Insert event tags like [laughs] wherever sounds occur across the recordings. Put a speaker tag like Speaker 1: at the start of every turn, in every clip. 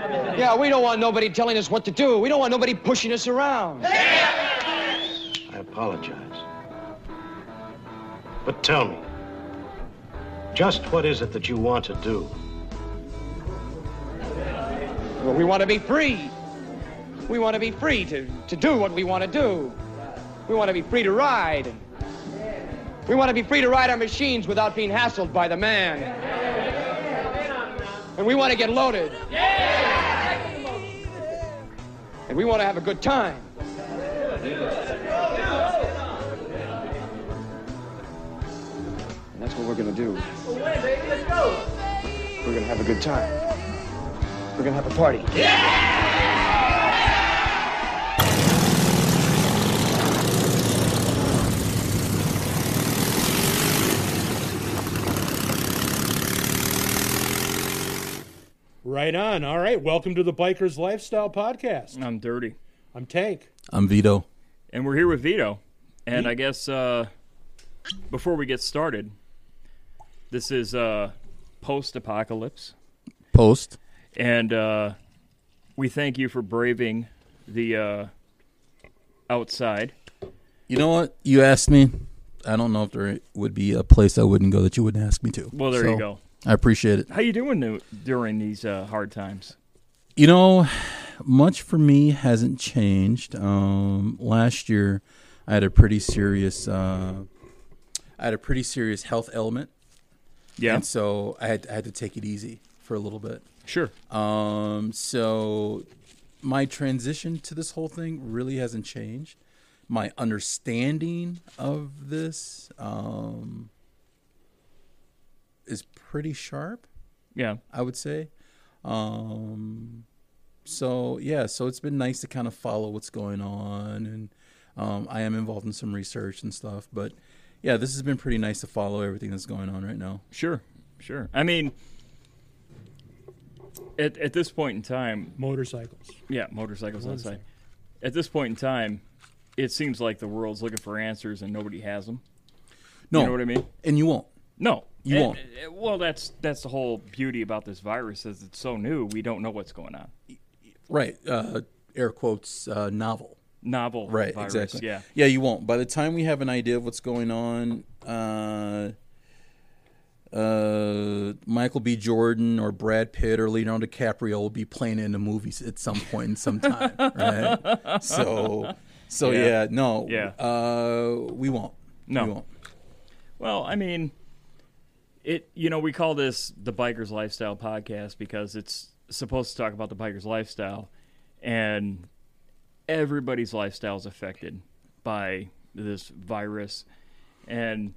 Speaker 1: Yeah, we don't want nobody telling us what to do. We don't want nobody pushing us around.
Speaker 2: I apologize. But tell me, just what is it that you want to do?
Speaker 1: Well, we want to be free. We want to be free to, to do what we want to do. We want to be free to ride. We want to be free to ride our machines without being hassled by the man. And we want to get loaded. And we want to have a good time. And that's what we're going to do. We're going to have a good time. We're going to have a party.
Speaker 3: Right on. All right. Welcome to the Bikers Lifestyle Podcast.
Speaker 4: I'm dirty.
Speaker 3: I'm Tank.
Speaker 5: I'm Vito.
Speaker 4: And we're here with Vito. And I guess uh, before we get started, this is uh, post apocalypse.
Speaker 5: Post.
Speaker 4: And uh, we thank you for braving the uh, outside.
Speaker 5: You know what? You asked me. I don't know if there would be a place I wouldn't go that you wouldn't ask me to.
Speaker 4: Well, there you
Speaker 5: So,
Speaker 4: go.
Speaker 5: I appreciate it.
Speaker 4: How you doing nu- during these uh, hard times?
Speaker 5: You know, much for me hasn't changed. Um, last year, I had a pretty serious. Uh, I had a pretty serious health ailment,
Speaker 4: Yeah,
Speaker 5: and so I had I had to take it easy for a little bit.
Speaker 4: sure.
Speaker 5: Um, so my transition to this whole thing really hasn't changed. My understanding of this um, is pretty sharp,
Speaker 4: Yeah,
Speaker 5: I would say. Um, so yeah, so it's been nice to kind of follow what's going on, and um, I am involved in some research and stuff. But yeah, this has been pretty nice to follow everything that's going on right now.
Speaker 4: sure, sure. I mean, at at this point in time,
Speaker 3: Motorcycles.
Speaker 4: Yeah, motorcycles outside. At this point in time, it seems like the world's looking for answers and nobody has them.
Speaker 5: No,
Speaker 4: You know what I mean?
Speaker 5: and you won't.
Speaker 4: No,
Speaker 5: You
Speaker 4: Eh,
Speaker 5: won't.
Speaker 4: eh, well, that's that's the whole beauty about this virus is it's so new. We don't know what's going on.
Speaker 5: Right? Uh, air quotes uh, novel.
Speaker 4: Novel,
Speaker 5: right
Speaker 4: Virus,
Speaker 5: exactly
Speaker 4: Yeah,
Speaker 5: yeah you won't by the time we have an idea of what's going on uh uh michael b jordan or brad pitt or leonardo dicaprio will be playing in the movies at some point in
Speaker 4: [laughs]
Speaker 5: some time right so so
Speaker 4: Yeah.
Speaker 5: yeah, no
Speaker 4: Yeah.
Speaker 5: uh we won't
Speaker 4: No.
Speaker 5: we won't
Speaker 4: Well, I mean, it. You know, we call this the Biker's Lifestyle podcast because it's supposed to talk about the biker's lifestyle, and everybody's lifestyle is affected by this virus, and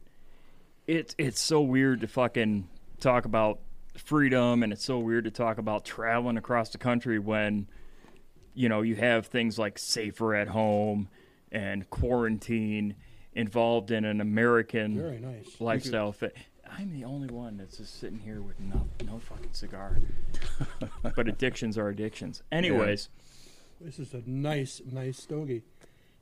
Speaker 4: it it's so weird to fucking talk about freedom, and it's so weird to talk about traveling across the country when you know, you have things like safer at home and quarantine involved in an American
Speaker 3: Very nice.
Speaker 4: lifestyle fit. I'm the only one that's just sitting here with no, no
Speaker 3: [laughs]
Speaker 4: fucking cigar. but addictions are addictions. Anyways,
Speaker 3: This is a nice, nice stogie.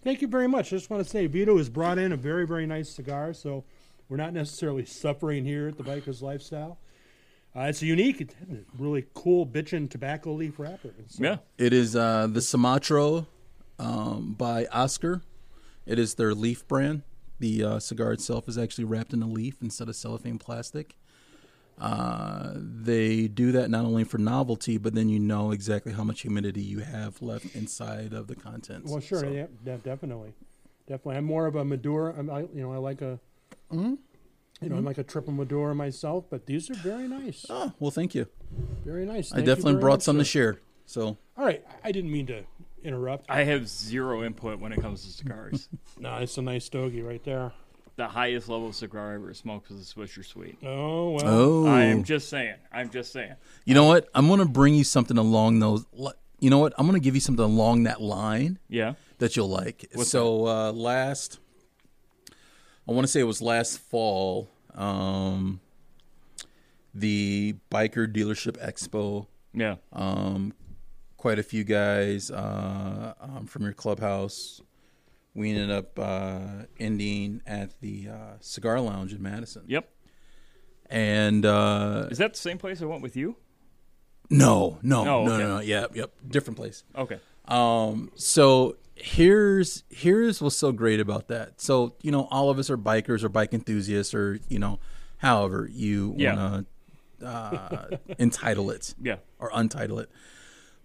Speaker 3: Thank you very much. I just want to say Vito has brought in a very, very nice cigar, so we're not necessarily [laughs] suffering here at the Biker's Lifestyle. Uh, it's a unique, it's a really cool bitchin' tobacco leaf wrapper. So
Speaker 4: yeah.
Speaker 5: it is uh the sumatra um by oscar it is their leaf brand the uh, cigar itself is actually wrapped in a leaf instead of cellophane plastic Uh, they do that not only for novelty, but then you know exactly how much humidity you have left inside of the contents.
Speaker 3: Well, sure,
Speaker 5: So-
Speaker 3: yeah, de- definitely, definitely. I'm more of a Maduro. I'm, I, you know, I like a,
Speaker 5: Mm-hmm.
Speaker 3: you know, I'm like a triple Maduro myself. But these are very nice,
Speaker 5: Oh, well, thank you.
Speaker 3: very nice.
Speaker 5: I
Speaker 3: Thank you
Speaker 5: definitely
Speaker 3: very
Speaker 5: brought
Speaker 3: much,
Speaker 5: some to
Speaker 3: sir.
Speaker 5: share. So
Speaker 3: All right, I- I didn't mean to interrupt.
Speaker 4: I have zero input when it comes
Speaker 3: [laughs]
Speaker 4: to cigars.
Speaker 3: No, it's a nice stogie right there.
Speaker 4: the highest level of cigar I ever smoked was a Swisher Sweet.
Speaker 3: Oh well,
Speaker 5: oh,
Speaker 4: I am just saying. I'm just saying.
Speaker 5: you know what? I'm gonna bring you something along those. li- You know what? I'm gonna give you something along that line.
Speaker 4: Yeah.
Speaker 5: that you'll like. so uh, last, I want to say it was last fall. Um, the biker dealership expo.
Speaker 4: Yeah.
Speaker 3: Uh,
Speaker 5: Um, quite a few guys uh, um, from your clubhouse. We ended up uh, ending at the uh, cigar lounge in Madison.
Speaker 4: yep.
Speaker 5: And uh,
Speaker 4: Is that the same place I went with you?
Speaker 5: No, no,
Speaker 4: Oh,
Speaker 5: no,
Speaker 4: okay.
Speaker 5: no, no. Yep, yep. Different place.
Speaker 4: Okay.
Speaker 5: so here's here's what's so great about that. So you know, all of us are bikers or bike enthusiasts or you know, however you
Speaker 4: Yeah.
Speaker 5: wanna uh, entitle it
Speaker 4: [laughs] Yeah.
Speaker 5: or untitle it.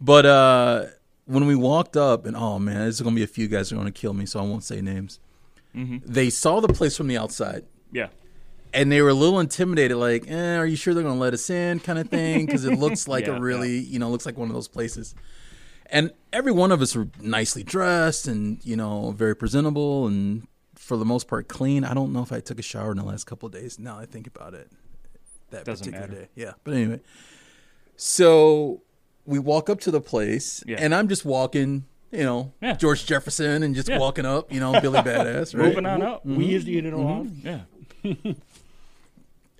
Speaker 5: But uh, when we walked up, and oh man, there's gonna be a few guys that are gonna kill me, so I won't say names.
Speaker 4: Mm-hmm.
Speaker 5: They saw the place from the outside.
Speaker 4: Yeah.
Speaker 5: And they were a little intimidated, like, eh, "Are you sure they're going to let us in?" kind of thing, because it
Speaker 4: [laughs]
Speaker 5: looks like
Speaker 4: Yeah,
Speaker 5: a really, you know, looks like one of those places. And every one of us were nicely dressed, and you know, very presentable, and for the most part clean. I don't know if I took a shower in the last couple of days. Now I think about it, that
Speaker 4: Doesn't
Speaker 5: particular
Speaker 4: matter.
Speaker 5: day, yeah. But anyway, so we walk up to the place,
Speaker 4: Yeah.
Speaker 5: and I'm just walking, you know,
Speaker 4: Yeah.
Speaker 5: George Jefferson, and just
Speaker 4: Yeah.
Speaker 5: walking up, you
Speaker 4: [laughs]
Speaker 5: know, Billy Badass, right?
Speaker 4: Moving on up. Mm-hmm.
Speaker 3: We used to eat it all
Speaker 4: Yeah.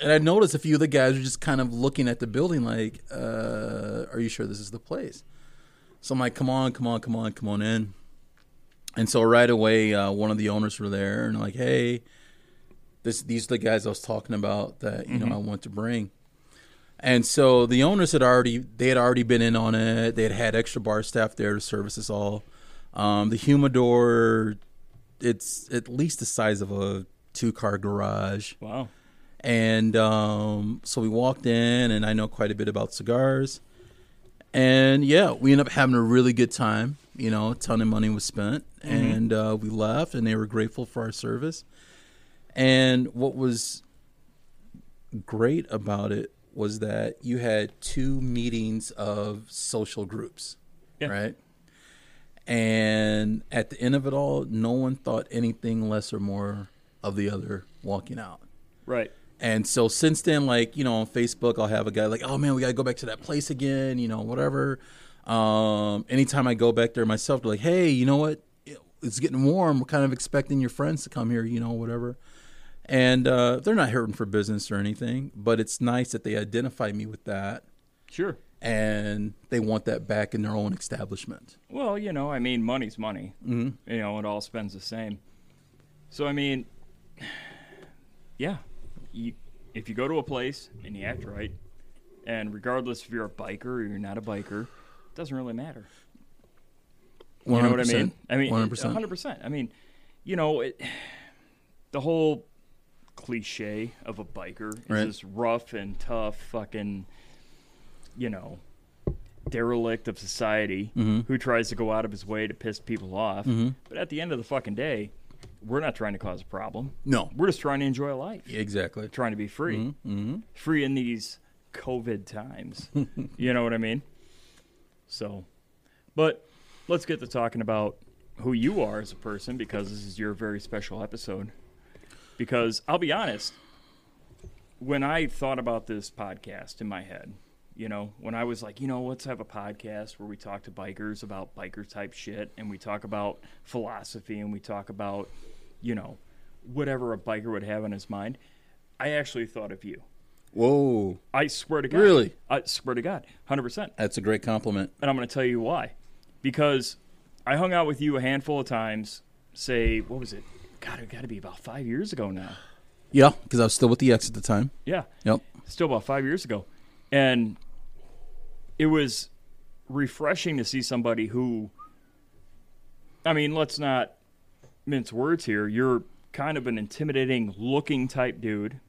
Speaker 5: and I noticed a few of the guys were just kind of looking at the building like, uh, "Are you sure this is the place?" So I'm like, "Come on, come on, come on, come on in." And so right away, uh, one of the owners were there and like, "Hey, this these are the guys I was talking about that you know I want to bring." And so the owners had already they had already been in on it. They had had extra bar staff there to service us all. Um, the humidor, it's at least the size of a two car garage.
Speaker 4: Wow.
Speaker 5: And um, so we walked in, and I know quite a bit about cigars. And yeah, we ended up having a really good time. You know, a ton of money was spent, and uh, we left, and they were grateful for our service. And what was great about it was that you had two meetings of social groups,
Speaker 4: Yeah.
Speaker 5: right? And at the end of it all, no one thought anything less or more of the other walking out.
Speaker 4: Right.
Speaker 5: And so since then, like, you know, on Facebook, I'll have a guy like, oh man, we got to go back to that place again, you know, whatever. Um, anytime I go back there myself, they're like, hey, you know what? It's getting warm. We're kind of expecting your friends to come here, you know, whatever. And uh, they're not hurting for business or anything, but it's nice that they identify me with that
Speaker 4: Sure.
Speaker 5: and they want that back in their own establishment.
Speaker 4: Well, you know, I mean, money's money. Mm-hmm. You know, it all spends the same. So, I mean, [sighs] yeah, you, if you go to a place and you act right, and regardless if you're a biker or you're not a biker, it doesn't really matter.
Speaker 5: 100%,
Speaker 4: You know what I mean? I mean,
Speaker 5: 100%.
Speaker 4: 100%. I mean, you know, it, [sighs] the whole cliche of a biker is
Speaker 5: Right.
Speaker 4: this rough and tough fucking, you know, derelict of society who tries to go out of his way to piss people off. But at the end of the fucking day, we're not trying to cause a problem.
Speaker 5: No.
Speaker 4: We're just trying to enjoy life
Speaker 5: Exactly.
Speaker 4: trying to be free, free in these COVID times. you know what I mean? So, but let's get to talking about who you are as a person because this is your very special episode. Because I'll be honest, when I thought about this podcast in my head, you know, when I was like, you know, let's have a podcast where we talk to bikers about biker type shit and we talk about philosophy and we talk about, you know, whatever a biker would have on his mind. I actually thought of you.
Speaker 5: Whoa.
Speaker 4: I swear to God.
Speaker 5: Really?
Speaker 4: I swear to God. 100%
Speaker 5: That's a great compliment.
Speaker 4: and I'm going to tell you why. Because I hung out with you a handful of times. Say, what was it? God, it got to be about five years ago now.
Speaker 5: Yeah, because I was still with the ex at the time.
Speaker 4: Yeah,
Speaker 5: Yep.
Speaker 4: still about five years ago, and it was refreshing to see somebody who. I mean, let's not mince words here. You're kind of an intimidating looking type dude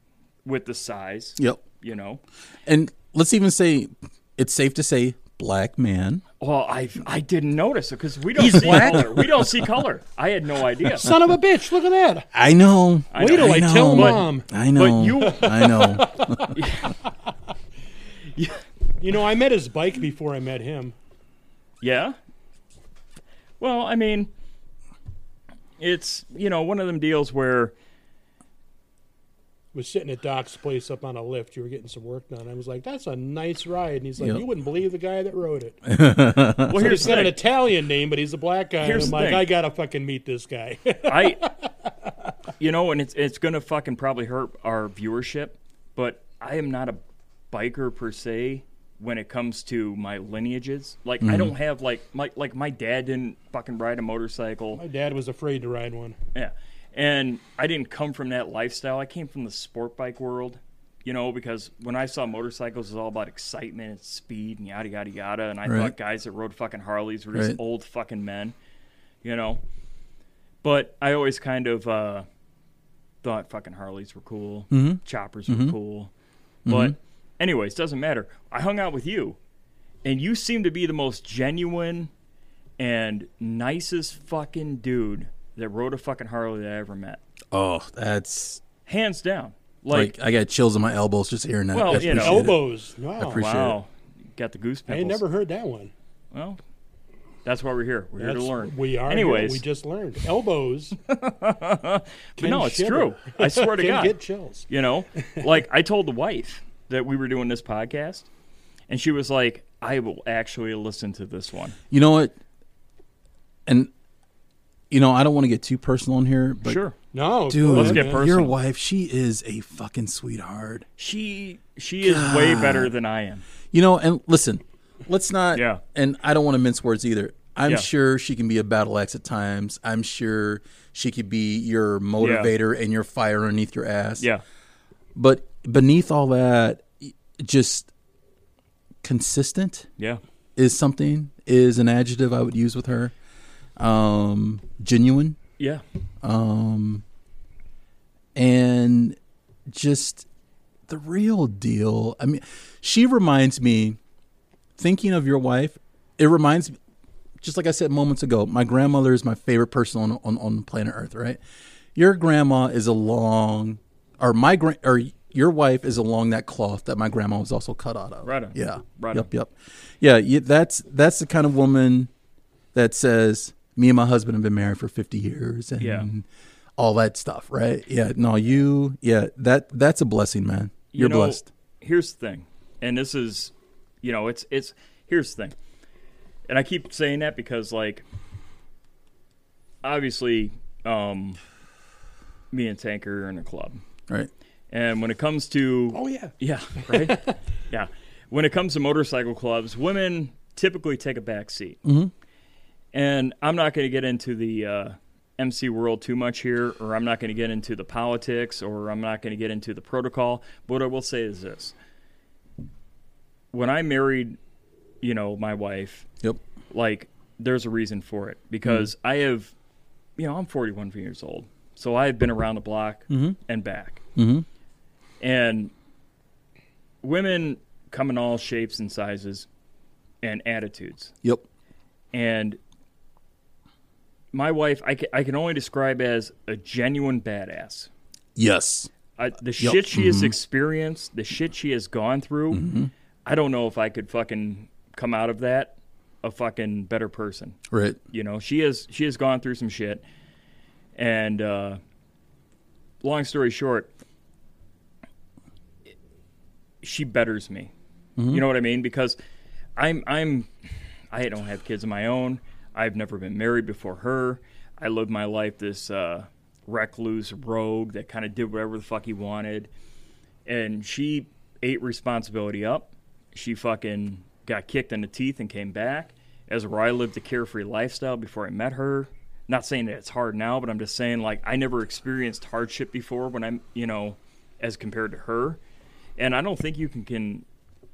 Speaker 4: with the size.
Speaker 5: Yep.
Speaker 4: You know.
Speaker 5: and let's even say it's safe to say black man.
Speaker 4: Well, I I didn't notice it because we don't see color. We don't see color. I had no idea.
Speaker 3: Son of a bitch! Look at that.
Speaker 5: I know. I
Speaker 4: Wait
Speaker 3: till I tell
Speaker 5: know.
Speaker 3: mom.
Speaker 5: I know.
Speaker 4: But you-
Speaker 5: I know.
Speaker 3: You know, I met his bike before I met him.
Speaker 4: Yeah. Well, I mean, it's you know one of them deals where
Speaker 3: Was sitting at Doc's place up on a lift. You were getting some work done. I was like, "That's a nice ride," and he's like,
Speaker 5: Yep.
Speaker 3: "You wouldn't believe the guy that rode it."
Speaker 4: [laughs] well here's
Speaker 3: He's
Speaker 4: the
Speaker 3: got an
Speaker 4: thing.
Speaker 3: Italian name, but he's a black guy.
Speaker 4: Here's
Speaker 3: and
Speaker 4: the
Speaker 3: I'm like,
Speaker 4: thing.
Speaker 3: I gotta fucking meet this guy. [laughs]
Speaker 4: I you know, and it's it's gonna fucking probably hurt our viewership, but I am not a biker per se when it comes to my lineages. Like I don't have like my like my dad didn't fucking ride a motorcycle.
Speaker 3: My dad was afraid to ride one.
Speaker 4: Yeah. And I didn't come from that lifestyle. I came from the sport bike world. you know, because when I saw motorcycles, it was all about excitement and speed and yada yada yada, and I
Speaker 5: Right.
Speaker 4: thought guys that rode fucking Harleys were just
Speaker 5: Right.
Speaker 4: old fucking men, you know. But I always kind of uh, thought fucking Harleys were cool,
Speaker 5: Mm-hmm.
Speaker 4: choppers were cool, but anyways, doesn't matter. I hung out with you, and you seem to be the most genuine and nicest fucking dude that rode a fucking Harley that I ever met,
Speaker 5: [laughs] Oh, that's
Speaker 4: hands down.
Speaker 5: like,
Speaker 4: Like,
Speaker 5: I got chills in my elbows just hearing that.
Speaker 4: Well,
Speaker 5: I
Speaker 4: you know.
Speaker 5: appreciate it.
Speaker 3: Elbows. Wow.
Speaker 5: appreciate-
Speaker 4: wow, got the goose
Speaker 3: I
Speaker 4: pimples.
Speaker 3: ain't never heard that one.
Speaker 4: Well, that's why we're here. We're here to
Speaker 3: That's-
Speaker 4: learn.
Speaker 3: We are.
Speaker 4: Anyways,
Speaker 3: Anyways, we just learned
Speaker 4: [laughs]
Speaker 3: elbows.
Speaker 4: but no, it's
Speaker 3: shiver.
Speaker 4: true. I swear
Speaker 3: [laughs]
Speaker 4: to
Speaker 3: can
Speaker 4: God.
Speaker 3: get chills.
Speaker 4: You know, like I told the wife that we were doing this podcast, and she was like, "I will actually listen to this one."
Speaker 5: You know what? And you know, I don't want to get too personal in here, but
Speaker 4: sure.
Speaker 3: No,
Speaker 5: dude,
Speaker 4: Let's
Speaker 5: [laughs]
Speaker 4: get
Speaker 3: man.
Speaker 4: personal.
Speaker 5: your wife, she is a fucking sweetheart.
Speaker 4: She she is way better than I am.
Speaker 5: You know, and listen, let's not.
Speaker 4: Yeah.
Speaker 5: And I don't want to mince words either. I'm
Speaker 4: Yeah.
Speaker 5: sure she can be a battle axe at times. I'm sure she could be your motivator and your fire underneath your ass.
Speaker 4: Yeah.
Speaker 5: But beneath all that, y- just consistent
Speaker 4: Yeah.
Speaker 5: is something is an adjective I would use with her. Um, genuine
Speaker 4: Yeah.
Speaker 5: and just the real deal. I mean, she reminds me thinking of your wife. It reminds me, just like I said moments ago, my grandmother is my favorite person on on, on planet Earth. Right? Your grandma is along, or my grand, or your wife is along that cloth that my grandma was also cut out of.
Speaker 4: Right on.
Speaker 5: Yeah.
Speaker 4: Right
Speaker 5: Yep. Yep. Yeah. You, that's that's the kind of woman that says me and my husband have been married for 50 years and
Speaker 4: Yeah.
Speaker 5: all that stuff right yeah no you yeah that that's a blessing man
Speaker 4: You
Speaker 5: you're
Speaker 4: know,
Speaker 5: blessed
Speaker 4: Here's the thing, and this is, you know, it's it's here's the thing, and I keep saying that because like, obviously, um, me and Tanker are in a club,
Speaker 5: right
Speaker 4: and when it comes to
Speaker 3: Oh yeah.
Speaker 4: [laughs] Yeah, right. yeah, when it comes to motorcycle clubs, women typically take a back seat. Mm-hmm. And I'm not going to get into the uh, MC world too much here, or I'm not going to get into the politics, or I'm not going to get into the protocol. But what I will say is this: when I married, you know, my wife,
Speaker 5: yep
Speaker 4: like there's a reason for it because I have, you know, I'm 41 years old, so I've been around the block and back, mm-hmm. and women come in all shapes and sizes and attitudes,
Speaker 5: yep
Speaker 4: and my wife I ca- I can only describe as a genuine badass.
Speaker 5: yes
Speaker 4: I, the shit she has experienced, the shit she has gone through, I don't know if I could fucking come out of that a fucking better person.
Speaker 5: right
Speaker 4: You know, she has she has gone through some shit, and uh, long story short, she betters me. You know what I mean? Because I'm I'm I don't have kids of my own. I've never been married before her. I lived my life this uh, recluse rogue that kind of did whatever the fuck he wanted, and she ate responsibility up. She fucking got kicked in the teeth and came back. As where I lived a carefree lifestyle before I met her. Not saying that it's hard now, but I'm just saying like I never experienced hardship before when I'm you know, as compared to her. And I don't think you can, can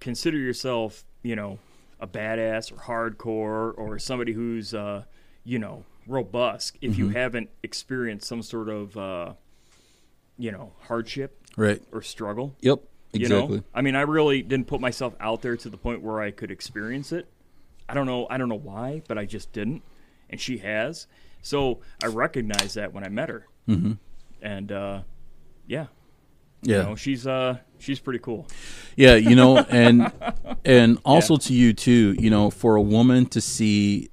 Speaker 4: consider yourself, you know, a badass or hardcore or somebody who's uh, you know, robust if you haven't experienced some sort of uh, you know, hardship
Speaker 5: right
Speaker 4: or struggle.
Speaker 5: yep
Speaker 4: You
Speaker 5: exactly
Speaker 4: know? I mean, I really didn't put myself out there to the point where I could experience it. I don't know. I don't know why, but I just didn't, and she has. So I recognized that when I met her, mm-hmm. and uh, yeah,
Speaker 5: yeah
Speaker 4: you know, she's uh, she's pretty cool.
Speaker 5: yeah you
Speaker 4: [laughs]
Speaker 5: know and and also to you too you know for a woman to see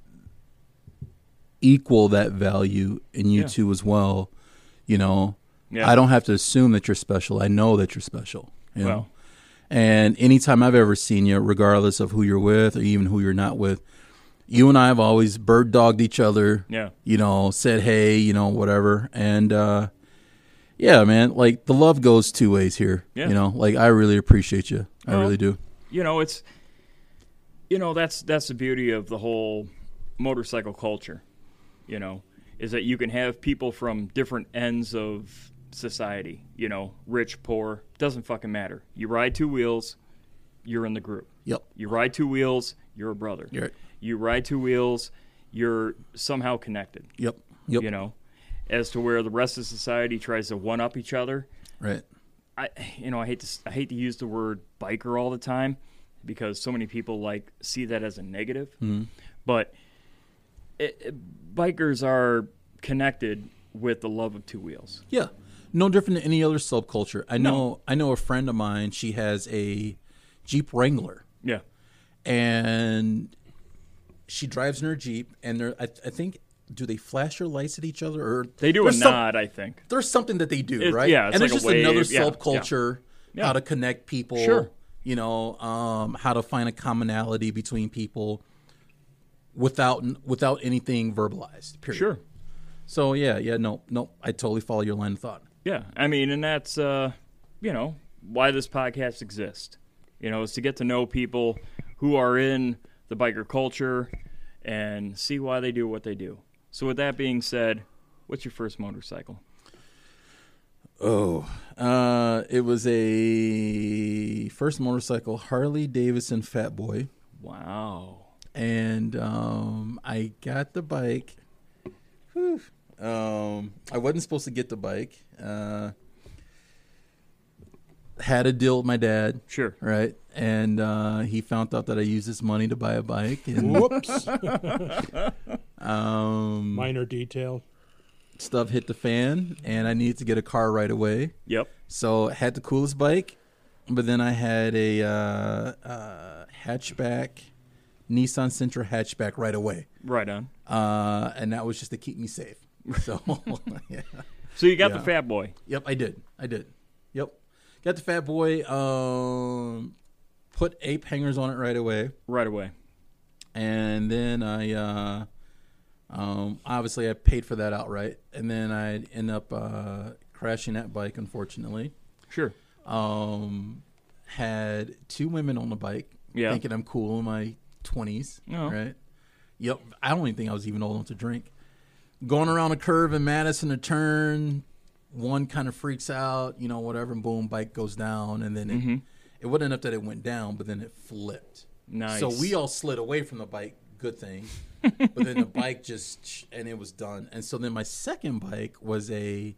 Speaker 5: equal that value in you
Speaker 4: Yeah.
Speaker 5: too as well you know
Speaker 4: Yeah.
Speaker 5: i don't have to assume that you're special i know that you're special you know?
Speaker 4: Well,
Speaker 5: And anytime I've ever seen you, regardless of who you're with or even who you're not with, you and I have always bird dogged each other.
Speaker 4: Yeah.
Speaker 5: You know, said hey, you know, whatever. And uh yeah, man, like the love goes two ways here.
Speaker 4: Yeah.
Speaker 5: You know, like I really appreciate you. I
Speaker 4: Well,
Speaker 5: really do.
Speaker 4: you know, it's you know that's that's the beauty of the whole motorcycle culture. You know, is that you can have people from different ends of society. You know, rich, poor, doesn't fucking matter. You ride two wheels, you're in the group.
Speaker 5: Yep.
Speaker 4: You ride two wheels, you're a brother.
Speaker 5: You're-
Speaker 4: You ride two wheels, you're somehow connected.
Speaker 5: Yep. Yep.
Speaker 4: You know, as to where the rest of society tries to one up each other.
Speaker 5: Right.
Speaker 4: I you know I hate to s- I hate to use the word biker all the time because so many people like see that as a negative, but it, it- bikers are connected with the love of two wheels.
Speaker 5: Yeah. No different than any other subculture. I know I know a friend of mine, she has a Jeep Wrangler
Speaker 4: Yeah,
Speaker 5: and she drives in her Jeep and they're I, I think do they flash their lights at each other or
Speaker 4: they do
Speaker 5: there's
Speaker 4: a
Speaker 5: some-
Speaker 4: nod. I think
Speaker 5: there's something that they do,
Speaker 4: It's-
Speaker 5: right?
Speaker 4: yeah, it's
Speaker 5: and
Speaker 4: like
Speaker 5: there's
Speaker 4: a
Speaker 5: just
Speaker 4: wave,
Speaker 5: another
Speaker 4: yeah, yeah.
Speaker 5: subculture
Speaker 4: Yeah.
Speaker 5: how to connect people.
Speaker 4: Sure.
Speaker 5: You know, um, how to find a commonality between people without without anything verbalized. Period.
Speaker 4: sure.
Speaker 5: So yeah, yeah, no, no, I totally follow your line of thought.
Speaker 4: Yeah, I mean, and that's uh, you know why this podcast exists. You know, is to get to know people who are in the biker culture and see why they do what they do. So, with that being said, what's your first motorcycle?
Speaker 5: Oh, uh, it was a first motorcycle Harley Davidson Fat Boy,
Speaker 4: Wow.
Speaker 5: and um, I got the bike. Whew. Um, I wasn't supposed to get the bike. Uh, had a deal with my dad,
Speaker 4: Sure.
Speaker 5: right? And uh, he found out that I used his money to buy a bike,
Speaker 3: [laughs]
Speaker 5: and
Speaker 3: Whoops.
Speaker 5: um,
Speaker 3: Minor detail.
Speaker 5: stuff hit the fan, and I needed to get a car right away.
Speaker 4: Yep.
Speaker 5: So I had the coolest bike, but then I had a uh, uh, hatchback, Nissan Sentra hatchback right away,
Speaker 4: Right on.
Speaker 5: uh, and that was just to keep me safe. So, [laughs] yeah.
Speaker 4: So you got the
Speaker 5: Yeah.
Speaker 4: Fat Boy.
Speaker 5: yep, I did, I did, yep, got the Fat Boy, um, put ape hangers on it right away,
Speaker 4: right away.
Speaker 5: and then I, uh, um, obviously I paid for that outright, and then I end up uh, crashing that bike, unfortunately.
Speaker 4: Sure.
Speaker 5: um, had two women on the bike,
Speaker 4: Yeah.
Speaker 5: thinking I'm cool in my twenties,
Speaker 4: No.
Speaker 5: right? Yep, I don't even think I was even old enough to drink. Going around a curve in Madison, a turn, one kind of freaks out, you know, whatever, and boom, bike goes down, and then it, it wasn't enough that it went down, but then it flipped.
Speaker 4: Nice.
Speaker 5: So we all slid away from the bike. Good thing. but then the bike just and it was done. And so then my second bike was a.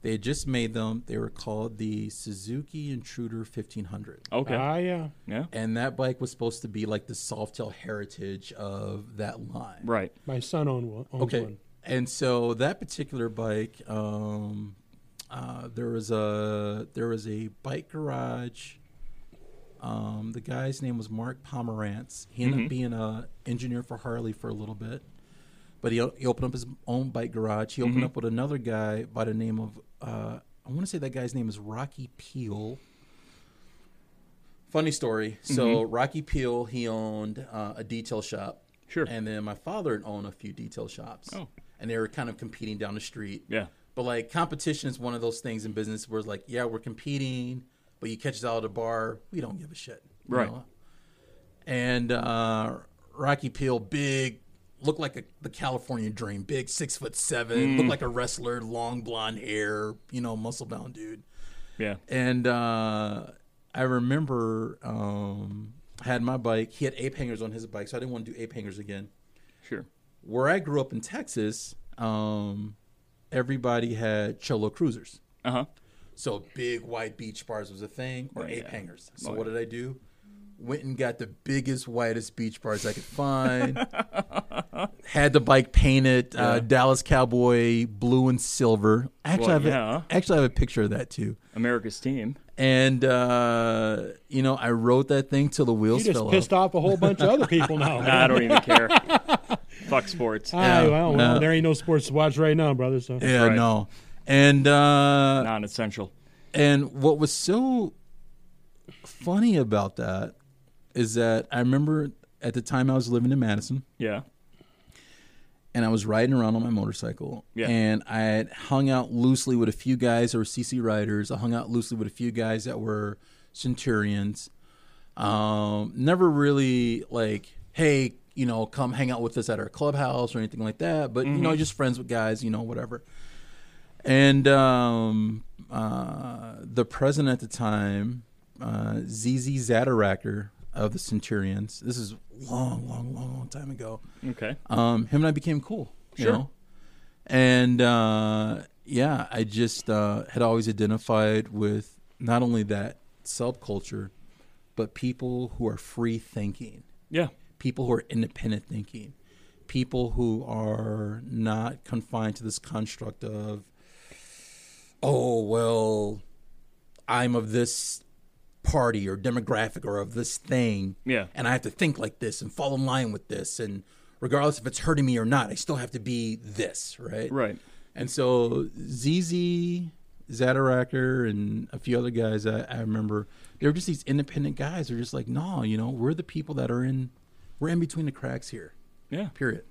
Speaker 5: They had just made them. They were called the Suzuki Intruder 1500,
Speaker 4: Okay.
Speaker 3: Ah, yeah.
Speaker 4: yeah.
Speaker 5: and that bike was supposed to be like the Softail heritage of that line.
Speaker 4: Right.
Speaker 3: My son owned one. Owns
Speaker 5: Okay.
Speaker 3: one.
Speaker 5: And so that particular bike, um, uh, there was a there was a bike garage. Um, the guy's name was Mark Pomerantz. He ended up being a engineer for Harley for a little bit, but he, o- he opened up his own bike garage. He opened
Speaker 4: Mm-hmm.
Speaker 5: up with another guy by the name of uh, I want to say that guy's name is Rocky Peel. Funny story. So
Speaker 4: Mm-hmm.
Speaker 5: Rocky Peel, he owned uh, a detail shop.
Speaker 4: Sure.
Speaker 5: And then my father owned a few detail shops.
Speaker 4: Oh.
Speaker 5: And they were kind of competing down the street.
Speaker 4: Yeah.
Speaker 5: But like competition is one of those things in business where it's like, yeah, we're competing, but you catch us out at a bar, we don't give a shit. you
Speaker 4: Right.
Speaker 5: know? And uh, Rocky Peel, big, looked like a, the California dream, big, six foot seven, looked like a wrestler, long blonde hair, you know, muscle bound dude.
Speaker 4: Yeah.
Speaker 5: And uh, I remember um, I had my bike. He had ape hangers on his bike, so I didn't want to do ape hangers again.
Speaker 4: Sure.
Speaker 5: Where I grew up in Texas, um, everybody had Cholo Cruisers.
Speaker 4: Uh huh.
Speaker 5: So big white beach bars was a thing, or
Speaker 4: Right,
Speaker 5: ape
Speaker 4: Oh, yeah.
Speaker 5: hangers. So what did I do? Went and got the biggest, whitest beach bars I
Speaker 4: [laughs]
Speaker 5: could find. Had the bike painted uh, Dallas Cowboy blue and silver. Actually,
Speaker 4: Well,
Speaker 5: I have
Speaker 4: yeah.
Speaker 5: a, actually I have a picture of that too.
Speaker 4: America's team.
Speaker 5: And uh, you know, I rode that thing till the
Speaker 3: You
Speaker 5: wheels
Speaker 3: just
Speaker 5: fell
Speaker 3: pissed
Speaker 5: off.
Speaker 3: off a whole bunch of other
Speaker 5: [laughs]
Speaker 3: people now.
Speaker 4: I don't even care. Fuck sports.
Speaker 3: Ah,
Speaker 5: Yeah.
Speaker 3: well, well,
Speaker 5: No.
Speaker 3: there ain't no sports to watch right now, brother. So
Speaker 5: Yeah,
Speaker 4: Right.
Speaker 5: no. And uh,
Speaker 4: Non-essential.
Speaker 5: and what was so funny about that is that I remember at the time I was living in Madison.
Speaker 4: Yeah.
Speaker 5: and I was riding around on my motorcycle.
Speaker 4: Yeah.
Speaker 5: And I had hung out loosely with a few guys that were CC riders. I hung out loosely with a few guys that were Centurions. Um, never really like, hey, you know, come hang out with us at our clubhouse or anything like that. But you know, just friends with guys, you know, whatever. And um, uh, the president at the time, uh, ZZ Zadaracker of the Centurions, this is long, long, long, long time ago.
Speaker 4: Okay.
Speaker 5: Um, him and I became cool. You
Speaker 4: Sure.
Speaker 5: know? And uh, yeah, I just uh, had always identified with not only that subculture, but people who are free thinking
Speaker 4: Yeah.
Speaker 5: people who are independent thinking, people who are not confined to this construct of, oh, well, I'm of this party or demographic or of this thing.
Speaker 4: Yeah.
Speaker 5: And I have to think like this and fall in line with this. And regardless if it's hurting me or not, I still have to be this, right?
Speaker 4: Right.
Speaker 5: And so ZZ Zadaracker and a few other guys I, I remember, they were just these independent guys. They're just like, no, you know, we're the people that are in, we're in between the cracks here,
Speaker 4: Yeah.
Speaker 5: period.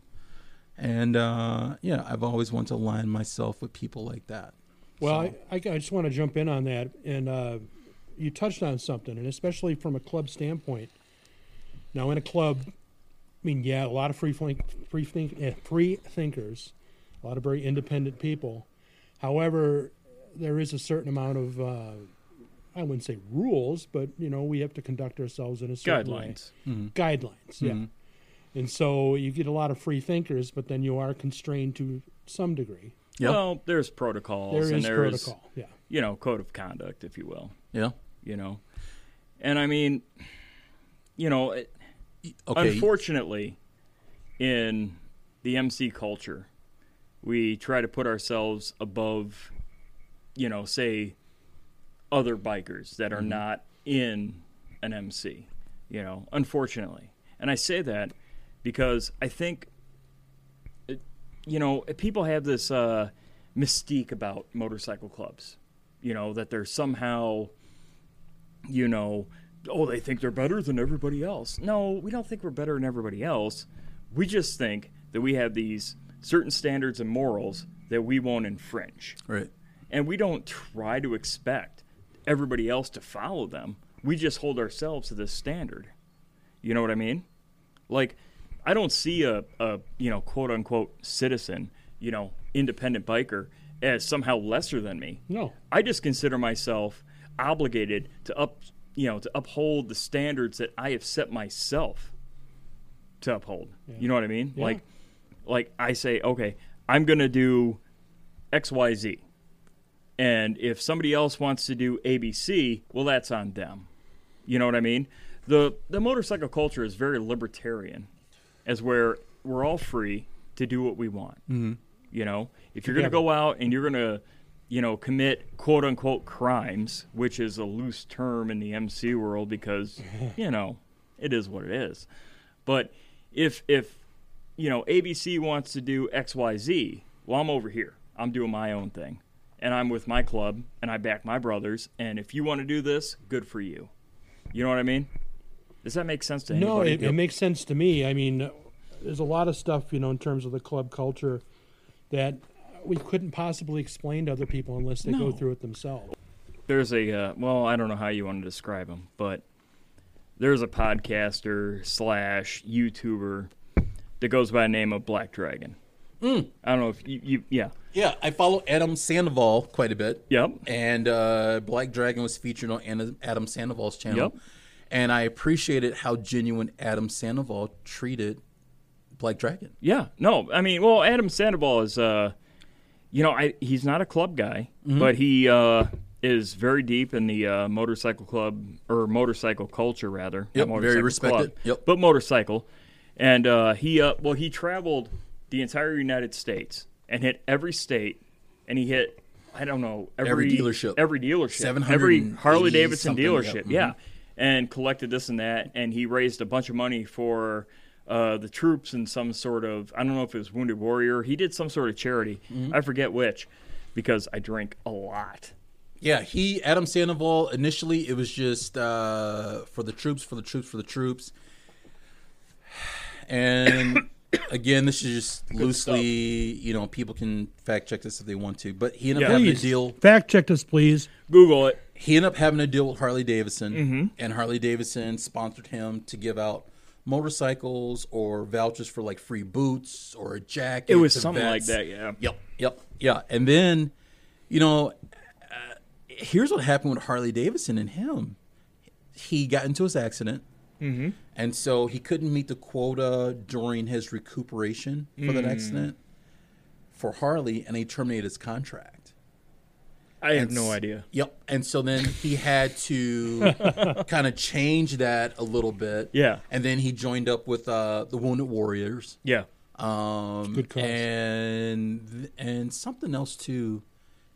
Speaker 5: And uh, yeah, I've always wanted to align myself with people like that.
Speaker 3: Well, I, I just want to jump in on that, and uh, you touched on something, and especially from a club standpoint. Now, in a club, I mean, yeah, a lot of free think, free think, eh, free thinkers, a lot of very independent people. However, there is a certain amount of uh, I wouldn't say rules, but you know, we have to conduct ourselves in a certain way
Speaker 4: Guidelines.
Speaker 3: guidelines. Yeah. And so you get a lot of free thinkers, but then you are constrained to some degree.
Speaker 5: Yeah.
Speaker 4: Well, there's protocols
Speaker 3: There
Speaker 4: and
Speaker 3: is
Speaker 4: there is
Speaker 3: protocol. Yeah.
Speaker 4: you know code of conduct, if you will.
Speaker 5: Yeah.
Speaker 4: You know, and I mean, you know, it,
Speaker 5: Okay.
Speaker 4: unfortunately, in the MC culture, we try to put ourselves above, you know, say, other bikers that are not in an MC, you know, unfortunately. And I say that because I think, it- you know, people have this uh, mystique about motorcycle clubs, you know, that they're somehow you know, oh, they think they're better than everybody else. No, we don't think we're better than everybody else. We just think that we have these certain standards and morals that we won't infringe.
Speaker 5: right.
Speaker 4: And we don't try to expect everybody else to follow them. We just hold ourselves to this standard. You know what I mean? Like, I don't see a, a you know, quote unquote citizen, you know, independent biker as somehow lesser than me.
Speaker 3: No.
Speaker 4: I just consider myself obligated to up, you know, to uphold the standards that I have set myself to uphold. You know what I mean? Like, like I say, okay, I'm gonna do X, Y, Z, and if somebody else wants to do ABC, well, that's on them. You know what I mean? The the motorcycle culture is very libertarian, as where we're all free to do what we want. Mm-hmm. You know, if you're going to
Speaker 3: Together.
Speaker 4: go out and you're going to, you know, commit quote unquote crimes, which is a loose term in the MC
Speaker 3: [laughs]
Speaker 4: world because you know it is what it is. But if if you know ABC wants to do X Y Z, well, I'm over here. I'm doing my own thing, and I'm with my club, and I back my brothers. And if you want to do this, good for you. You know what I mean? Does that make sense to
Speaker 3: No,
Speaker 4: anybody?
Speaker 3: it, it makes sense to me. I mean, there's a lot of stuff, you know, in terms of the club culture that we couldn't possibly explain to other people unless they go
Speaker 4: No.
Speaker 3: through it themselves.
Speaker 4: there's a uh, well, I don't know how you want to describe him, but there's a podcaster slash YouTuber that goes by the name of Black Dragon. I don't know if you, you yeah
Speaker 5: Yeah, I follow Adam Sandoval quite a bit.
Speaker 4: Yep.
Speaker 5: And uh, Black Dragon was featured on Ana- Adam Sandoval's channel.
Speaker 4: Yep.
Speaker 5: And I appreciated how genuine Adam Sandoval treated Black Dragon.
Speaker 4: yeah no I mean well Adam Sandoval is uh you know I he's not a club guy
Speaker 5: Mm-hmm.
Speaker 4: but he uh is very deep in the uh, motorcycle club or motorcycle culture rather not
Speaker 5: Yep, very
Speaker 4: motorcycle
Speaker 5: respected.
Speaker 4: club,
Speaker 5: Yep.
Speaker 4: but motorcycle and uh, he uh well he traveled the entire United States and hit every state and he hit I don't know
Speaker 5: Every
Speaker 4: every,
Speaker 5: dealership.
Speaker 4: every dealership every
Speaker 5: 780
Speaker 4: Harley Davidson
Speaker 5: something,
Speaker 4: dealership
Speaker 5: yep, mhm.
Speaker 4: yeah and collected this and that and he raised a bunch of money for uh, the troops and some sort of I don't know if it was Wounded Warrior he did some sort of charity I forget which because I drink a lot
Speaker 5: Yeah, he Adam Sandoval initially it was just uh, for the troops, for the troops, for the troops. And [coughs] again, this is just loosely, you know, people can fact check this if they want to. But he ended up
Speaker 4: Yeah.
Speaker 5: having
Speaker 3: Please,
Speaker 5: a deal.
Speaker 3: Fact check this, please.
Speaker 4: Google it
Speaker 5: He ended up having a deal with Harley Davidson,
Speaker 4: Mm-hmm.
Speaker 5: and Harley Davidson sponsored him to give out motorcycles or vouchers for like free boots or a jacket.
Speaker 4: it was
Speaker 5: to
Speaker 4: something like
Speaker 5: vets.
Speaker 4: that yeah
Speaker 5: Yep, yep, yeah. And then You know, uh, here's what happened with Harley Davidson and him. He got into his accident,
Speaker 4: Mm-hmm.
Speaker 5: and so he couldn't meet the quota during his recuperation for
Speaker 4: Mm.
Speaker 5: that accident for Harley, and they terminated his contract.
Speaker 4: I have
Speaker 5: And
Speaker 4: no
Speaker 5: s-
Speaker 4: idea.
Speaker 5: Yep. And so then he had to
Speaker 4: [laughs]
Speaker 5: kind of change that a little bit.
Speaker 4: Yeah.
Speaker 5: And then he joined up with uh, the Wounded Warriors.
Speaker 4: Yeah.
Speaker 5: Um,
Speaker 3: Good cause.
Speaker 5: And and something else too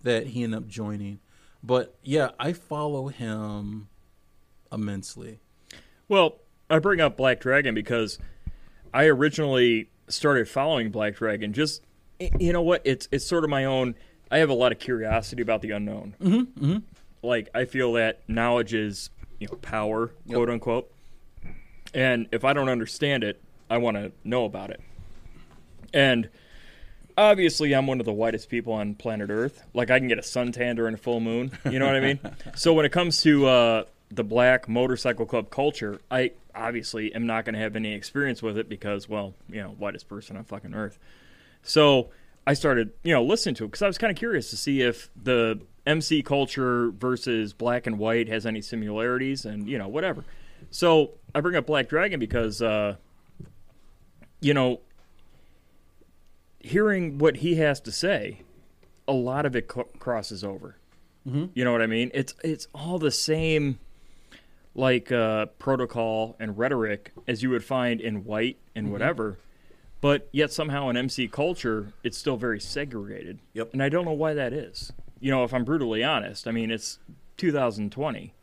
Speaker 5: that he ended up joining. But yeah, I follow him immensely.
Speaker 4: Well, I bring up Black Dragon because I originally started following Black Dragon. Just y- you know what? It's it's sort of my own. I have a lot of curiosity about the unknown. Mm-hmm, Like I feel that knowledge is you know power, quote unquote. And if I don't understand it, I want to know about it. And obviously, I'm one of the whitest people on planet Earth. Like I can get a suntan during a full moon. You know what I mean? so when it comes to uh, the black motorcycle club culture, I obviously am not going to have any experience with it because, well, you know, whitest person on fucking Earth. So I started, you know, listening to it because I was kind of curious to see if the MC culture versus black and white has any similarities and, you know, whatever. So I bring up Black Dragon because, uh, you know, hearing what he has to say, a lot of it cl- crosses over. You know what I mean? It's it's all the same like uh, protocol and rhetoric as you would find in white and whatever, but yet somehow in MC culture it's still very segregated.
Speaker 5: Yep.
Speaker 4: And I don't know why that is. You know, if I'm brutally honest, I mean it's 2020.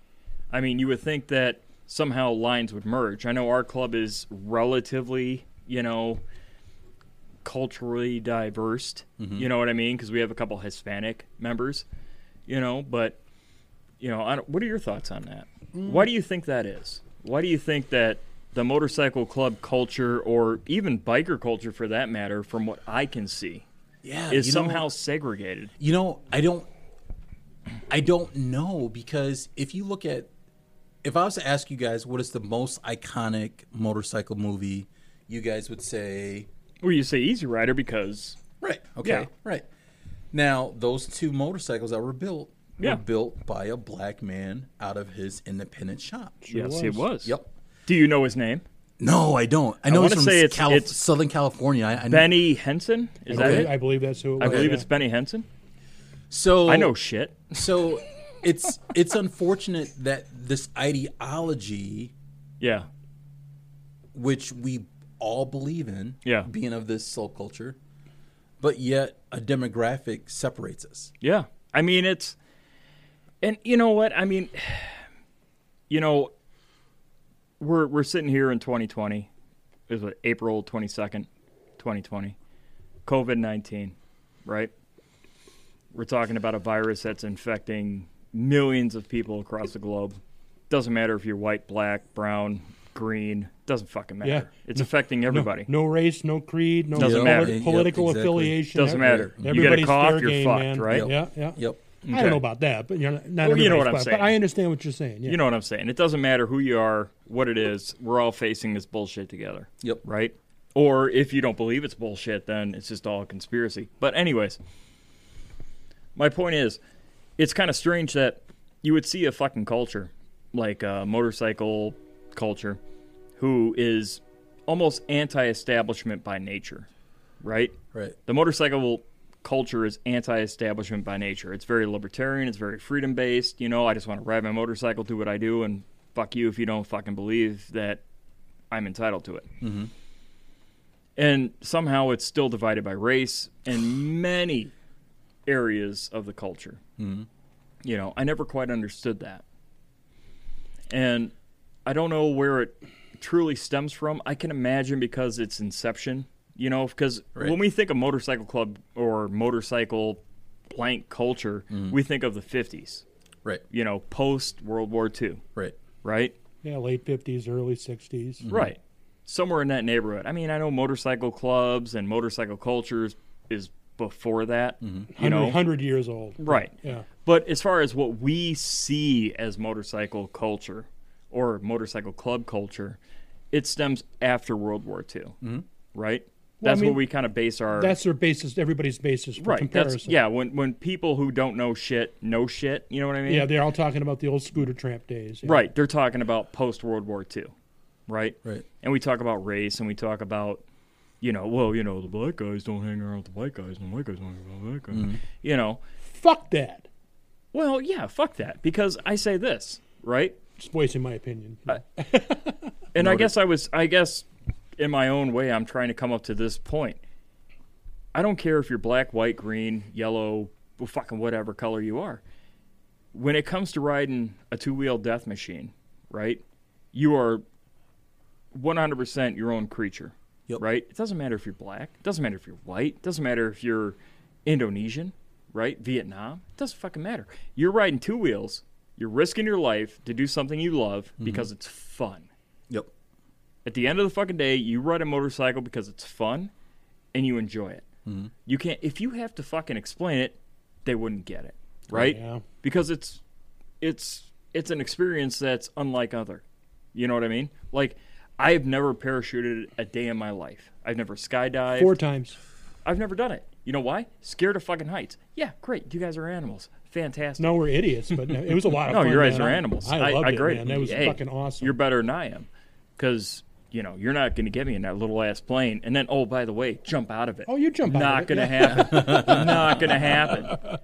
Speaker 4: I mean, you would think that somehow lines would merge. I know our club is relatively, you know, culturally diverse.
Speaker 5: Mm-hmm.
Speaker 4: You know what I mean? Because we have a couple Hispanic members. You know, but you know, I don't, what are your thoughts on that? Why do you think that is? Why do you think that the motorcycle club culture, or even biker culture for that matter, from what I can see,
Speaker 5: Yeah.
Speaker 4: is
Speaker 5: you know-
Speaker 4: somehow segregated?
Speaker 5: you know i don't i don't know because if you look at if i was to ask you guys what is the most iconic motorcycle movie you guys would say
Speaker 4: Well, you say Easy Rider because
Speaker 5: right okay
Speaker 4: Yeah.
Speaker 5: right now those two motorcycles that were built
Speaker 4: Yeah.
Speaker 5: were built by a black man out of his independent shop
Speaker 4: yes, it was.
Speaker 5: yep
Speaker 4: Do you know his name?
Speaker 5: no i don't i know it's
Speaker 4: wanna
Speaker 5: from
Speaker 4: say it's-
Speaker 5: Calif-
Speaker 4: it's-
Speaker 5: southern california i, I know
Speaker 4: Benny Henson? Is
Speaker 3: I
Speaker 4: that
Speaker 3: believe,
Speaker 4: it?
Speaker 3: I believe that's who it
Speaker 4: I
Speaker 3: was.
Speaker 4: believe
Speaker 3: yeah.
Speaker 4: it's Benny Henson.
Speaker 5: so
Speaker 4: I know shit. [laughs]
Speaker 5: so it's it's unfortunate that this ideology
Speaker 4: Yeah.
Speaker 5: which we all believe in,
Speaker 4: Yeah.
Speaker 5: being of this soul culture, but yet a demographic separates us.
Speaker 4: Yeah. I mean, it's, and you know what? I mean, [sighs] you know, we're, we're sitting here in 2020. It was what, April 22nd, 2020. COVID 19, right? We're talking about a virus that's infecting millions of people across the globe. Doesn't matter if you're white, black, brown, green. Doesn't fucking matter.
Speaker 3: Yeah.
Speaker 4: It's affecting everybody.
Speaker 3: No race, no creed, no
Speaker 4: Doesn't
Speaker 3: poli-
Speaker 4: matter.
Speaker 5: Yep,
Speaker 3: political
Speaker 5: exactly.
Speaker 3: affiliation.
Speaker 4: Doesn't matter. You get a
Speaker 3: Everybody's
Speaker 4: cough,
Speaker 3: fair
Speaker 4: you're
Speaker 3: game,
Speaker 4: fucked,
Speaker 3: man.
Speaker 5: right?
Speaker 3: Yeah, yeah.
Speaker 5: Yep.
Speaker 3: I don't know about that, but you're not. not
Speaker 4: Well, you
Speaker 3: everybody's
Speaker 4: know what I'm
Speaker 3: fucked,
Speaker 4: saying.
Speaker 3: But I understand what you're saying. Yeah.
Speaker 4: You know what I'm saying? It doesn't matter who you are, what it is. We're all facing this bullshit together.
Speaker 5: Yep.
Speaker 4: Right? Or if you don't believe it's bullshit, then it's just all a conspiracy. But, anyways, my point is, it's kind of strange that you would see a fucking culture like uh, motorcycle culture who is almost anti establishment by nature, right?
Speaker 5: Right.
Speaker 4: The motorcycle culture is anti-establishment by nature. It's very libertarian. It's very freedom-based. You know, I just want to ride my motorcycle, do what I do, and fuck you if you don't fucking believe that I'm entitled to it. Mm-hmm. And somehow it's still divided by race and many areas of the culture. Mm-hmm. You know, I never quite understood that, and I don't know where it truly stems from. I can imagine because it's inception. You know, because
Speaker 5: Right.
Speaker 4: when we think of motorcycle club or motorcycle blank culture, we think of the 50s,
Speaker 5: Right.
Speaker 4: you know, post World War II,
Speaker 5: Right.
Speaker 4: right?
Speaker 3: Yeah, late fifties, early 60s
Speaker 4: Right. Somewhere in that neighborhood. I mean, I know motorcycle clubs and motorcycle cultures is before that,
Speaker 3: Mm-hmm.
Speaker 4: you know.
Speaker 3: hundred years old.
Speaker 4: Right.
Speaker 3: Yeah.
Speaker 4: But as far as what we see as motorcycle culture or motorcycle club culture, it stems after World War II, right? That's
Speaker 3: mean,
Speaker 4: what we kind of base our
Speaker 3: That's their basis. Everybody's basis for
Speaker 4: right.
Speaker 3: comparison.
Speaker 4: That's yeah. When when people who don't know shit know shit, you know what I mean?
Speaker 3: Yeah, they're all talking about the old scooter tramp days. yeah.
Speaker 4: Right. They're talking about post World War II, right?
Speaker 5: Right.
Speaker 4: And we talk about race and we talk about, you know, well, you know, the black guys don't hang around with the white guys and the white guys don't hang around with the black guys. You know,
Speaker 3: Fuck that.
Speaker 4: well, yeah, fuck that. Because I say this, right?
Speaker 3: Just voicing my opinion.
Speaker 4: And I guess I was, I guess in my own way, I'm trying to come up to this point. I don't care if you're black, white, green, yellow, well, fucking whatever color you are. When it comes to riding a two wheel death machine, right? You are 100% your own creature,
Speaker 5: Yep.
Speaker 4: right? It doesn't matter if you're black. It doesn't matter if you're white. It doesn't matter if you're Indonesian, right? Vietnam. It doesn't fucking matter. You're riding two wheels. You're risking your life to do something you love because it's fun.
Speaker 5: Yep.
Speaker 4: At the end of the fucking day, you ride a motorcycle because it's fun and you enjoy it. You can't if you have to fucking explain it, they wouldn't get it, right?
Speaker 3: Yeah.
Speaker 4: Because it's it's it's an experience that's unlike other. You know what I mean? Like I have never parachuted a day in my life. I've never skydived.
Speaker 3: Four times.
Speaker 4: I've never done it. You know why? Scared of fucking heights. Yeah, great. You guys are animals. Fantastic.
Speaker 3: No, we're idiots, but no, it was a lot of
Speaker 4: [laughs] No,
Speaker 3: fun.
Speaker 4: your eyes
Speaker 3: man.
Speaker 4: are
Speaker 3: I-
Speaker 4: animals.
Speaker 3: I, loved it,
Speaker 4: agree.
Speaker 3: man. That was
Speaker 4: Hey,
Speaker 3: fucking awesome.
Speaker 4: You're better than I am, because you know you're not going to get me in that little ass plane. And then, oh, by the way, jump out of it.
Speaker 3: Oh, you jump out of
Speaker 4: Not
Speaker 3: it,
Speaker 4: going
Speaker 3: [laughs]
Speaker 4: to happen. not going to happen.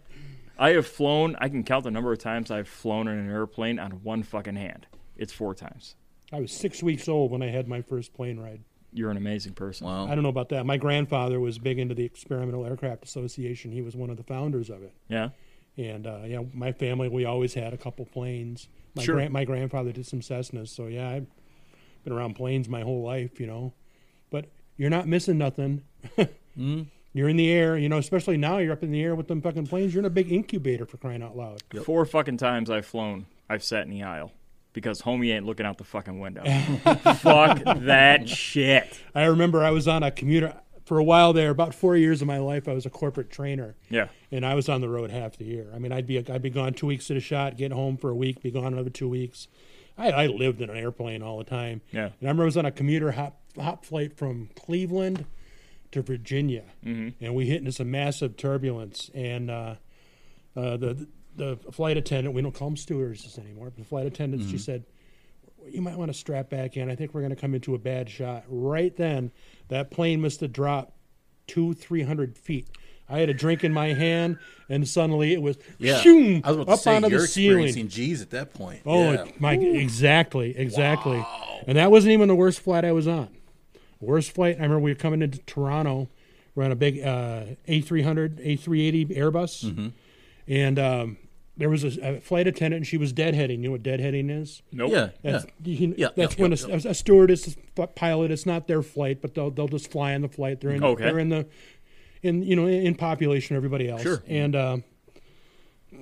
Speaker 4: I have flown. I can count the number of times I've flown in an airplane on one fucking hand. It's four times.
Speaker 3: I was six weeks old when I had my first plane ride.
Speaker 4: You're an amazing person.
Speaker 5: Wow.
Speaker 3: I don't know about that. My grandfather was big into the Experimental Aircraft Association. He was one of the founders of it.
Speaker 4: Yeah.
Speaker 3: And uh, yeah, my family we always had a couple planes. My
Speaker 4: Sure.
Speaker 3: gran- my grandfather did some Cessnas, so yeah, I've been around planes my whole life, you know. But you're not missing nothing. [laughs]
Speaker 4: Hmm.
Speaker 3: You're in the air, you know. Especially now, you're up in the air with them fucking planes. You're in a big incubator for crying out loud.
Speaker 4: Four fucking times I've flown. I've sat in the aisle because homie ain't looking out the fucking
Speaker 3: [laughs]
Speaker 4: window. Fuck that shit.
Speaker 3: I remember I was on a commuter for a while there. About four years of my life, I was a corporate trainer.
Speaker 4: Yeah.
Speaker 3: and I was on the road half the year. I mean, I'd be I'd be gone two weeks at a shot, get home for a week, be gone another two weeks. I, I lived in an airplane all the time.
Speaker 4: Yeah.
Speaker 3: and I remember I was on a commuter hop hop flight from Cleveland to Virginia, and we hit into some massive turbulence. And uh, uh, the the flight attendant, we don't call them stewardesses anymore, but the flight attendant, she said, "You might want to strap back in. I think we're going to come into a bad shot." Right then, that plane must have dropped two, three hundred feet. I had a drink in my hand, and suddenly it was
Speaker 5: Yeah.
Speaker 3: shoom,
Speaker 5: I was about to
Speaker 3: up
Speaker 5: say
Speaker 3: onto
Speaker 5: you're
Speaker 3: the ceiling.
Speaker 5: experiencing G's at that point.
Speaker 3: Oh,
Speaker 5: yeah.
Speaker 3: my! Exactly, exactly. And that wasn't even the worst flight I was on. Worst flight. I remember we were coming into Toronto. We're on a big uh, A300, A380 Airbus,
Speaker 5: Mm-hmm.
Speaker 3: and um, there was a, a flight attendant, and she was deadheading. You know what deadheading is?
Speaker 4: Nope.
Speaker 5: yeah. Yeah.
Speaker 3: That's, you can-
Speaker 5: Yeah,
Speaker 3: that's
Speaker 5: yeah,
Speaker 3: when
Speaker 5: yeah,
Speaker 3: a, a stewardess, a pilot, it's not their flight, but they'll they'll just fly on the flight. They're in
Speaker 4: Okay.
Speaker 3: they're in the in you know in, in population everybody else.
Speaker 4: Sure.
Speaker 3: And um,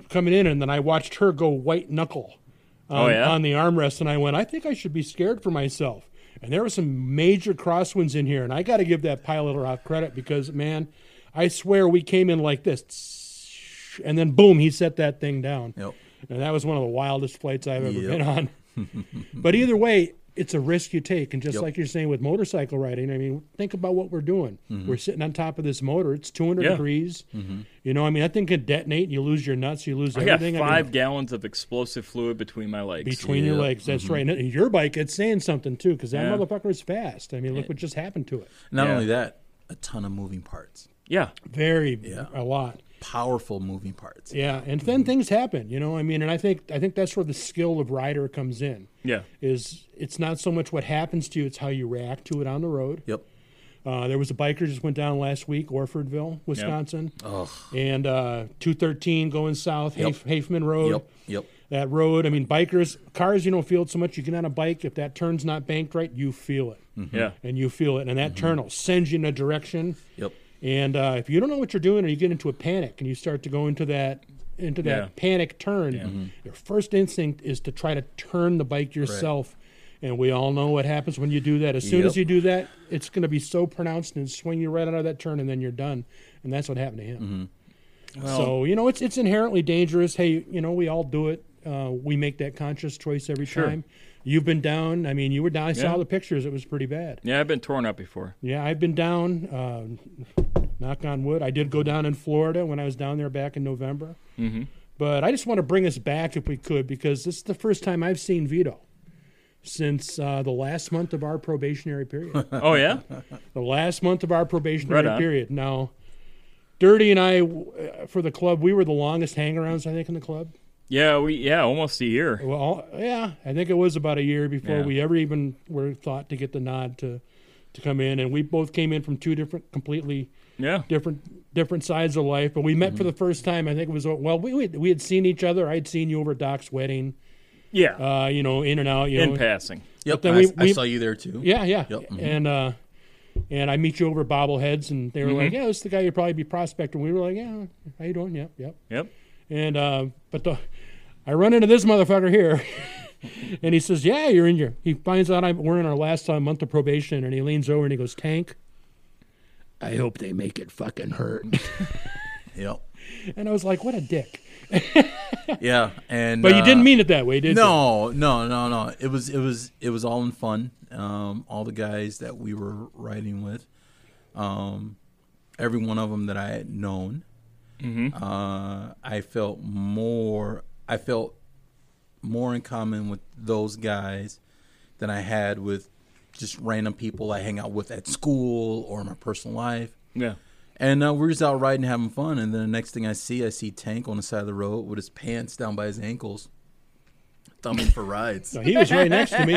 Speaker 3: coming in, and then I watched her go white knuckle on,
Speaker 4: Oh, yeah?
Speaker 3: on the armrest, and I went, I think I should be scared for myself. And there were some major crosswinds in here, and I got to give that pilot a lot of credit because man, I swear we came in like this, and then boom, he set that thing down.
Speaker 5: Yep.
Speaker 3: And that was one of the wildest flights I've ever
Speaker 5: Yep.
Speaker 3: been
Speaker 4: [laughs]
Speaker 3: on. But either way, it's a risk you take. And just
Speaker 5: Yep.
Speaker 3: like you're saying with motorcycle riding, I mean, think about what we're doing. We're sitting on top of this motor. It's 200
Speaker 4: Mm-hmm. Yeah. Mm-hmm.
Speaker 3: degrees. You know, I mean, that thing could detonate. You lose your nuts. You lose
Speaker 4: I got
Speaker 3: everything. I mean,
Speaker 4: five gallons of explosive fluid between my legs.
Speaker 3: between your
Speaker 5: Yeah.
Speaker 3: legs. That's right. And your bike, it's saying something too, because that
Speaker 4: Mm-hmm. Yeah.
Speaker 3: motherfucker is fast. I mean, look what just happened to it.
Speaker 5: Not
Speaker 4: Yeah.
Speaker 5: only that, a ton of moving parts,
Speaker 4: yeah. Mm-hmm.
Speaker 3: Very, a lot.
Speaker 5: powerful moving parts.
Speaker 3: Yeah, and then things happen, you know. I mean, and I think I think that's where the skill of rider comes in.
Speaker 4: Yeah.
Speaker 3: Is it's not so much what happens to you; it's how you react to it on the road.
Speaker 5: Yep.
Speaker 3: Uh, there was a biker just went down last week, Orfordville, Wisconsin,
Speaker 5: Ugh.
Speaker 3: and uh, 213 going south,
Speaker 5: Oh. Yep.
Speaker 3: Haf- Hafman Road.
Speaker 5: Yep. Yep.
Speaker 3: That road, I mean, bikers, cars, you don't feel it so much. You get on a bike, if that turn's not banked right, you feel it,
Speaker 5: Hmm.
Speaker 4: Yeah.
Speaker 3: and you feel it, and
Speaker 5: Mm-hmm.
Speaker 3: that turn will send you in a direction.
Speaker 5: Yep.
Speaker 3: And uh, if you don't know what you're doing, or you get into a panic, and you start to go into that into that
Speaker 4: Yeah. Mm-hmm.
Speaker 3: panic turn, your first instinct is to try to turn the bike yourself. And we all know what happens when you do that. As soon as
Speaker 5: Yep.
Speaker 3: you do that, it's going to be so pronounced and swing you right out of that turn, and then you're done. And that's what happened to him.
Speaker 4: Mm-hmm.
Speaker 3: so you know it's it's inherently dangerous. Hey, you know we all do it. Uh, we make that conscious choice every time. You've been down. I mean, you were down. I
Speaker 4: Yeah.
Speaker 3: saw the pictures. It was pretty bad.
Speaker 4: Yeah, I've been torn up before.
Speaker 3: Yeah, I've been down. Uh, knock on wood. I did go down in Florida when I was down there back in November. Mm-hmm. But I just want to bring us back if we could because this is the first time I've seen Vito since uh, the last month of our probationary
Speaker 4: [laughs]
Speaker 3: period.
Speaker 4: Oh yeah,
Speaker 3: the last month of our probationary
Speaker 4: Right on.
Speaker 3: period. Now, Dirty and I, uh, for the club, we were the longest hangarounds I think in the club.
Speaker 4: yeah, we yeah almost a year.
Speaker 3: Well, yeah, I think it was about a year before
Speaker 4: Yeah.
Speaker 3: we ever even were thought to get the nod to to come in, and we both came in from two different, completely
Speaker 4: Yeah,
Speaker 3: different different sides of life. But we met for the first time. I think it was well, we we, we had seen each other. I'd seen you over at Doc's wedding.
Speaker 4: yeah.
Speaker 3: Uh, you know, in and out. You
Speaker 4: in
Speaker 3: know,
Speaker 4: passing.
Speaker 5: Yep,
Speaker 3: then
Speaker 5: I,
Speaker 3: we-
Speaker 5: I
Speaker 3: we-
Speaker 5: saw you there too.
Speaker 3: Yeah, yeah.
Speaker 5: Yep. Mhm.
Speaker 3: And uh and I meet you over at bobbleheads and they were like, Yeah, this is the guy you'd probably be prospecting. We were like, Yeah, how you doing? Yep, yep.
Speaker 4: Yep.
Speaker 3: And uh but the I run into this motherfucker here [laughs] and he says, Yeah, you're in your he finds out I'm we're in our last uh, month of probation and he leans over and he goes, Tank. I hope they make it fucking hurt.
Speaker 5: Yep.
Speaker 3: [laughs] and I was like, What a dick.
Speaker 5: Yeah, and
Speaker 3: But you
Speaker 5: uh,
Speaker 3: didn't mean it that way, did [laughs] you?
Speaker 5: No, no, no, no. It was it was it was all in fun. Um, all the guys that we were riding with, um, every one of them that I had known,
Speaker 3: Mm-hmm.
Speaker 5: uh, I felt more. I felt more in common with those guys than I had with just random people I hang out with at school or in my personal life.
Speaker 4: Yeah.
Speaker 5: And uh, we're just out riding, having fun. And then the next thing I see, I see Tank on the side of the road with his pants down by his ankles, thumbing
Speaker 3: [laughs]
Speaker 5: for rides.
Speaker 3: He was right next to me.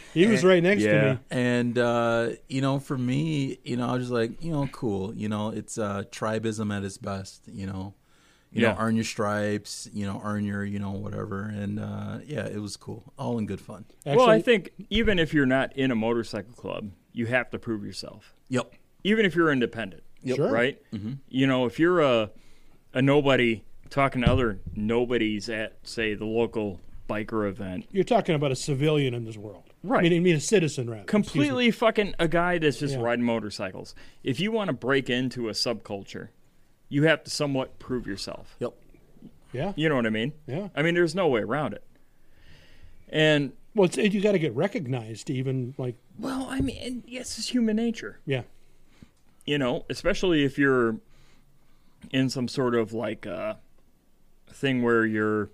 Speaker 3: [laughs] he was right next to
Speaker 4: Yeah.
Speaker 3: me.
Speaker 5: And uh, you know, for me, you know, I was just like, you know, cool. You know, it's uh, tribism at its best. You know, you
Speaker 4: Yeah.
Speaker 5: know, earn your stripes. You know, earn your, you know, whatever. And uh, yeah, it was cool, all in good fun.
Speaker 4: well, I
Speaker 3: Actually-
Speaker 4: think even if you're not in a motorcycle club, you have to prove yourself.
Speaker 5: Yep.
Speaker 4: Even if you're independent,
Speaker 3: Sure.
Speaker 4: right? You know, if you're a a nobody talking to other nobodies at say the local biker event,
Speaker 3: You're talking about a civilian in this world, I
Speaker 4: Right.
Speaker 3: mean, I mean a citizen, rather. Excuse me.
Speaker 4: completely fucking a guy that's just
Speaker 3: Yeah.
Speaker 4: riding motorcycles. If you want to break into a subculture, you have to somewhat prove yourself.
Speaker 5: Yep.
Speaker 3: Yeah.
Speaker 4: You know what I mean?
Speaker 3: Yeah.
Speaker 4: I mean, there's no way around it. And
Speaker 3: Well, it's, you got to get recognized, to even like,
Speaker 4: well, I mean, and yes, it's human nature.
Speaker 3: yeah,
Speaker 4: you know, especially if you're in some sort of like uh, thing where you're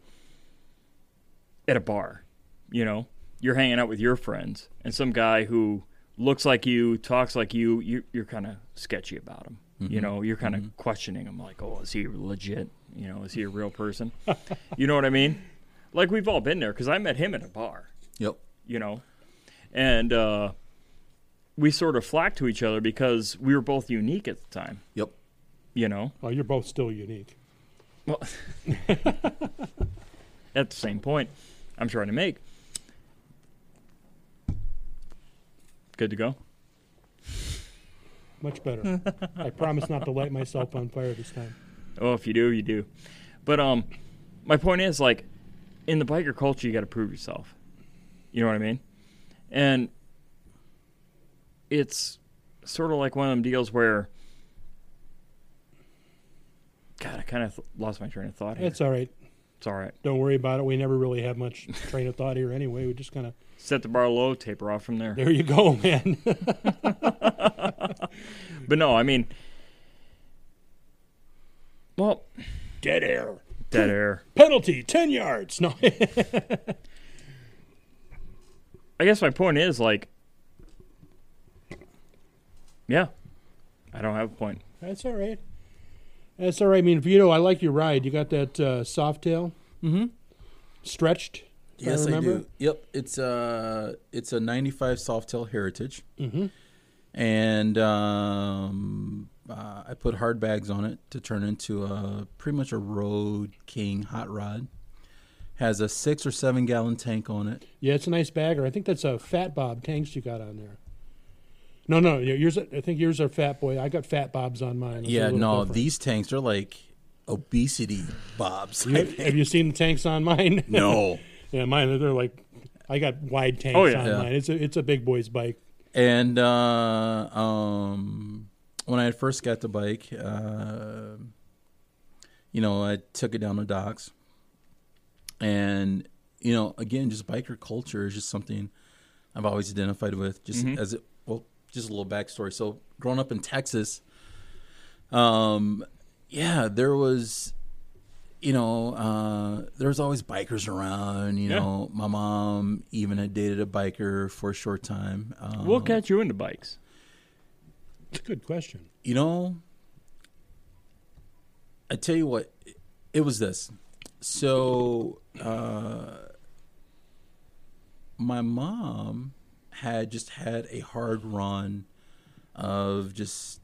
Speaker 4: at a bar, you know, you're hanging out with your friends, and some guy who looks like you, talks like you, you you're kind of sketchy about him. You know, you're kind of questioning him, like, oh, is he legit? You know, is he a real person? you know what I mean? Like we've all been there because I met him at a bar
Speaker 5: Yep.
Speaker 4: you know and uh we sort of flocked to each other because we were both unique at the time
Speaker 5: Yep.
Speaker 4: you know
Speaker 3: well, Oh, you're both still unique.
Speaker 4: well [laughs] at the same point i'm trying to make good to go
Speaker 3: Much better. I promise not to light myself on fire this time.
Speaker 4: oh if you do you do but um my point is like in the biker culture you got to prove yourself you know what i mean and it's sort of like one of them deals where god i kind of th- lost my train of thought here.
Speaker 3: It's all right.
Speaker 4: it's all right
Speaker 3: Don't worry about it. We never really have much train of thought here anyway. We just kind of,
Speaker 4: set the bar low taper off from there
Speaker 3: there you go, [laughs] man.
Speaker 4: but no i mean well
Speaker 3: Dead air.
Speaker 4: dead air
Speaker 3: Penalty, 10 yards. No. [laughs]
Speaker 4: I guess my point is like, yeah, I don't have a point.
Speaker 3: That's all right. That's all right. I mean, Vito, I like your ride. You got that uh, soft tail. Mm-hmm. Stretched. if
Speaker 5: Yes, I,
Speaker 3: remember.
Speaker 5: do. Yep, it's a it's a '95 Softail Heritage, mm-hmm. and um, uh, I put hard bags on it to turn into a pretty much a Road King hot rod. Has a six or seven gallon tank on it.
Speaker 3: Yeah, it's a nice bagger. I think that's a Fat Bob tanks you got on there. No, no, y- yours. I think yours are Fat Boy. I got Fat Bobs on mine. It's a
Speaker 5: yeah,
Speaker 3: little
Speaker 5: no,
Speaker 3: different.
Speaker 5: these tanks are like obesity bobs. I
Speaker 3: You-
Speaker 5: think.
Speaker 3: have you seen the tanks on mine?
Speaker 5: [laughs] no,
Speaker 3: yeah, mine. They're like, I got wide tanks
Speaker 4: Oh, yeah.
Speaker 3: on
Speaker 5: Yeah.
Speaker 3: mine. It's a it's a big boy's bike.
Speaker 5: And uh, um, when I first got the bike, uh, you know, I took it down the docks, and you know, again, just biker culture is just something I've always identified with. Just as it, well, just a little backstory. So, growing up in Texas, um, yeah, there was, you know, uh, there was always bikers around. You
Speaker 4: Yeah.
Speaker 5: know, my mom even had dated a biker for a short time. Um,
Speaker 3: Uh-huh.
Speaker 4: We'll catch you into bikes.
Speaker 3: Good question.
Speaker 5: you know, I tell you what, it was this. So, uh, my mom had just had a hard run of just,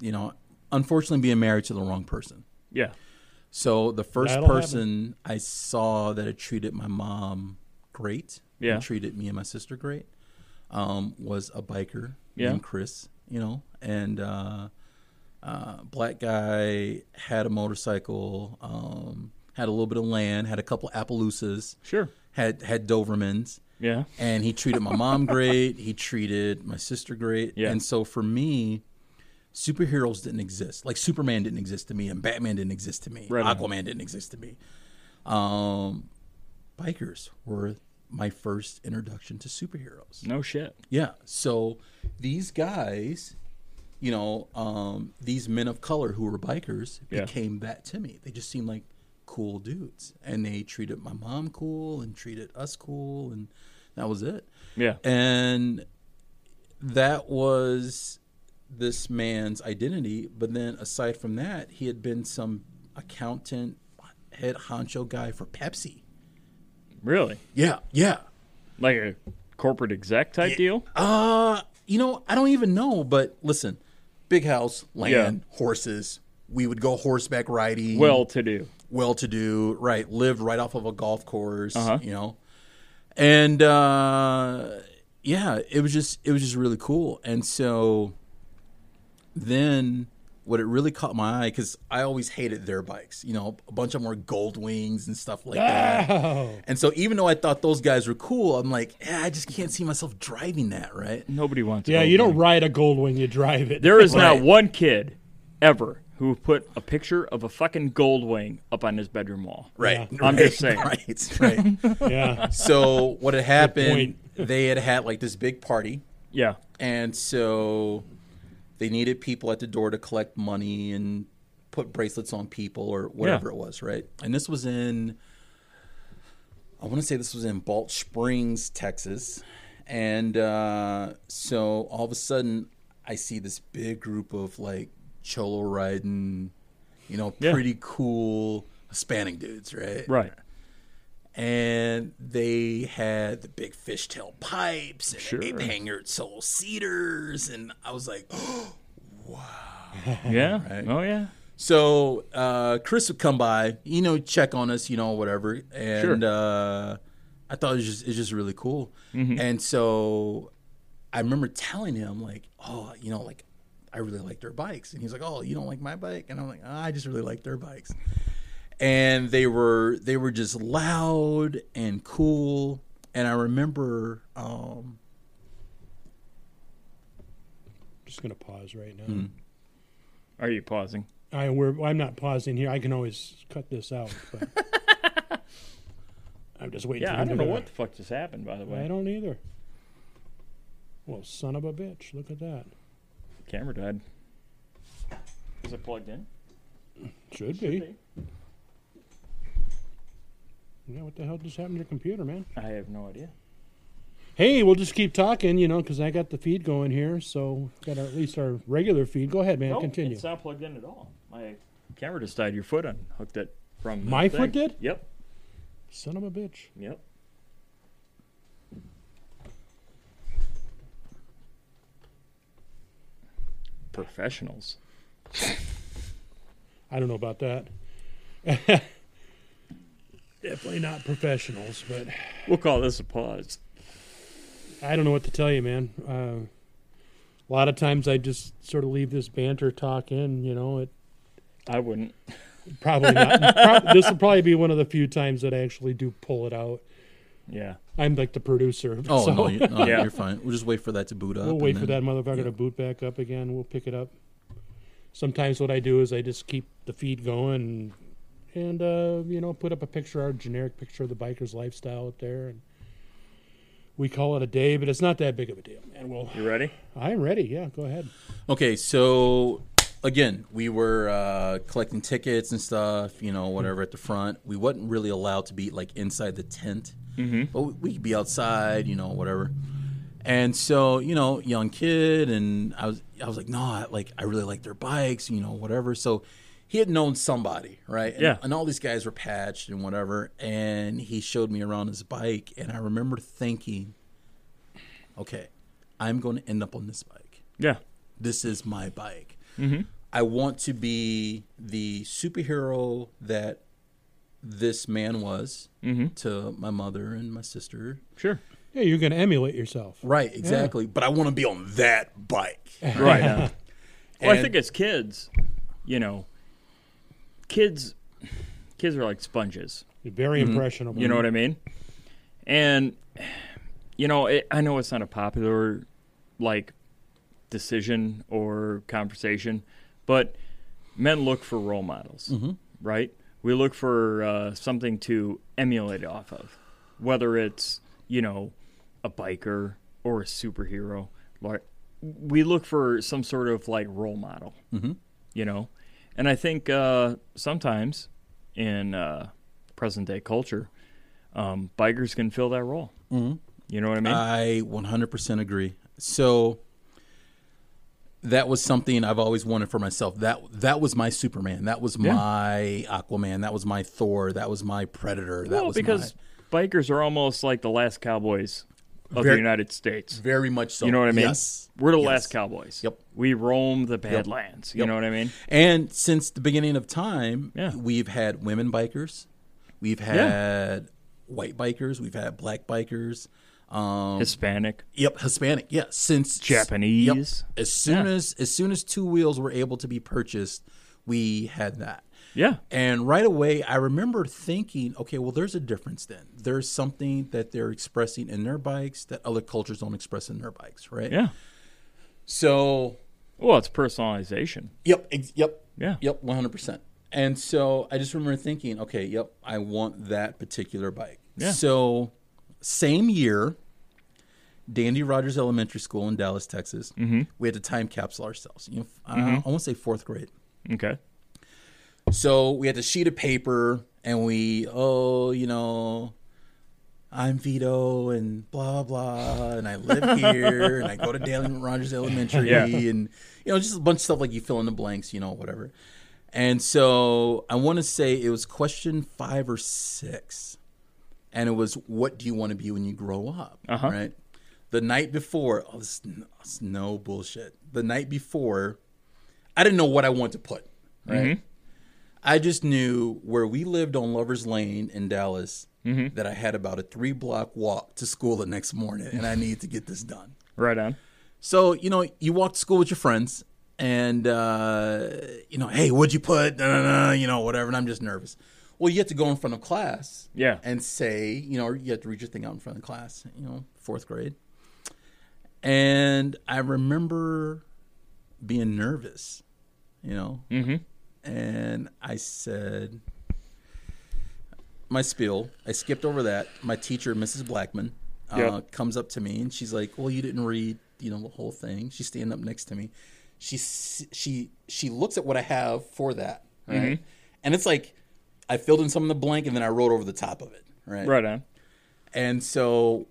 Speaker 5: you know, unfortunately being married to the wrong person.
Speaker 4: Yeah.
Speaker 5: So the 1st
Speaker 3: That'll happen.
Speaker 5: person I saw that had treated my mom great,
Speaker 4: Yeah.
Speaker 5: and treated me and my sister great, um, was a biker
Speaker 4: Yeah.
Speaker 5: named Chris. You know, and uh, uh, black guy had a motorcycle, um, had a little bit of land, had a couple Appaloosas,
Speaker 4: Sure.
Speaker 5: had had Dobermans
Speaker 4: Yeah.
Speaker 5: and he treated my mom great. He treated my sister great.
Speaker 4: Yeah.
Speaker 5: And so for me, superheroes didn't exist. Like Superman didn't exist to me, and Batman didn't exist to me.
Speaker 4: Right on.
Speaker 5: Aquaman didn't exist to me. Um, bikers were my first introduction to superheroes.
Speaker 4: No shit.
Speaker 5: Yeah. So these guys, you know, um, these men of color who were bikers
Speaker 4: Yeah.
Speaker 5: became that to me. They just seemed like cool dudes, and they treated my mom cool and treated us cool, and that was it.
Speaker 4: Yeah.
Speaker 5: And that was this man's identity. But then, aside from that, he had been some accountant, head honcho guy for Pepsi.
Speaker 4: Really?
Speaker 5: Yeah, yeah.
Speaker 4: Like a corporate exec type deal?
Speaker 5: Uh, you know, I don't even know, but listen, big house, land, horses. We would go horseback riding.
Speaker 4: Well to do.
Speaker 5: well to do, right? Lived right off of a golf course,
Speaker 4: Uh-huh.
Speaker 5: you know. And uh yeah, it was just it was just really cool. And so then what it really caught my eye cuz I always hated their bikes. You know, a bunch of them were gold wings and stuff like
Speaker 4: Ah.
Speaker 5: that.
Speaker 3: Oh,
Speaker 5: And so even though I thought those guys were cool, I'm like, eh, I just can't see myself driving that, right?
Speaker 4: Nobody wants
Speaker 3: yeah.
Speaker 4: to.
Speaker 3: You don't ride a gold wing; you drive it.
Speaker 4: There is
Speaker 5: Right.
Speaker 4: not one kid ever who put a picture of a fucking gold wing up on his bedroom wall.
Speaker 5: Right. [laughs]
Speaker 4: I'm
Speaker 5: right,
Speaker 4: just saying.
Speaker 5: Right. Right.
Speaker 3: yeah. [laughs]
Speaker 4: [laughs]
Speaker 5: so what had happened,
Speaker 3: point.
Speaker 5: they had had like this big party,
Speaker 4: Yeah.
Speaker 5: and so they needed people at the door to collect money and put bracelets on people or whatever
Speaker 4: Yeah.
Speaker 5: it was, right? And this was in, I want to say this was in Balt Springs, Texas, and uh, so all of a sudden I see this big group of like cholo riding, you know,
Speaker 4: Yeah.
Speaker 5: pretty cool Hispanic dudes, right?
Speaker 4: Right.
Speaker 5: and they had the big fishtail pipes and
Speaker 4: Sure.
Speaker 5: the ape hangered soul cedars and i was like [gasps] oh,
Speaker 4: Yeah.
Speaker 5: Right.
Speaker 4: Oh yeah.
Speaker 5: so uh, chris would come by you know check on us you know whatever and
Speaker 4: Sure.
Speaker 5: uh, i thought it was just, it's just really cool and so i remember telling him like oh you know like i really like their bikes and he's like oh you don't like my bike and i'm like "Ah, i just really like their bikes and they were they were just loud and cool and i remember um,
Speaker 3: just gonna pause right
Speaker 5: Hmm.
Speaker 3: now.
Speaker 4: Are you pausing?
Speaker 3: I we're, I'm not pausing here. I can always cut this out.
Speaker 4: [laughs]
Speaker 3: But I'm just waiting.
Speaker 4: Yeah.
Speaker 3: for
Speaker 4: I
Speaker 3: him
Speaker 4: don't
Speaker 3: to
Speaker 4: know
Speaker 3: go.
Speaker 4: what the fuck just happened. By the way,
Speaker 3: I don't either. Well, son of a bitch! Look at that.
Speaker 4: camera died. Is it plugged in?
Speaker 3: Should be. Yeah, what the hell just happened to your computer, man?
Speaker 4: I have no idea.
Speaker 3: Hey, we'll just keep talking, you know, because I got the feed going here, so we've got our, at least our regular feed. Go ahead, man.
Speaker 4: No,
Speaker 3: continue.
Speaker 4: It's uh, not plugged in at all. My camera just died. Your foot unhooked it from the
Speaker 3: My
Speaker 4: thing.
Speaker 3: foot did?
Speaker 4: Yep.
Speaker 3: Son of a bitch.
Speaker 4: Yep. Professionals.
Speaker 3: I don't know about that. [laughs] Definitely not professionals, but
Speaker 4: We'll call this a pause.
Speaker 3: I don't know what to tell you, man. Uh, a lot of times I just sort of leave this banter talk in, you know. It
Speaker 4: I wouldn't.
Speaker 3: probably
Speaker 5: [laughs]
Speaker 3: not. prob- this will probably be one of the few times that I actually do pull it out.
Speaker 4: Yeah.
Speaker 3: I'm like the producer.
Speaker 5: oh
Speaker 3: so
Speaker 5: no, [laughs] you, no
Speaker 4: Yeah.
Speaker 5: you're fine we'll just wait for that to boot
Speaker 3: [laughs]
Speaker 5: up
Speaker 3: we'll
Speaker 5: and
Speaker 3: wait for
Speaker 5: then-
Speaker 3: that motherfucker to boot back up again. We'll pick it up. Sometimes what I do is I just keep the feed going. and uh, you know put up a picture, our generic picture of the biker's lifestyle up there, and we call it a day. But it's not that big of a deal. And we'll.
Speaker 4: You ready?
Speaker 3: I'm ready. Yeah, go ahead.
Speaker 5: Okay, so again, we were uh, collecting tickets and stuff, you know, whatever at the front. We wasn't really allowed to be like inside the tent, mm-hmm. but we, we could be outside, you know, whatever. And so, you know, young kid, and I was, I was like, no, I, like I really like their bikes, you know, whatever. So he had known somebody, right? And,
Speaker 4: Yeah.
Speaker 5: And all these guys were patched and whatever, and he showed me around his bike, and I remember thinking, okay, I'm going to end up on this bike
Speaker 4: Yeah.
Speaker 5: this is my bike.
Speaker 4: Mm-hmm.
Speaker 5: I want to be the superhero that this man was
Speaker 4: Mm-hmm.
Speaker 5: to my mother and my sister.
Speaker 3: [laughs]
Speaker 4: Sure.
Speaker 3: Yeah, you're gonna emulate yourself.
Speaker 5: Right, exactly. But I want to be on that bike.
Speaker 4: Right. uh, Well, I
Speaker 5: And-
Speaker 4: think as kids, you know, kids, kids are like sponges.
Speaker 3: You're very impressionable.
Speaker 4: Mm-hmm. You know what I mean? And you know, it, I know it's not a popular like decision or conversation, but men look for role models, right? We look for uh, something to emulate off of, whether it's you know a biker or a superhero. Like we look for some sort of like role model,
Speaker 5: Mm-hmm.
Speaker 4: you know. And I think uh, sometimes in uh, present day culture, um, bikers can fill that role. Mm-hmm. You know what I mean?
Speaker 5: I 100% agree. So that was something I've always wanted for myself. That that was my Superman. That was
Speaker 4: Yeah.
Speaker 5: my Aquaman. That was my Thor. That was my Predator. That
Speaker 4: well,
Speaker 5: was
Speaker 4: because
Speaker 5: my,
Speaker 4: bikers are almost like the last cowboys of
Speaker 5: Very-
Speaker 4: the United States.
Speaker 5: very much so.
Speaker 4: You know what I mean?
Speaker 5: Yes.
Speaker 4: We're the
Speaker 5: Yes.
Speaker 4: last cowboys.
Speaker 5: Yep.
Speaker 4: We roam the badlands. You
Speaker 5: Yep.
Speaker 4: know what I mean?
Speaker 5: And since the beginning of time,
Speaker 4: Yeah.
Speaker 5: we've had women bikers, we've had white bikers, we've had black bikers. Um,
Speaker 4: Hispanic.
Speaker 5: yep, Hispanic. Yeah, since
Speaker 4: Japanese.
Speaker 5: Yep. as soon
Speaker 4: Yeah.
Speaker 5: as as soon as two wheels were able to be purchased, we had that.
Speaker 4: Yeah.
Speaker 5: And right away, I remember thinking, okay, well, there's a difference then. There's something that they're expressing in their bikes that other cultures don't express in their bikes, right?
Speaker 4: Yeah.
Speaker 5: So
Speaker 4: Well, it's personalization.
Speaker 5: Yep. Ex- yep.
Speaker 4: Yeah.
Speaker 5: Yep. One hundred percent. And so I just remember thinking, okay, yep, I want that particular bike.
Speaker 4: Yeah.
Speaker 5: So same year, Dandy Rogers Elementary School in Dallas, Texas,
Speaker 4: Mm-hmm.
Speaker 5: we had to time capsule ourselves. You know, f- uh, I want to say fourth grade.
Speaker 4: Okay.
Speaker 5: So we had the sheet of paper, and we, oh, you know, I'm Vito, and blah blah, and
Speaker 4: [laughs]
Speaker 5: I live here, and I go to Dalen Rogers Elementary,
Speaker 4: Yeah.
Speaker 5: and you know, just a bunch of stuff like you fill in the blanks, you know, whatever. And so I want to say it was question five or six, and it was, "What do you want to be when you grow up?"
Speaker 4: Uh-huh.
Speaker 5: Right. The night before, oh, this, is n- this is no bullshit. The night before, I didn't know what I wanted to put. Right.
Speaker 4: Mm-hmm.
Speaker 5: I just knew where we lived on Lover's Lane in Dallas that I had about a three block walk to school the next morning and I needed to get this done.
Speaker 4: Right on.
Speaker 5: So, you know, you walk to school with your friends and, uh, you know, hey, what'd you put? Da, da, da, you know, whatever. And I'm just nervous. Well, you have to go in front of class
Speaker 4: Yeah.
Speaker 5: and say, you know, or you have to read your thing out in front of class, you know, fourth grade. And I remember being nervous, you know, and I said my spiel. I skipped over that. My teacher, Mrs. Blackman, uh,
Speaker 4: Yep.
Speaker 5: comes up to me and she's like, "Well, you didn't read, you know, the whole thing." She's standing up next to me. She s- she she looks at what I have for that, right? And it's like I filled in some of the blank and then I wrote over the top of it, right?
Speaker 4: Right on.
Speaker 5: And so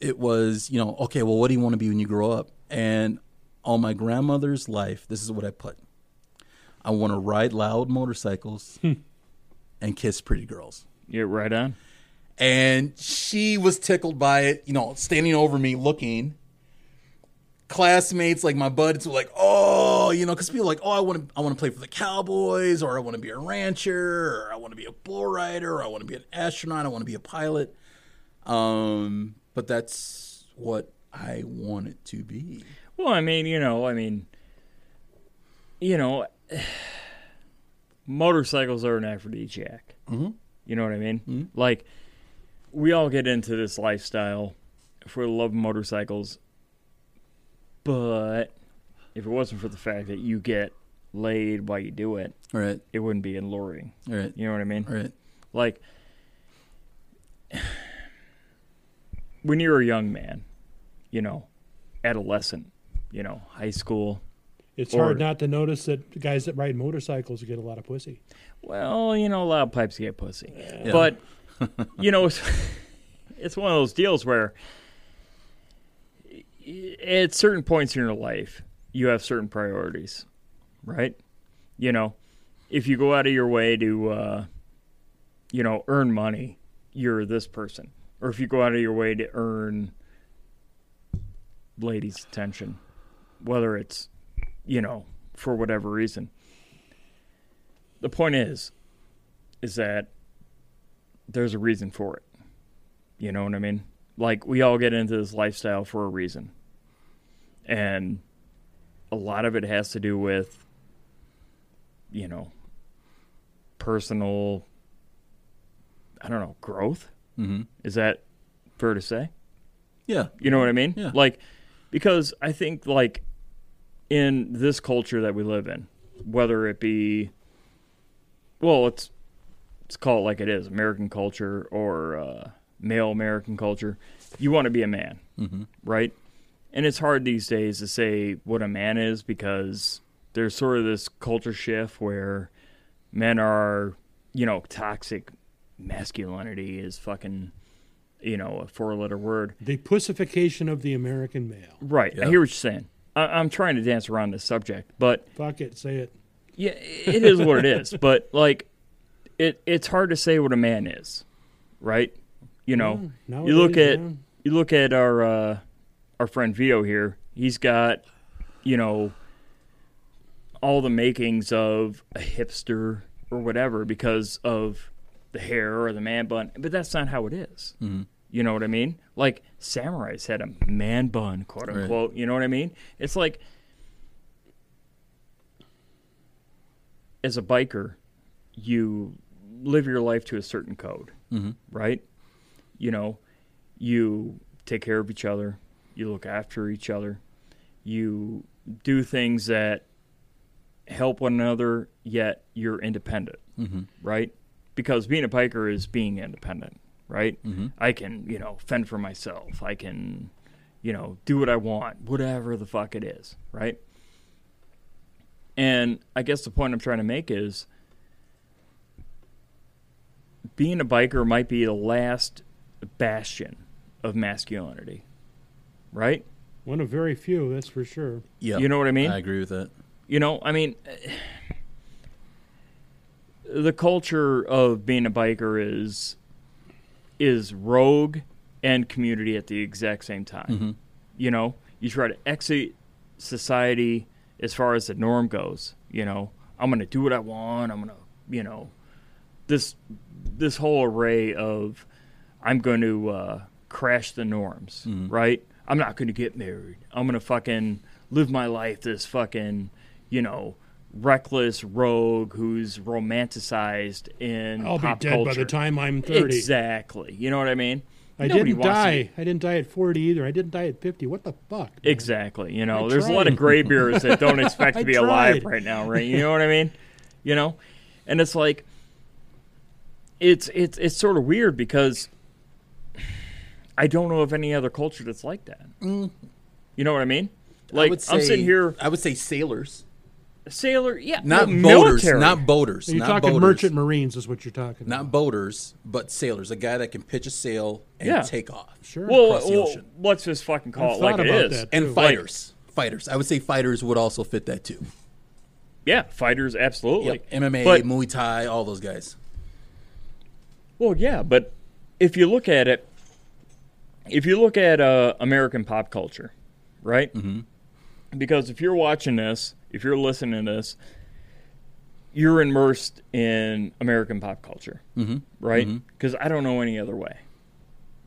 Speaker 5: it was, you know, okay, well, what do you want to be when you grow up? And on my grandmother's life, this is what I put I want to ride loud motorcycles and kiss pretty girls.
Speaker 4: Yeah. Right on.
Speaker 5: And she was tickled by it, you know, standing over me looking. Classmates like my buds were like, oh, you know, because people are like, oh, I want to, I want to play for the Cowboys, or I want to be a rancher, or I want to be a bull rider, or I want to be an astronaut, I want to be a pilot. Um, but that's what I want it to be.
Speaker 4: Well, I mean, you know, I mean, you know, [sighs] motorcycles are an aphrodisiac. Mm-hmm. You know what I mean? Like, we all get into this lifestyle for the love of motorcycles, but if it wasn't for the fact that you get laid while you do it,
Speaker 5: All right.
Speaker 4: it wouldn't be alluring.
Speaker 5: All right.
Speaker 4: You know what I mean?
Speaker 5: All right.
Speaker 4: Like when you're a young man, you know, adolescent, you know, high school.
Speaker 3: It's
Speaker 4: Or-
Speaker 3: hard not to notice that the guys that ride motorcycles get a lot of pussy.
Speaker 4: Well, you know, a lot of pipes get pussy, but you know, it's, [laughs] it's one of those deals where at certain points in your life, you have certain priorities, right? You know, if you go out of your way to, uh, you know, earn money, you're this person, or if you go out of your way to earn ladies' attention, whether it's, you know, for whatever reason. The point is, is that there's a reason for it. You know what I mean? Like we all get into this lifestyle for a reason. And a lot of it has to do with you know personal I don't know, growth. Mm-hmm. Is that fair to say?
Speaker 5: Yeah.
Speaker 4: You know what I mean?
Speaker 5: Yeah.
Speaker 4: Like, because I think like in this culture that we live in, whether it be, well, let's let's call it like it is, American culture or uh, male American culture. You want to be a man, right? And it's hard these days to say what a man is because there's sort of this culture shift where men are, you know, toxic masculinity is fucking, you know, a four letter word.
Speaker 3: The pussification of the American male.
Speaker 4: Right. I
Speaker 5: Yeah.
Speaker 4: hear what you're saying. I, I'm trying to dance around this subject, but
Speaker 3: Fuck it, say it.
Speaker 4: yeah, it is what it is. But like, it it's hard to say what a man is, right? You know,
Speaker 3: Yeah,
Speaker 4: you look
Speaker 3: Mm, nowadays,
Speaker 4: at
Speaker 3: yeah.
Speaker 4: you look at our uh, our friend Vito here. He's got, you know, all the makings of a hipster or whatever because of the hair or the man bun, but that's not how it is. You know what I mean? Like samurais had a man bun, quote
Speaker 5: Right.
Speaker 4: unquote. You know what I mean? It's like as a biker, you live your life to a certain code, right? You know, you take care of each other, you look after each other, you do things that help one another, yet you're independent, right? Because being a biker is being independent, right? I can, you know, fend for myself. I can, you know, do what I want, whatever the fuck it is, right? And I guess the point I'm trying to make is being a biker might be the last bastion of masculinity, right?
Speaker 3: One of very few, that's for sure.
Speaker 5: Yeah.
Speaker 4: You know what I mean?
Speaker 5: I agree with that.
Speaker 4: You know, I mean, [sighs] the culture of being a biker is is rogue and community at the exact same time.
Speaker 3: Mm-hmm.
Speaker 4: You know, you try to exit society as far as the norm goes. You know, I'm going to do what I want. I'm going to, you know, this this whole array of I'm going to uh, crash the norms,
Speaker 3: Mm-hmm.
Speaker 4: right? I'm not going to get married. I'm going to fucking live my life this fucking, you know, reckless rogue who's romanticized in
Speaker 3: I'll
Speaker 4: pop
Speaker 3: be dead
Speaker 4: culture.
Speaker 3: by the time I'm 30.
Speaker 4: Exactly. You know what I mean?
Speaker 3: I
Speaker 4: Nobody
Speaker 3: didn't
Speaker 4: wants to
Speaker 3: die. I didn't die at 40 either. I didn't die at 50. What the fuck?
Speaker 4: be- exactly. You know,
Speaker 3: I
Speaker 4: there's a lot of
Speaker 3: tried.
Speaker 4: gray beers
Speaker 3: [laughs]
Speaker 4: that don't expect to
Speaker 3: I
Speaker 4: be alive
Speaker 3: tried.
Speaker 4: right now, right? You know what I mean? You know, and it's like, it's it's it's sort of weird because I don't know of any other culture that's like that.
Speaker 3: Mm.
Speaker 4: You know what I mean? Like I'm sitting here,
Speaker 3: uh,
Speaker 5: I would say sailors,
Speaker 4: sailor, yeah,
Speaker 5: not
Speaker 4: well,
Speaker 5: boaters,
Speaker 4: military.
Speaker 5: not boaters,
Speaker 3: You're
Speaker 5: not
Speaker 3: talking
Speaker 5: boaters,
Speaker 3: merchant marines, is what you're talking
Speaker 5: not
Speaker 3: about.
Speaker 5: boaters, but sailors. A guy that can pitch a sail and
Speaker 4: Yeah.
Speaker 5: take off.
Speaker 3: Sure.
Speaker 4: well,
Speaker 5: across the
Speaker 4: well,
Speaker 5: ocean.
Speaker 4: let's just fucking call
Speaker 3: I've
Speaker 4: it like
Speaker 3: thought
Speaker 4: it
Speaker 3: about
Speaker 4: is.
Speaker 3: that.
Speaker 5: and
Speaker 3: True.
Speaker 5: fighters. fighters. I would say fighters would also fit that too.
Speaker 4: Yeah, fighters, absolutely.
Speaker 5: Like MMA,
Speaker 4: But-
Speaker 5: Muay Thai, all those guys.
Speaker 4: Well, yeah, but if you look at it, if you look at uh, American pop culture, right? Mm-hmm. Because if you're watching this, if you're listening to this, you're immersed in American pop culture, mm-hmm. right? Because I don't know any other way,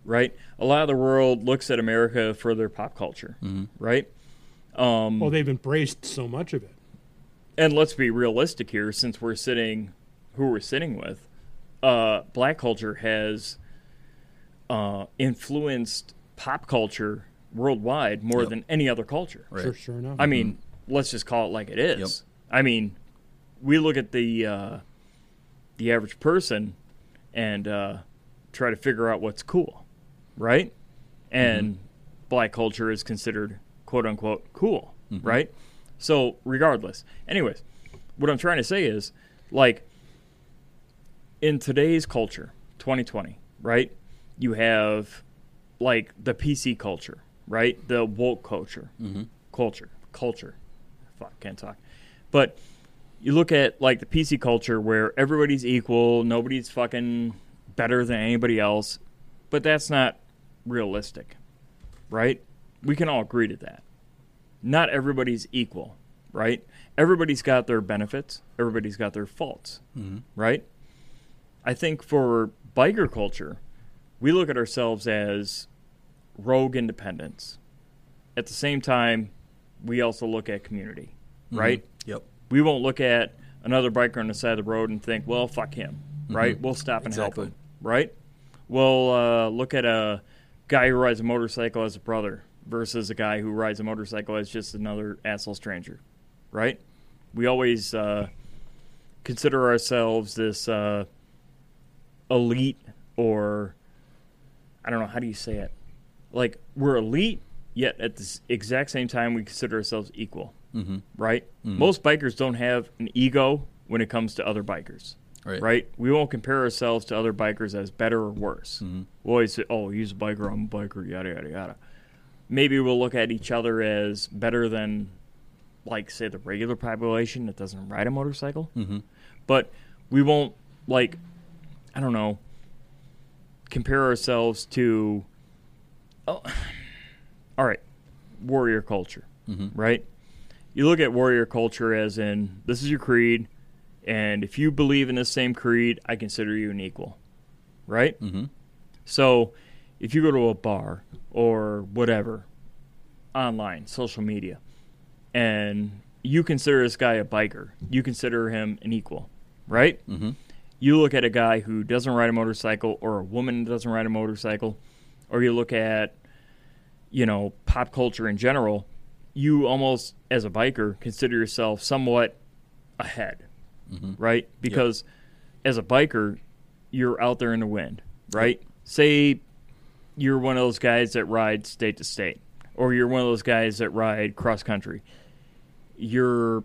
Speaker 4: right? A lot of the world looks at America for their pop culture, right?
Speaker 3: Well, they've embraced so much of it.
Speaker 4: and let's be realistic here since we're sitting who we're sitting with uh black culture has uh influenced pop culture worldwide more than any other culture
Speaker 5: Right.
Speaker 3: Sure, sure enough.
Speaker 4: i mean let's just call it like it is I mean, we look at the uh, the average person and uh, try to figure out what's cool, right? And black culture is considered quote unquote cool, right? So regardless, anyways, what I'm trying to say is like in today's culture, 2020, right? You have like the PC culture, right? The woke culture, culture, culture. Fuck, can't talk. But you look at like the PC culture where everybody's equal, nobody's fucking better than anybody else, but that's not realistic, right? We can all agree to that. Not everybody's equal, right? Everybody's got their benefits, everybody's got their faults, right? I think for biker culture, we look at ourselves as rogue independents. At the same time, we also look at community, right?
Speaker 5: Yep.
Speaker 4: we won't look at another biker on the side of the road and think, well, fuck him, right? We'll stop and
Speaker 5: Exactly.
Speaker 4: help him, right? We'll uh, look at a guy who rides a motorcycle as a brother versus a guy who rides a motorcycle as just another asshole stranger, right? We always uh, consider ourselves this uh, elite or I don't know how do you say it. Like we're elite, yet at the exact same time we consider ourselves equal, mm-hmm. right? Most bikers don't have an ego when it comes to other bikers,
Speaker 5: Right.
Speaker 4: We won't compare ourselves to other bikers as better or worse. We'll always say, "Oh, he's a biker, I'm a biker," yada yada yada. Maybe we'll look at each other as better than, like, say, the regular population that doesn't ride a motorcycle. Mm-hmm. But we won't like, I don't know, compare ourselves to oh, [sighs] all right, warrior culture, right? You look at warrior culture as in this is your creed, and if you believe in this same creed, I consider you an equal, right? Mm-hmm. So if you go to a bar or whatever, online, social media, and you consider this guy a biker, you consider him an equal, right? Mm-hmm. You look at a guy who doesn't ride a motorcycle or a woman that doesn't ride a motorcycle, or you look at you know, pop culture in general, you almost, as a biker, consider yourself somewhat ahead, right? Because as a biker, you're out there in the wind, right? Say you're one of those guys that ride state to state, or you're one of those guys that ride cross country. You're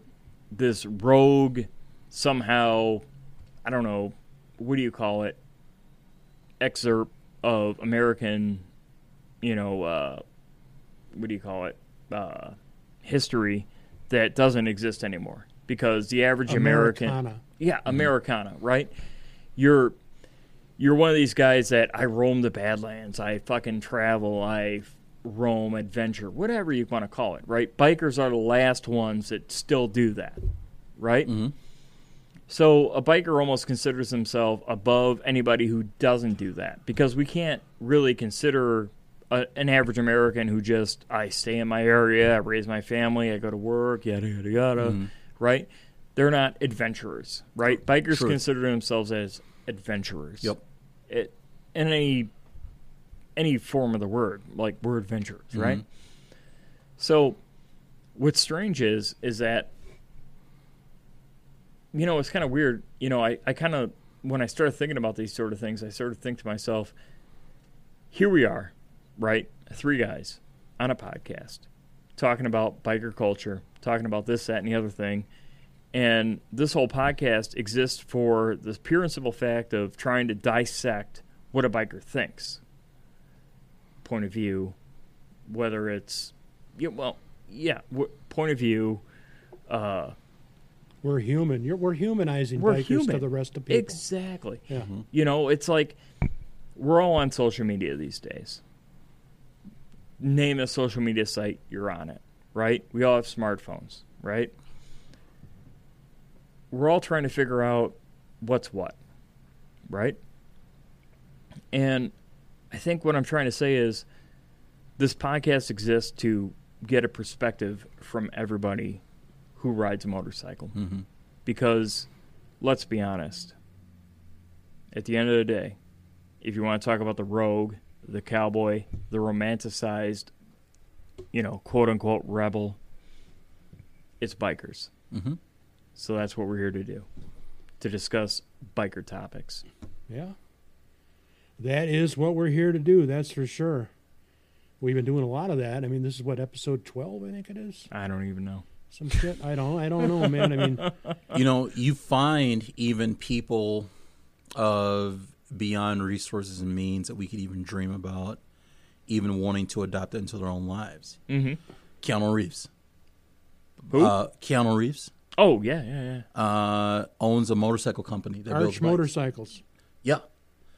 Speaker 4: this rogue, somehow, I don't know, what do you call it? Excerpt of American you know, uh, what do you call it, uh, history that doesn't exist anymore because the average American,
Speaker 3: Americana.
Speaker 4: yeah, Americana, right? You're you're one of these guys that I roam the Badlands, I fucking travel, I f- roam adventure, whatever you want to call it, right? Bikers are the last ones that still do that, right? So a biker almost considers himself above anybody who doesn't do that because we can't really consider a, an average American who just I stay in my area, I raise my family, I go to work, yada yada yada, right? They're not adventurers, right? Bikers
Speaker 5: Mm-hmm. True.
Speaker 4: consider themselves as adventurers.
Speaker 5: Yep.
Speaker 4: It, in any any form of the word, like we're adventurers,
Speaker 5: Mm-hmm.
Speaker 4: right? So what's strange is is that you know, it's kind of weird. You know, I, I kind of, when I started thinking about these sort of things, I sort of think to myself, here we are, right? Three guys on a podcast talking about biker culture, talking about this, that, and the other thing. And this whole podcast exists for the pure and simple fact of trying to dissect what a biker thinks, point of view, whether it's, yeah, well, yeah, wh- point of view,
Speaker 3: We're human. You're, we're humanizing
Speaker 4: we're
Speaker 3: bikers
Speaker 4: human
Speaker 3: to the rest of people.
Speaker 4: Exactly.
Speaker 3: Yeah.
Speaker 4: Mm-hmm. You know, it's like we're all on social media these days. Name a social media site, you're on it, right? We all have smartphones, right? We're all trying to figure out what's what, right? And I think what I'm trying to say is this podcast exists to get a perspective from everybody who rides a motorcycle. Because let's be honest, at the end of the day, if you want to talk about the rogue, the cowboy, the romanticized, you know, quote unquote rebel, it's bikers. So that's what we're here to do to discuss biker topics.
Speaker 3: Yeah. That is what we're here to do, that's for sure. We've been doing a lot of that. I mean, this is what episode 12 I think it is.
Speaker 4: I don't even know.
Speaker 3: Some shit. I don't I don't know, man. I
Speaker 4: [laughs]
Speaker 3: mean,
Speaker 5: You know, you find even people of beyond resources and means that we could even dream about, even wanting to adopt it into their own lives. Mm-hmm. Keanu Reeves.
Speaker 4: Who?
Speaker 5: Uh, Keanu Reeves
Speaker 4: oh yeah, yeah, yeah.
Speaker 5: uh, owns a motorcycle company that builds
Speaker 3: Arch
Speaker 5: bikes.
Speaker 3: motorcycles.
Speaker 5: Yeah,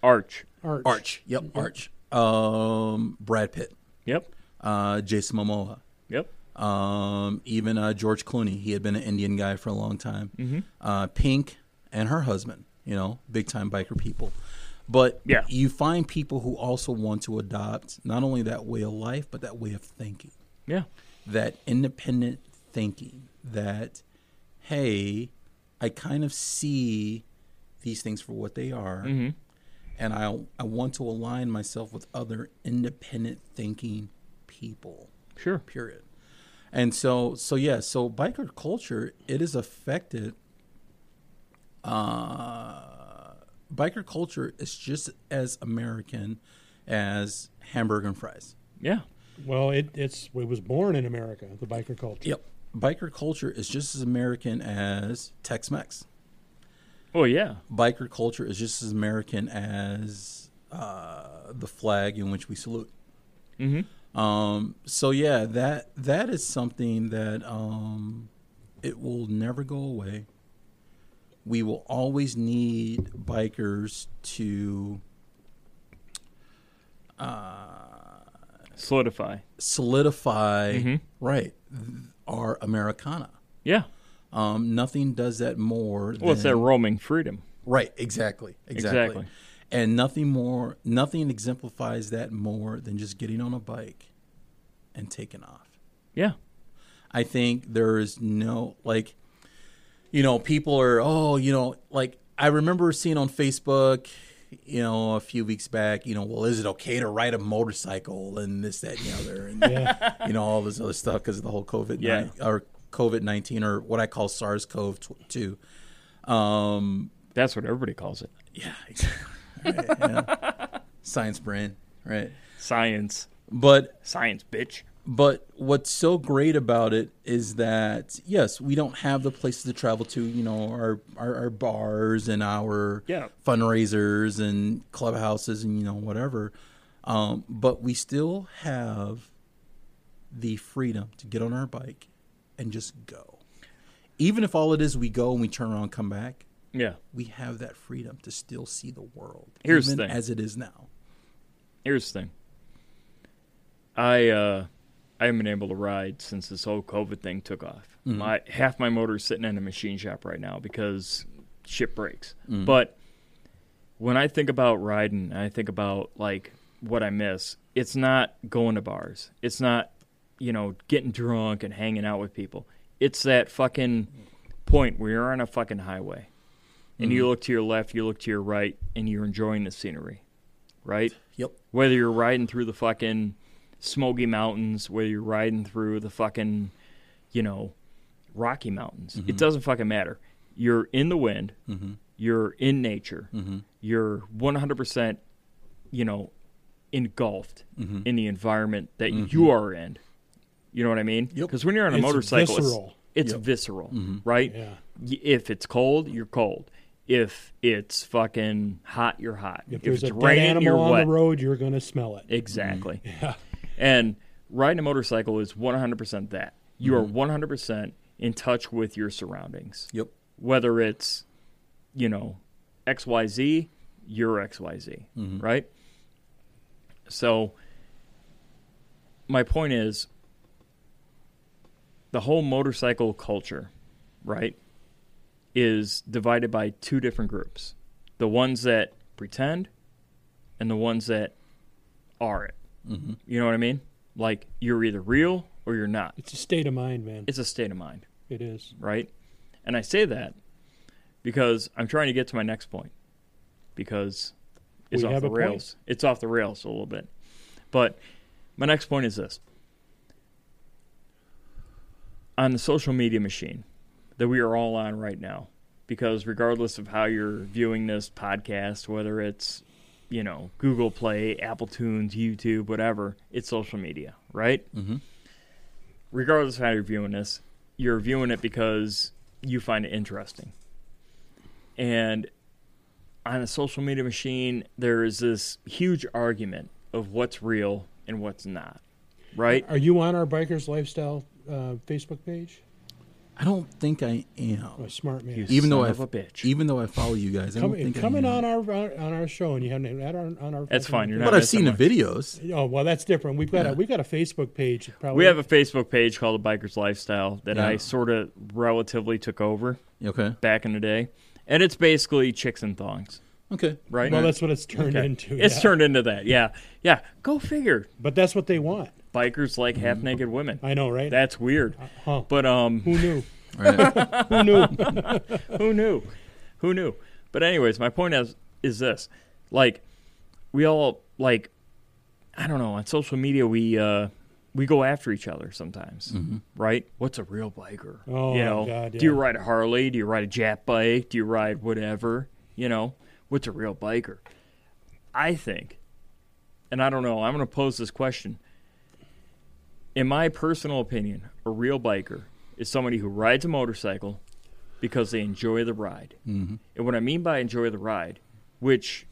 Speaker 4: Arch.
Speaker 3: Arch.
Speaker 5: Arch. Yep, Arch. Um, Brad Pitt,
Speaker 4: Yep.
Speaker 5: uh, Jason Momoa.
Speaker 4: Yep.
Speaker 5: um, even uh, George Clooney. He had been an Indian guy for a long time. Uh, Pink and her husband, you know, big time biker people. But
Speaker 4: Yeah.
Speaker 5: you find people who also want to adopt not only that way of life, but that way of thinking,
Speaker 4: Yeah.
Speaker 5: that independent thinking. That hey, I kind of see these things for what they are, and I I want to align myself with other independent thinking people
Speaker 4: Sure.
Speaker 5: period. And so, so yeah, so biker culture it is affected. Uh, biker culture is just as American as hamburger and fries.
Speaker 4: Yeah.
Speaker 3: Well, it it's it was born in America, the biker culture.
Speaker 5: Yep, biker culture is just as American as Tex-Mex.
Speaker 4: Oh yeah.
Speaker 5: Biker culture is just as American as uh, the flag in which we salute.
Speaker 4: Mm-hmm.
Speaker 5: Um, so yeah, that that is something that um, it will never go away. We will always need bikers to
Speaker 4: Solidify.
Speaker 5: solidify
Speaker 4: Mm-hmm.
Speaker 5: right th- our Americana.
Speaker 4: Yeah.
Speaker 5: Um, nothing does that more.
Speaker 4: Well, it's
Speaker 5: than-
Speaker 4: that roaming freedom.
Speaker 5: Right, exactly, exactly.
Speaker 4: Exactly.
Speaker 5: And nothing more, nothing exemplifies that more than just getting on a bike and taking off.
Speaker 4: Yeah.
Speaker 5: I think there is no like, you know, people are oh, you know, like I remember seeing on Facebook, you know, a few weeks back, you know, well, is it okay to ride a motorcycle and this, that, and the other, and
Speaker 4: [laughs]
Speaker 5: you know, all this other stuff because of the whole COVID,
Speaker 4: Yeah.
Speaker 5: or COVID nineteen or what I call SARS-CoV two. Um,
Speaker 4: That's what everybody calls it.
Speaker 5: yeah, exactly. Right, yeah. Science brain, right?
Speaker 4: Science.
Speaker 5: But
Speaker 4: Science, bitch.
Speaker 5: but what's so great about it is that yes, we don't have the places to travel to, you know, our our, our bars and our
Speaker 4: Yeah.
Speaker 5: fundraisers and clubhouses and you know whatever. Um, but we still have the freedom to get on our bike and just go. Even if all it is we go and we turn around and come back,
Speaker 4: Yeah.
Speaker 5: we have that freedom to still see the world
Speaker 4: Here's the
Speaker 5: even
Speaker 4: thing.
Speaker 5: as it is now.
Speaker 4: Here's the thing. I uh I haven't been able to ride since this whole COVID thing took off. My half my motor's sitting in a machine shop right now because shit breaks. But when I think about riding, I think about like what I miss. It's not going to bars. It's not, you know, getting drunk and hanging out with people. It's that fucking point where you're on a fucking highway and you look to your left, you look to your right, and you're enjoying the scenery. Right?
Speaker 5: Yep.
Speaker 4: whether you're riding through the fucking Smoky Mountains, whether you're riding through the fucking, you know, Rocky Mountains, it doesn't fucking matter. You're in the wind, you're in nature, you're 100%, you know, engulfed in the environment that you are in. You know what I mean?
Speaker 5: Yep.
Speaker 4: Because when you're on a
Speaker 3: It's
Speaker 4: motorcycle,
Speaker 3: visceral.
Speaker 4: it's, it's visceral, right?
Speaker 3: Yeah.
Speaker 4: Y- If it's cold, you're cold. If it's fucking hot, you're hot.
Speaker 3: If there's
Speaker 4: it's
Speaker 3: a dead
Speaker 4: raining,
Speaker 3: animal
Speaker 4: you're
Speaker 3: on
Speaker 4: wet.
Speaker 3: the road, you're going to smell it.
Speaker 4: Exactly. And riding a motorcycle is 100% that. You are 100% in touch with your surroundings.
Speaker 5: Yep.
Speaker 4: Whether it's, you know, XYZ, you're XYZ, right? So my point is the whole motorcycle culture, right, is divided by two different groups. The ones that pretend and the ones that are it. You know what I mean? Like you're either real or you're not.
Speaker 3: It's a state of mind, man.
Speaker 4: It's a state of mind,
Speaker 3: It is.
Speaker 4: right? And I say that because I'm trying to get to my next point because it's
Speaker 3: We
Speaker 4: off
Speaker 3: have
Speaker 4: the
Speaker 3: a point.
Speaker 4: rails. It's off the rails a little bit. But my next point is this. On the social media machine, that we are all on right now. Because regardless of how you're viewing this podcast, whether it's, you know, Google Play, Apple Tunes, YouTube, whatever, it's social media, right? Mm-hmm. Regardless of how you're viewing this, you're viewing it because you find it interesting. And on a social media machine, there is this huge argument of what's real and what's not,
Speaker 5: Uh,
Speaker 4: right?
Speaker 3: Are you on our Bikers Lifestyle uh, Facebook page?
Speaker 5: I don't think I am.
Speaker 3: Oh, smart man.
Speaker 4: You
Speaker 5: even though
Speaker 4: son
Speaker 5: I
Speaker 4: of a bitch.
Speaker 5: even though I follow you guys, I don't
Speaker 3: Come,
Speaker 5: think I
Speaker 3: coming on
Speaker 5: am.
Speaker 3: our on our show and you haven't had on our. On our
Speaker 4: That's fine, you're not-
Speaker 5: But I've seen the
Speaker 4: somewhere.
Speaker 5: videos.
Speaker 3: Oh well, that's different. We've got a we've got a Facebook page. Probably
Speaker 4: We have a Facebook page called The Biker's Lifestyle that I
Speaker 5: Yeah.
Speaker 4: sort of relatively took over
Speaker 5: Okay.
Speaker 4: back in the day. And it's basically chicks and thongs,
Speaker 5: Okay.
Speaker 4: right?
Speaker 3: well, that's what it's turned
Speaker 4: Okay.
Speaker 3: into.
Speaker 4: It's
Speaker 3: yeah.
Speaker 4: turned into that. Yeah. Yeah. Go figure.
Speaker 3: but that's what they want.
Speaker 4: Bikers like half naked women.
Speaker 3: I know, right?
Speaker 4: That's weird.
Speaker 3: huh.
Speaker 4: But um
Speaker 3: Who knew? [laughs]
Speaker 5: Right.
Speaker 3: Who knew?
Speaker 4: who knew? Who knew? But anyways, my point is is this. Like we all like I don't know, on social media we uh we go after each other sometimes, right? Mm-hmm. What's a real biker?
Speaker 3: Oh,
Speaker 4: you know,
Speaker 3: God,
Speaker 4: do you
Speaker 3: yeah.
Speaker 4: ride a Harley? Do you ride a Jap bike? Do you ride whatever? You know, what's a real biker? I think, and I don't know. I'm going to pose this question. In my personal opinion, a real biker is somebody who rides a motorcycle because they enjoy the ride. Mm-hmm. And what I mean by enjoy the ride, which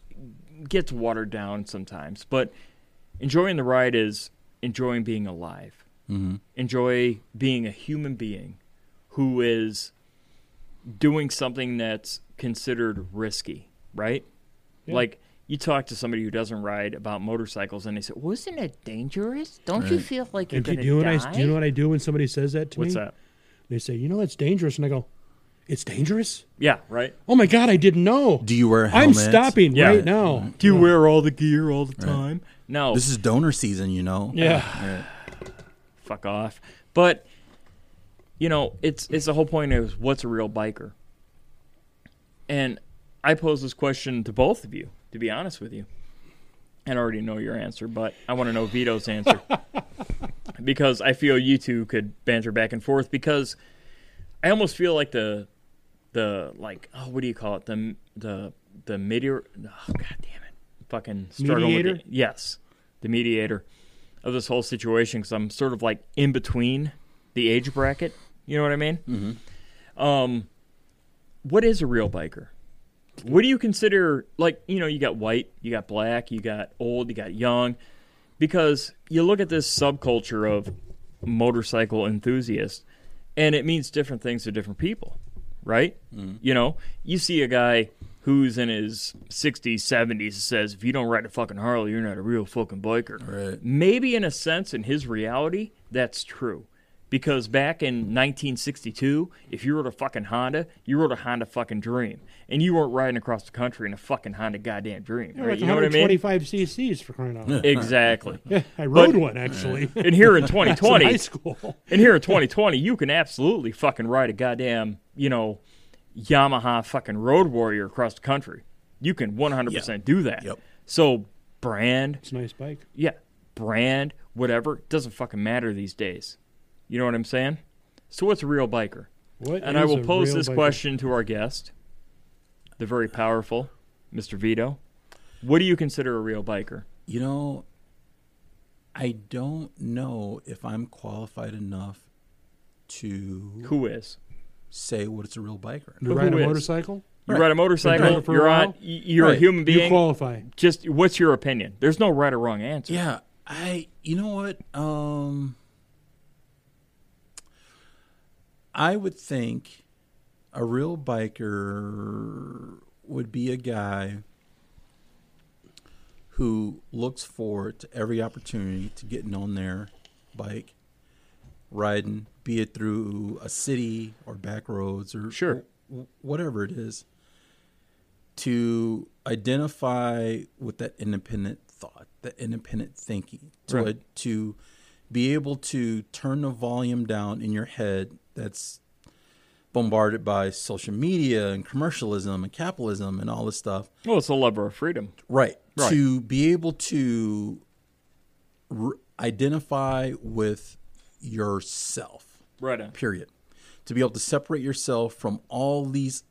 Speaker 4: gets watered down sometimes, but enjoying the ride is enjoying being alive, mm-hmm. enjoy being a human being who is doing something that's considered risky, right? Like you talk to somebody who doesn't ride about motorcycles and they say, "Wasn't it dangerous? Don't you feel like you're
Speaker 3: And do
Speaker 4: going
Speaker 3: you,
Speaker 4: to
Speaker 3: know what
Speaker 4: die?"
Speaker 3: I, do you know what I do when somebody says that to
Speaker 4: What's
Speaker 3: me?
Speaker 4: that?
Speaker 3: They say, you know, it's dangerous. And I go, it's dangerous?
Speaker 4: Yeah, right.
Speaker 3: Oh my God, I didn't know.
Speaker 5: Do you wear a
Speaker 3: I'm
Speaker 5: helmet?
Speaker 3: stopping
Speaker 4: Yeah. Mm-hmm.
Speaker 3: right now.
Speaker 4: Do you wear all the gear all the time? No,
Speaker 5: This is donor season, you know.
Speaker 3: Yeah.
Speaker 4: fuck off. But you know, it's it's the whole point is what's a real biker? And I pose this question to both of you, to be honest with you. And I already know your answer, but I want to know Vito's answer. because I feel you two could banter back and forth because I almost feel like the the like oh what do you call it? The the the meteor oh god damn it. Fucking struggle
Speaker 3: Mediator?
Speaker 4: with the, yes. The mediator of this whole situation because I'm sort of like in between the age bracket. You know what I mean? Mm-hmm. Um, what is a real biker? What do you consider like? You know, you got white, you got black, you got old, you got young, because you look at this subculture of motorcycle enthusiasts, and it means different things to different people, right? You know, you see a guy who's in his 60s, 70s says, if you don't ride a fucking Harley, you're not a real fucking biker
Speaker 5: Right.
Speaker 4: maybe in a sense in his reality that's true because back in 1962 if you rode a fucking honda you rode a honda fucking dream and you weren't riding across the country in a fucking honda goddamn dream right? you know what i mean
Speaker 3: 25 cc's for crying out loud.
Speaker 4: exactly
Speaker 3: [laughs] I rode one actually. [laughs] in
Speaker 4: and here in 2020
Speaker 3: high school. [laughs]
Speaker 4: and here in 2020 you can absolutely fucking ride a goddamn you know yamaha fucking road warrior across the country you can 100% do that
Speaker 5: Yep.
Speaker 4: so brand
Speaker 3: It's a nice bike.
Speaker 4: yeah, brand, whatever, it doesn't fucking matter these days. You know what I'm saying? So what's a real biker?
Speaker 3: What
Speaker 4: and I
Speaker 3: is
Speaker 4: will
Speaker 3: a
Speaker 4: pose
Speaker 3: real
Speaker 4: this
Speaker 3: biker?
Speaker 4: question to our guest, the very powerful Mr. Vito. What do you consider a real biker?
Speaker 5: You know, I don't know if I'm qualified enough to
Speaker 4: Who is?
Speaker 5: say what it's a real biker.
Speaker 3: You
Speaker 4: Who
Speaker 3: ride a
Speaker 4: is?
Speaker 3: motorcycle?
Speaker 4: You
Speaker 5: Right.
Speaker 4: ride a motorcycle,
Speaker 3: it for a
Speaker 4: you're on
Speaker 3: while?
Speaker 4: y- you're a
Speaker 5: Right.
Speaker 4: human
Speaker 3: You
Speaker 4: being.
Speaker 3: qualify.
Speaker 4: Just what's your opinion? There's no right or wrong answer.
Speaker 5: Yeah, I. You know what? Um, I would think a real biker would be a guy who looks forward to every opportunity to getting on their bike, riding, be it through a city or back roads or
Speaker 4: Sure.
Speaker 5: w- whatever it is, to identify with that independent thought, that independent thinking, to
Speaker 4: Right.
Speaker 5: it- to be able to turn the volume down in your head that's bombarded by social media and commercialism and capitalism and all this stuff
Speaker 4: Well, it's a lover of freedom.
Speaker 5: right,
Speaker 4: Right.
Speaker 5: to be able to r- identify with yourself
Speaker 4: Right.
Speaker 5: period to be able to separate yourself from all these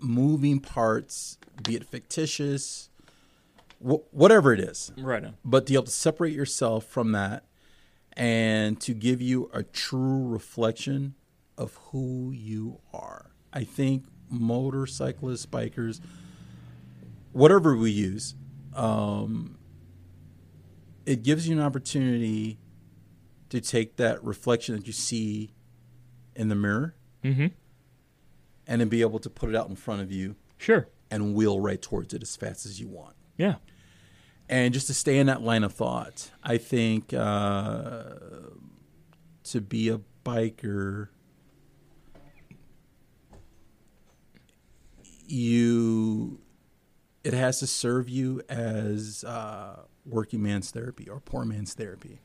Speaker 5: moving parts, be it fictitious, wh- whatever it is,
Speaker 4: Right on.
Speaker 5: but to be able to separate yourself from that and to give you a true reflection of who you are. I think motorcyclists, bikers, whatever we use, um, it gives you an opportunity to take that reflection that you see in the mirror and then be able to put it out in front of you
Speaker 4: Sure.
Speaker 5: and wheel right towards it as fast as you want
Speaker 4: Yeah.
Speaker 5: and just to stay in that line of thought, I think uh, to be a biker, you it has to serve you as uh, working man's therapy or poor man's therapy.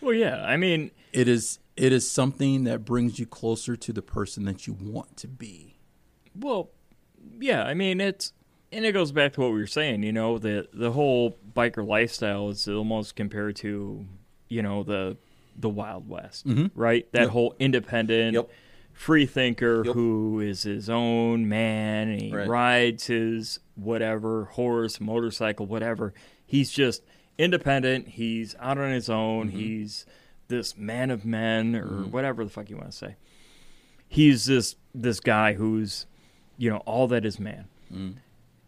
Speaker 4: Well, yeah. I mean,
Speaker 5: It is it is something that brings you closer to the person that you want to be.
Speaker 4: Well, yeah, I mean it's and it goes back to what we were saying, you know, the the whole biker lifestyle is almost compared to, you know, the the Wild West, right? That whole independent
Speaker 5: Mm-hmm. Yep.
Speaker 4: free thinker
Speaker 5: Yep.
Speaker 4: who is his own man and he
Speaker 5: Right.
Speaker 4: rides his whatever horse, motorcycle, whatever. He's just independent, he's out on his own,
Speaker 5: Mm-hmm.
Speaker 4: he's this man of men or whatever the fuck you want to say he's this this guy who's you know all that is man
Speaker 5: Mm.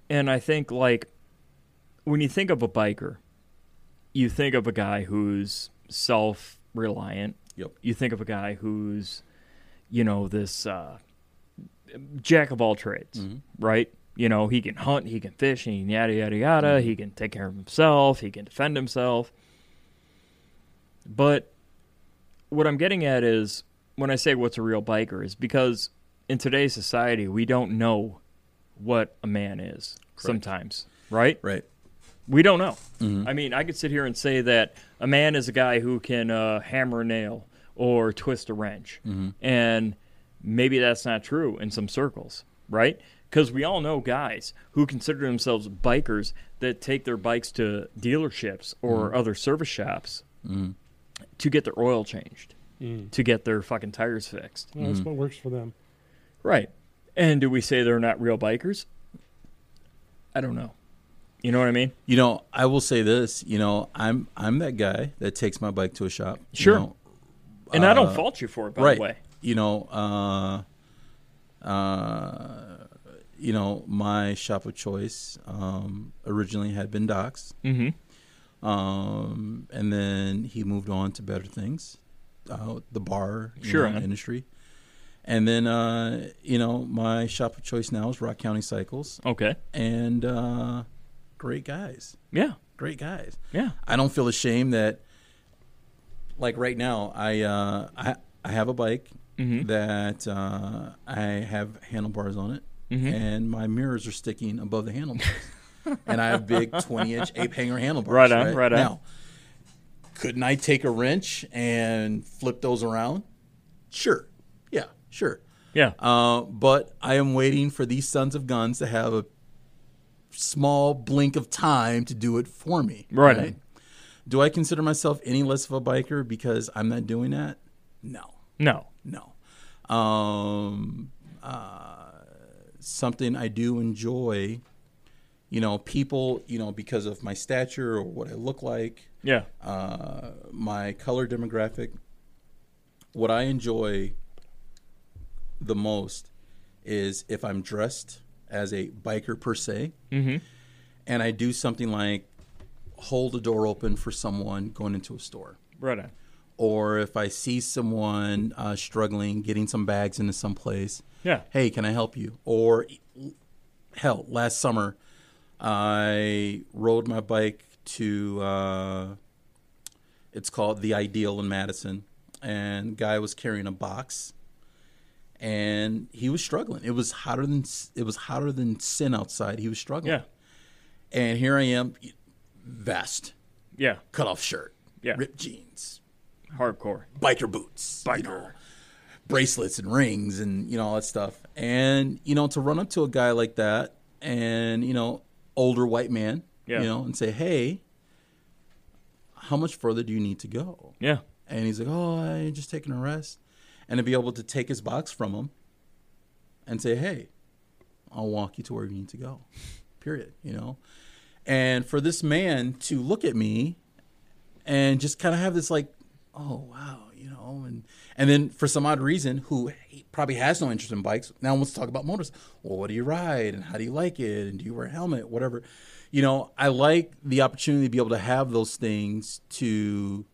Speaker 4: and i think like when you think of a biker you think of a guy who's self-reliant
Speaker 5: Yep.
Speaker 4: you think of a guy who's you know this uh, jack of all trades right you know he can hunt he can fish and yada yada yada he can take care of himself he can defend himself but what i'm getting at is when i say what's a real biker is because in today's society we don't know what a man is sometimes right
Speaker 5: Right.
Speaker 4: we don't know. I mean, I could sit here and say that a man is a guy who can uh, hammer a nail or twist a wrench, and maybe that's not true in some circles, right? Because we all know guys who consider themselves bikers that take their bikes to dealerships or other service shops to get their oil changed, to get their fucking tires fixed.
Speaker 3: Well, That's what works for them.
Speaker 4: Right. And do we say they're not real bikers? I don't know. You know what I mean?
Speaker 5: You know, I will say this. You know, I'm I'm that guy that takes my bike to a shop. you
Speaker 4: Sure.
Speaker 5: know,
Speaker 4: And I don't fault you for it, by
Speaker 5: right.
Speaker 4: the way.
Speaker 5: You know, uh, uh, you know, my shop of choice um, originally had been Doc's,
Speaker 4: Mm-hmm.
Speaker 5: um, and then he moved on to better things, uh, the bar you
Speaker 4: Sure,
Speaker 5: know,
Speaker 4: man.
Speaker 5: industry, and then uh, you know, my shop of choice now is Rock County Cycles,
Speaker 4: Okay.
Speaker 5: and uh, great guys,
Speaker 4: Yeah.
Speaker 5: great guys.
Speaker 4: Yeah.
Speaker 5: I don't feel ashamed that like right now I uh I I have a bike
Speaker 4: Mm-hmm.
Speaker 5: that uh I have handlebars on it
Speaker 4: Mm-hmm.
Speaker 5: and my mirrors are sticking above
Speaker 4: [laughs]
Speaker 5: the handlebars. and I have big 20-inch ape hanger handlebars.
Speaker 4: Right on, right on.
Speaker 5: Now, couldn't I take a wrench and flip those around? Sure. Yeah, sure.
Speaker 4: Yeah.
Speaker 5: Uh, but I am waiting for these sons of guns to have a small blink of time to do it for me.
Speaker 4: Right.
Speaker 5: Do I consider myself any less of a biker because I'm not doing that? No,
Speaker 4: no.
Speaker 5: no. Um, uh, something I do enjoy, you know, people, you know, because of my stature or what I look like,
Speaker 4: Yeah.
Speaker 5: my color demographic, what I enjoy the most is if I'm dressed as a biker per se, and I do something like hold a door open for someone going into a store,
Speaker 4: right on.
Speaker 5: or if I see someone uh, struggling getting some bags into some place,
Speaker 4: Yeah.
Speaker 5: hey, can I help you? Or hell, last summer I rode my bike to uh, it's called the Ideal in Madison, and guy was carrying a box, and he was struggling. It was hotter than it was hotter than sin outside. He was struggling.
Speaker 4: Yeah.
Speaker 5: And here I am, vest,
Speaker 4: Yeah.
Speaker 5: cut off shirt,
Speaker 4: Yeah.
Speaker 5: ripped jeans,
Speaker 4: Hardcore.
Speaker 5: biker boots, biker
Speaker 4: Biker.
Speaker 5: bracelets and rings and you know all that stuff. And you know to run up to a guy like that and you know older white man,
Speaker 4: Yeah.
Speaker 5: you know, and say, "Hey, how much further do you need to go?"
Speaker 4: Yeah.
Speaker 5: And he's like, "Oh, I just taking a rest." and to be able to take his box from him and say, "Hey, I'll walk you to where you need to go." Period. You know, and for this man to look at me and just kind of have this like, "Oh wow," you know, and and then for some odd reason, who probably has no interest in bikes now wants to talk about motors. Well, what do you ride and how do you like it and do you wear a helmet? Whatever. You know, I like the opportunity to be able to have those things to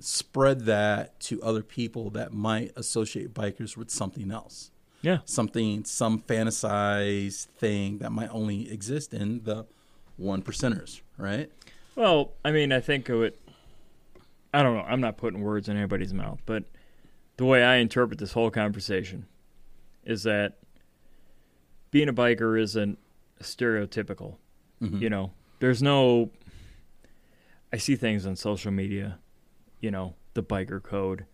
Speaker 5: spread that to other people that might associate bikers with something else
Speaker 4: Yeah.
Speaker 5: something some fantasized thing that might only exist in the one percenters right
Speaker 4: Well, I mean, I think of it. I don't know. I'm not putting words in anybody's mouth, but the way I interpret this whole conversation is that being a biker isn't stereotypical. You know, there's no. I see things on social media, you know, the biker code,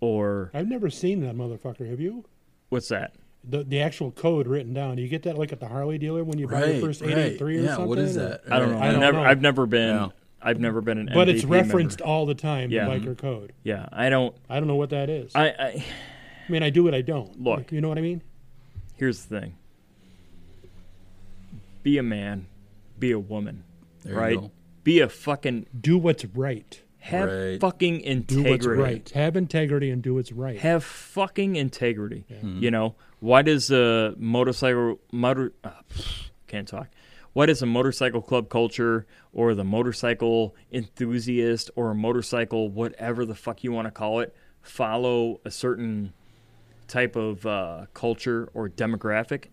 Speaker 4: or
Speaker 3: I've never seen that motherfucker. Have you?
Speaker 4: what's that?
Speaker 3: The, the actual code written down. Do you get that like at the Harley dealer when you buy your first 883 or
Speaker 5: yeah
Speaker 3: something?
Speaker 5: what is
Speaker 3: or-
Speaker 5: that
Speaker 4: I don't know.
Speaker 5: Right.
Speaker 4: I've
Speaker 3: don't
Speaker 4: never,
Speaker 3: know.
Speaker 4: I've never been.
Speaker 5: Yeah.
Speaker 4: I've never been an.
Speaker 3: But it's
Speaker 4: MVP member.
Speaker 3: referenced all the time,
Speaker 4: Yeah.
Speaker 3: the biker code.
Speaker 4: Yeah, I don't.
Speaker 3: I don't know what that is. I,
Speaker 4: I, I
Speaker 3: mean, I do what I don't.
Speaker 4: Look.
Speaker 3: You know what I mean?
Speaker 4: here's the thing. Be a man. Be a woman.
Speaker 5: There you
Speaker 4: right?
Speaker 5: go.
Speaker 4: Be a fucking
Speaker 3: Do what's right.
Speaker 4: have
Speaker 5: Right.
Speaker 4: fucking
Speaker 3: Do
Speaker 4: integrity.
Speaker 3: what's right. Have integrity and do what's right.
Speaker 4: Have fucking integrity. You know why does a motorcycle motor uh, can't talk? Why does a motorcycle club culture or the motorcycle enthusiast or a motorcycle whatever the fuck you want to call it follow a certain type of uh, culture or demographic?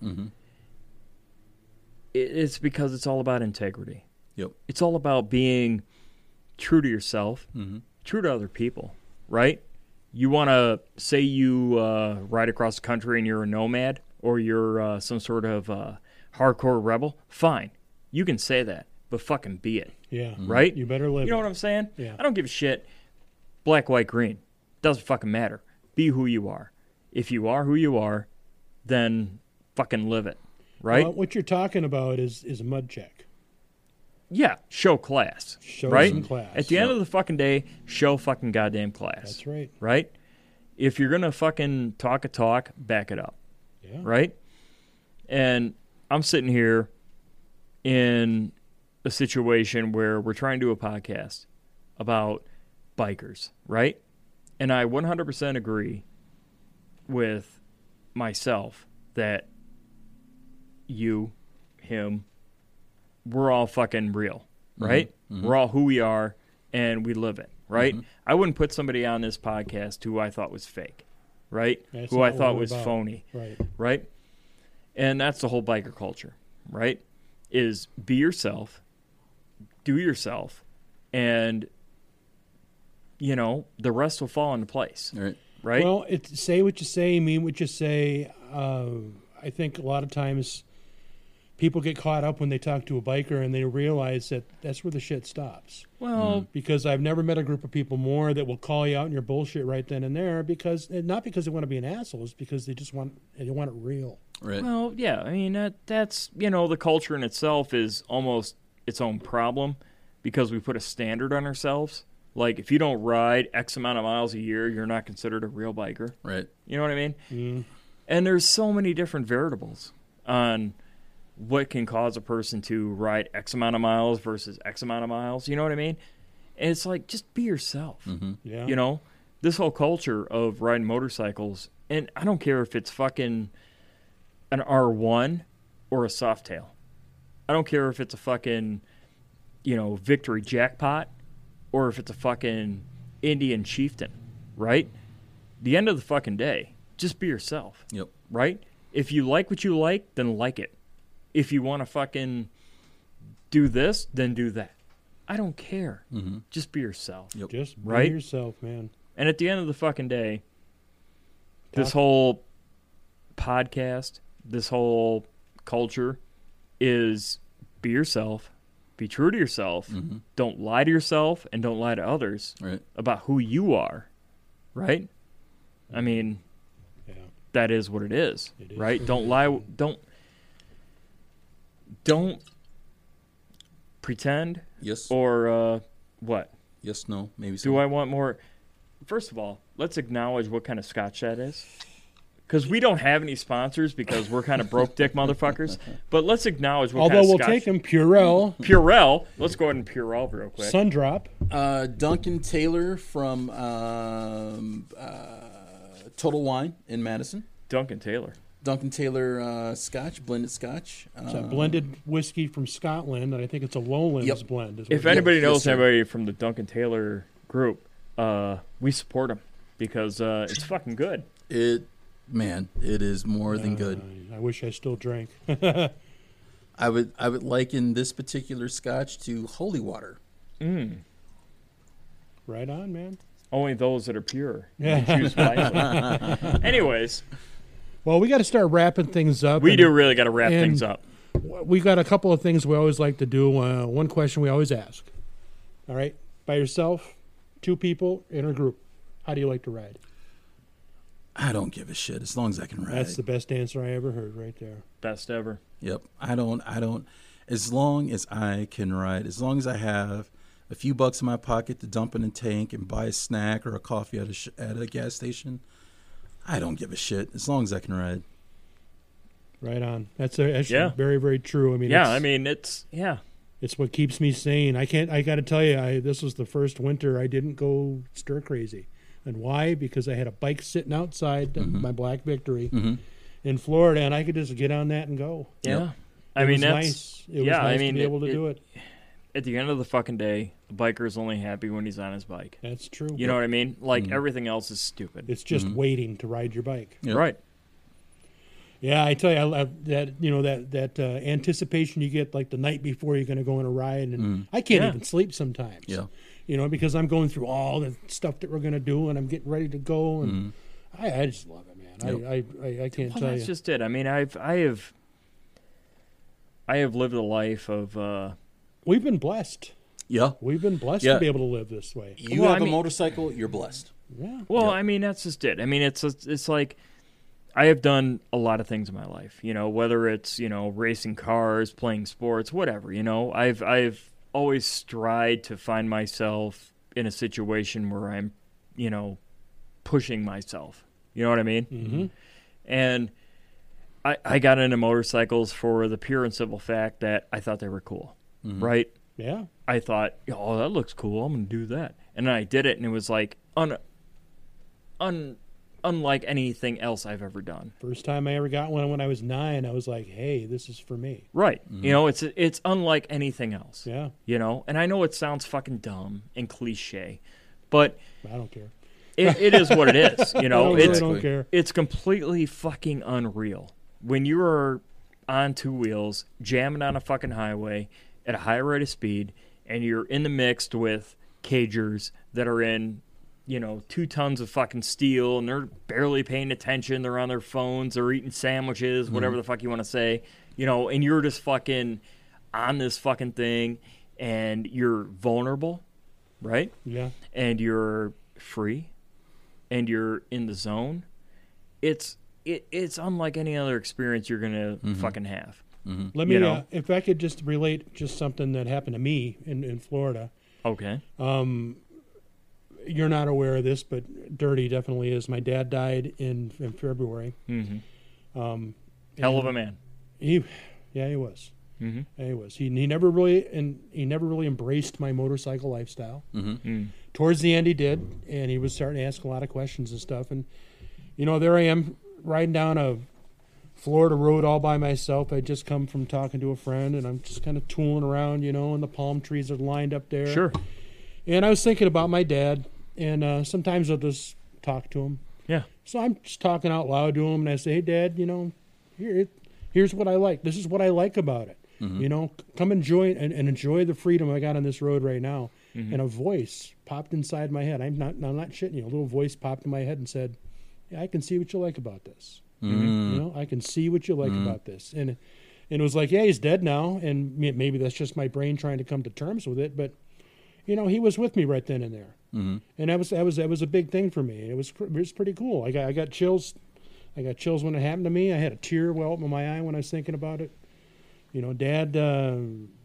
Speaker 4: It- It's because it's all about integrity.
Speaker 5: yep
Speaker 4: it's all about being true to yourself, true to other people, right? You want to say you uh, ride across the country and you're a nomad or you're uh, some sort of uh, hardcore rebel. Fine, you can say that, but fucking be it,
Speaker 3: yeah.
Speaker 4: right?
Speaker 3: Mm-hmm. You better live.
Speaker 4: You know
Speaker 3: it.
Speaker 4: what I'm saying?
Speaker 3: Yeah.
Speaker 4: I don't give a shit. Black, white, green. Doesn't fucking matter. Be who you are. If you are who you are, then fucking live it, right?
Speaker 3: Well, what you're talking about is is a mud check.
Speaker 4: Yeah, show class.
Speaker 3: Show
Speaker 4: right?
Speaker 3: some class.
Speaker 4: At the end of the fucking day, show fucking goddamn class.
Speaker 3: That's right.
Speaker 4: Right? If you're gonna fucking talk a talk, back it up.
Speaker 3: Yeah.
Speaker 4: Right? And I'm sitting here in a situation where we're trying to do a podcast about bikers, right? And I 100% agree with myself that you, him, we're all fucking real, right? We're all who we are and we live it, right? I wouldn't put somebody on this podcast who I thought was fake, right?
Speaker 3: That's
Speaker 4: who
Speaker 3: not
Speaker 4: I
Speaker 3: what
Speaker 4: thought
Speaker 3: we're
Speaker 4: was
Speaker 3: about.
Speaker 4: phony,
Speaker 3: Right.
Speaker 4: right? And that's the whole biker culture, right? Is be yourself, do yourself, and you know, the rest will fall into place,
Speaker 5: all right
Speaker 4: right?
Speaker 3: Well, it's say what you say, mean what you say. Uh, I think a lot of times people get caught up when they talk to a biker and they realize that that's where the shit stops.
Speaker 4: Well,
Speaker 3: Because I've never met a group of people more that will call you out on your bullshit right then and there. Because and not because they want to be an asshole, it's because they just want they want it real.
Speaker 5: right
Speaker 4: Well, yeah. I mean, that, that's you know, the culture in itself is almost its own problem because we put a standard on ourselves. Like, if you don't ride X amount of miles a year, you're not considered a real biker.
Speaker 5: right
Speaker 4: You know what I mean? And there's so many different variables on what can cause a person to ride X amount of miles versus X amount of miles. You know what I mean? And it's like just be yourself.
Speaker 3: Yeah.
Speaker 4: You know, this whole culture of riding motorcycles, and I don't care if it's fucking an R1 or a Softail. I don't care if it's a fucking, you know, Victory Jackpot or if it's a fucking Indian Chieftain, right? The end of the fucking day, just be yourself
Speaker 5: yep
Speaker 4: right? If you like what you like, then like it. If you want to fucking do this, then do that. I don't care. Just be yourself.
Speaker 5: Yep.
Speaker 3: Just be
Speaker 4: Right?
Speaker 3: yourself, man.
Speaker 4: And at the end of the fucking day, this
Speaker 3: Talk-
Speaker 4: whole podcast, this whole culture is be yourself, be true to yourself, don't lie to yourself, and don't lie to others
Speaker 5: right
Speaker 4: about who you are, right? I mean,
Speaker 3: Yeah.
Speaker 4: that is what it is,
Speaker 3: It is
Speaker 4: right?
Speaker 3: what
Speaker 4: Don't lie. Don't don't pretend
Speaker 5: yes
Speaker 4: or uh, what?
Speaker 5: yes no maybe so
Speaker 4: Do I want more? First of all, let's acknowledge what kind of scotch that is. Because we don't have any sponsors because we're kind of
Speaker 3: [laughs]
Speaker 4: broke dick motherfuckers. But let's acknowledge what
Speaker 3: Although
Speaker 4: kind of
Speaker 3: we'll
Speaker 4: scotch.
Speaker 3: take them Purell,
Speaker 4: Purell. Let's go ahead and Purell real quick.
Speaker 3: Sundrop.
Speaker 5: Uh, Duncan Taylor from um, uh, Total Wine in Madison.
Speaker 4: Duncan Taylor.
Speaker 5: Duncan Taylor uh, Scotch, blended Scotch.
Speaker 3: It's a
Speaker 5: Uh,
Speaker 3: blended whiskey from Scotland, and I think it's a Lowlands
Speaker 5: Yep.
Speaker 3: blend. Is what
Speaker 4: If
Speaker 3: it is.
Speaker 4: anybody
Speaker 5: yes,
Speaker 4: knows
Speaker 5: sir.
Speaker 4: anybody from the Duncan Taylor group, uh, we support them because uh, it's fucking good.
Speaker 5: it, man, it is more than good.
Speaker 3: I wish I still drank. [laughs]
Speaker 5: I would, I would liken this particular Scotch to holy water.
Speaker 3: right on, man.
Speaker 4: Only those that are pure.
Speaker 3: [laughs]
Speaker 4: Yeah. Choose wisely. Anyways,
Speaker 3: Well, we got to start wrapping things up.
Speaker 4: we
Speaker 3: and
Speaker 4: do really got to wrap
Speaker 3: And-
Speaker 4: things up.
Speaker 3: We got a couple of things we always like to do. Uh, one question we always ask. All right, by yourself, two people, in a group. How do you like to ride?
Speaker 5: I don't give a shit as long as I can ride.
Speaker 3: That's the best answer I ever heard, right there.
Speaker 4: Best ever.
Speaker 5: Yep. I don't I don't as long as I can ride, as long as I have a few bucks in my pocket to dump in a tank and buy a snack or a coffee at a sh- at a gas station, I don't give a shit as long as I can ride.
Speaker 3: Right on. That's uh, actually
Speaker 4: Yeah.
Speaker 3: very, very true. I mean,
Speaker 4: Yeah,
Speaker 3: it's-
Speaker 4: I mean it's yeah.
Speaker 3: it's what keeps me sane. I can't. I got to tell you, I, this was the first winter I didn't go stir crazy, and why? Because I had a bike sitting outside my Black Victory in Florida, and I could just get on that and go.
Speaker 4: Yeah.
Speaker 5: Yep.
Speaker 4: I
Speaker 3: It
Speaker 4: mean
Speaker 3: was
Speaker 4: that's
Speaker 3: nice. It was
Speaker 4: yeah,
Speaker 3: nice
Speaker 4: I mean
Speaker 3: to be able to do it.
Speaker 4: At the end of the fucking day, the biker is only happy when he's on his bike.
Speaker 3: That's true.
Speaker 4: You know what I mean? Like
Speaker 3: Mm-hmm.
Speaker 4: everything else is stupid.
Speaker 3: it's just waiting to ride your bike.
Speaker 5: Yep.
Speaker 4: Right.
Speaker 3: Yeah, I tell you, I love that you know that that uh, anticipation you get like the night before you're going to go on a ride, and I can't
Speaker 4: Yeah.
Speaker 3: even sleep sometimes.
Speaker 5: Yeah.
Speaker 3: you know because I'm going through all the stuff that we're going to do, and I'm getting ready to go, and I, I just love it, man. I, I, I I can't
Speaker 4: Well,
Speaker 3: tell
Speaker 4: that's
Speaker 3: you.
Speaker 4: just it. I mean, I've I have I have lived a life of uh
Speaker 3: We've been blessed.
Speaker 5: Yeah.
Speaker 3: We've been blessed
Speaker 5: Yeah.
Speaker 3: to be able to live this way.
Speaker 5: You
Speaker 4: Well,
Speaker 5: have
Speaker 4: I
Speaker 5: a
Speaker 4: mean-
Speaker 5: motorcycle, you're blessed.
Speaker 3: Yeah,
Speaker 4: well, I mean, that's just it. I mean, it's it's it's like I have done a lot of things in my life, you know, whether it's, you know, racing cars, playing sports, whatever, you know. I've I've always strived to find myself in a situation where I'm, you know, pushing myself. You know what I mean? Mm-hmm. And I, I got into motorcycles for the pure and simple fact that I thought they were cool, right?
Speaker 3: yeah.
Speaker 4: I thought, oh, that looks cool. I'm gonna do that, and then I did it, and it was like un, un, unlike anything else I've ever done.
Speaker 3: First time I ever got one when I was nine, I was like, "Hey, this is for me."
Speaker 4: Right? You know, it's it's unlike anything else.
Speaker 3: Yeah,
Speaker 4: You know, and I know it sounds fucking dumb and cliche, but
Speaker 3: I don't care.
Speaker 4: it, it is what [laughs] it is. You
Speaker 3: I
Speaker 4: know,
Speaker 3: really
Speaker 4: it's
Speaker 3: don't
Speaker 5: Exactly.
Speaker 3: care.
Speaker 4: it's completely fucking unreal when you are on two wheels jamming on a fucking highway at a high rate of speed and you're in the mix with cagers that are in you know two tons of fucking steel and they're barely paying attention they're on their phones they're eating sandwiches whatever the fuck you want to say you know and you're just fucking on this fucking thing and you're vulnerable right
Speaker 3: Yeah,
Speaker 4: and you're free and you're in the zone it's it, it's unlike any other experience you're gonna
Speaker 3: Mm-hmm.
Speaker 4: fucking have
Speaker 3: let me.
Speaker 4: You know.
Speaker 3: Uh, if I could just relate just something that happened to me in in Florida.
Speaker 4: okay
Speaker 3: you're not aware of this, but Dirty definitely is. My dad died in, in February.
Speaker 4: hell of a man
Speaker 3: He, yeah, he was.
Speaker 4: Mm-hmm.
Speaker 3: Yeah, he was. He, he never really and he never really embraced my motorcycle lifestyle.
Speaker 4: Mm-hmm.
Speaker 3: Towards the end, he did, and he was starting to ask a lot of questions and stuff. And you know, there I am riding down a Florida road all by myself. I just come from talking to a friend, and I'm just kind of tooling around, you know, and the palm trees are lined up there.
Speaker 4: sure
Speaker 3: And I was thinking about my dad, and uh, sometimes I'll just talk to him.
Speaker 4: yeah
Speaker 3: So I'm just talking out loud to him, and I say, "Hey, Dad, you know, here, here's what I like. This is what I like about it. You know, c- come enjoy and, and enjoy the freedom I got on this road right now." And a voice popped inside my head. I'm not, I'm not shitting you. A little voice popped in my head and said, yeah, "I can see what you like about this. You know, I can see what you like about this." And and it was like, "Yeah, he's dead now," and may- maybe that's just my brain trying to come to terms with it, but you know, he was with me right then and there, mm-hmm. and that was that was that was a big thing for me. It was pr- it was pretty cool. I got I got chills, I got chills when it happened to me. I had a tear well up in my eye when I was thinking about it. You know, Dad uh,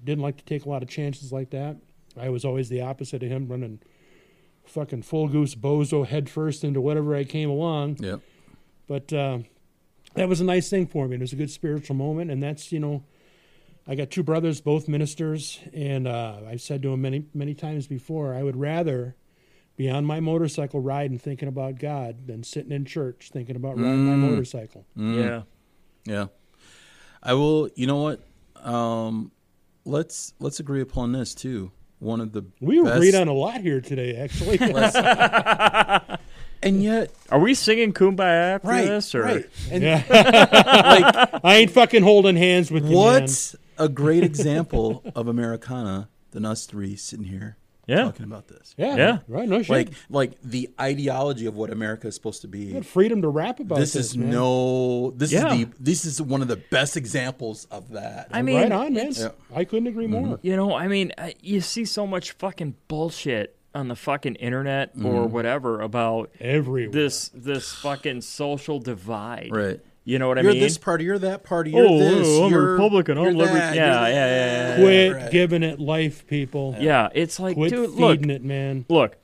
Speaker 3: didn't like to take a lot of chances like that. I was always the opposite of him, running fucking full goose bozo headfirst into whatever I came along.
Speaker 5: Yep.
Speaker 3: But uh, that was a nice thing for me. It was a good spiritual moment, and that's you know, I got two brothers, both ministers, and uh, I've said to them many many times before, I would rather be on my motorcycle ride and thinking about God than sitting in church thinking about riding my
Speaker 5: Mm.
Speaker 3: motorcycle.
Speaker 4: Yeah.
Speaker 5: Yeah. I will you know what? Um let's let's agree upon this too. One of the
Speaker 3: We
Speaker 5: best,
Speaker 3: agreed on a lot here today,
Speaker 5: [laughs]
Speaker 3: actually.
Speaker 5: and yet
Speaker 4: Are we singing Kumbaya after
Speaker 5: right,
Speaker 4: this? Or
Speaker 5: right. And
Speaker 3: [laughs] I ain't fucking holding hands with you, man.
Speaker 5: what a great example [laughs] of Americana than us three sitting here
Speaker 4: yeah,
Speaker 5: talking about this.
Speaker 3: Yeah,
Speaker 4: Yeah.
Speaker 3: right. No shit.
Speaker 5: Like like the ideology of what America is supposed to be.
Speaker 3: You had freedom to rap about this.
Speaker 5: this is
Speaker 3: man.
Speaker 5: no this
Speaker 4: Yeah.
Speaker 5: is the this is one of the best examples of that.
Speaker 4: I mean,
Speaker 3: Right on, man.
Speaker 4: it's-
Speaker 3: I couldn't agree
Speaker 5: Mm-hmm.
Speaker 3: more.
Speaker 4: You know, I mean, I- you see so much fucking bullshit on the fucking internet
Speaker 3: Mm-hmm.
Speaker 4: or whatever about
Speaker 3: Everywhere.
Speaker 4: this this fucking social divide.
Speaker 5: right.
Speaker 4: You know what
Speaker 5: You're
Speaker 4: I mean?
Speaker 5: this party, you're that party, you're
Speaker 4: oh,
Speaker 5: this,
Speaker 4: I'm
Speaker 5: you're
Speaker 4: Republican. I'm
Speaker 5: you're
Speaker 4: liberal.
Speaker 5: that,
Speaker 4: yeah,
Speaker 5: you're
Speaker 4: yeah, yeah, yeah,
Speaker 3: Quit
Speaker 5: Right.
Speaker 3: giving it life, people.
Speaker 4: yeah. it's like,
Speaker 3: Quit
Speaker 4: dude, look,
Speaker 3: feeding it, man.
Speaker 4: look.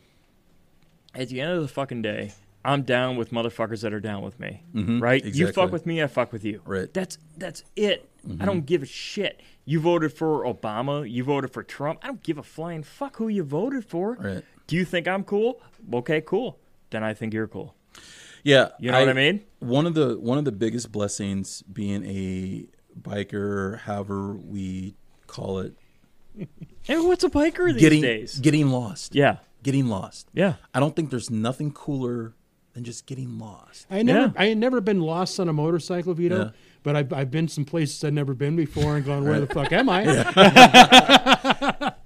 Speaker 4: At the end of the fucking day, I'm down with motherfuckers that are down with me. right? You
Speaker 5: Mm-hmm. exactly.
Speaker 4: fuck with me, I fuck with you.
Speaker 5: Right. Mm-hmm.
Speaker 4: That's that's it. I don't give a shit. You voted for Obama. You voted for Trump. I don't give a flying fuck who you voted for.
Speaker 5: Right.
Speaker 4: Do you think I'm cool? Okay, cool. Then I think you're cool.
Speaker 5: Yeah,
Speaker 4: You know what I mean?
Speaker 5: One of the one of the biggest blessings being a biker, however we call it,
Speaker 4: Hey, what's a biker these
Speaker 5: getting
Speaker 4: days?
Speaker 5: getting lost.
Speaker 4: yeah,
Speaker 5: getting lost.
Speaker 4: yeah.
Speaker 5: I don't think there's nothing cooler than just getting lost.
Speaker 3: I never,
Speaker 4: Yeah.
Speaker 3: I had never been lost on a motorcycle, Vito.
Speaker 5: Yeah.
Speaker 3: But I've, I've been some places I'd never been before and gone, where the fuck am [laughs] I?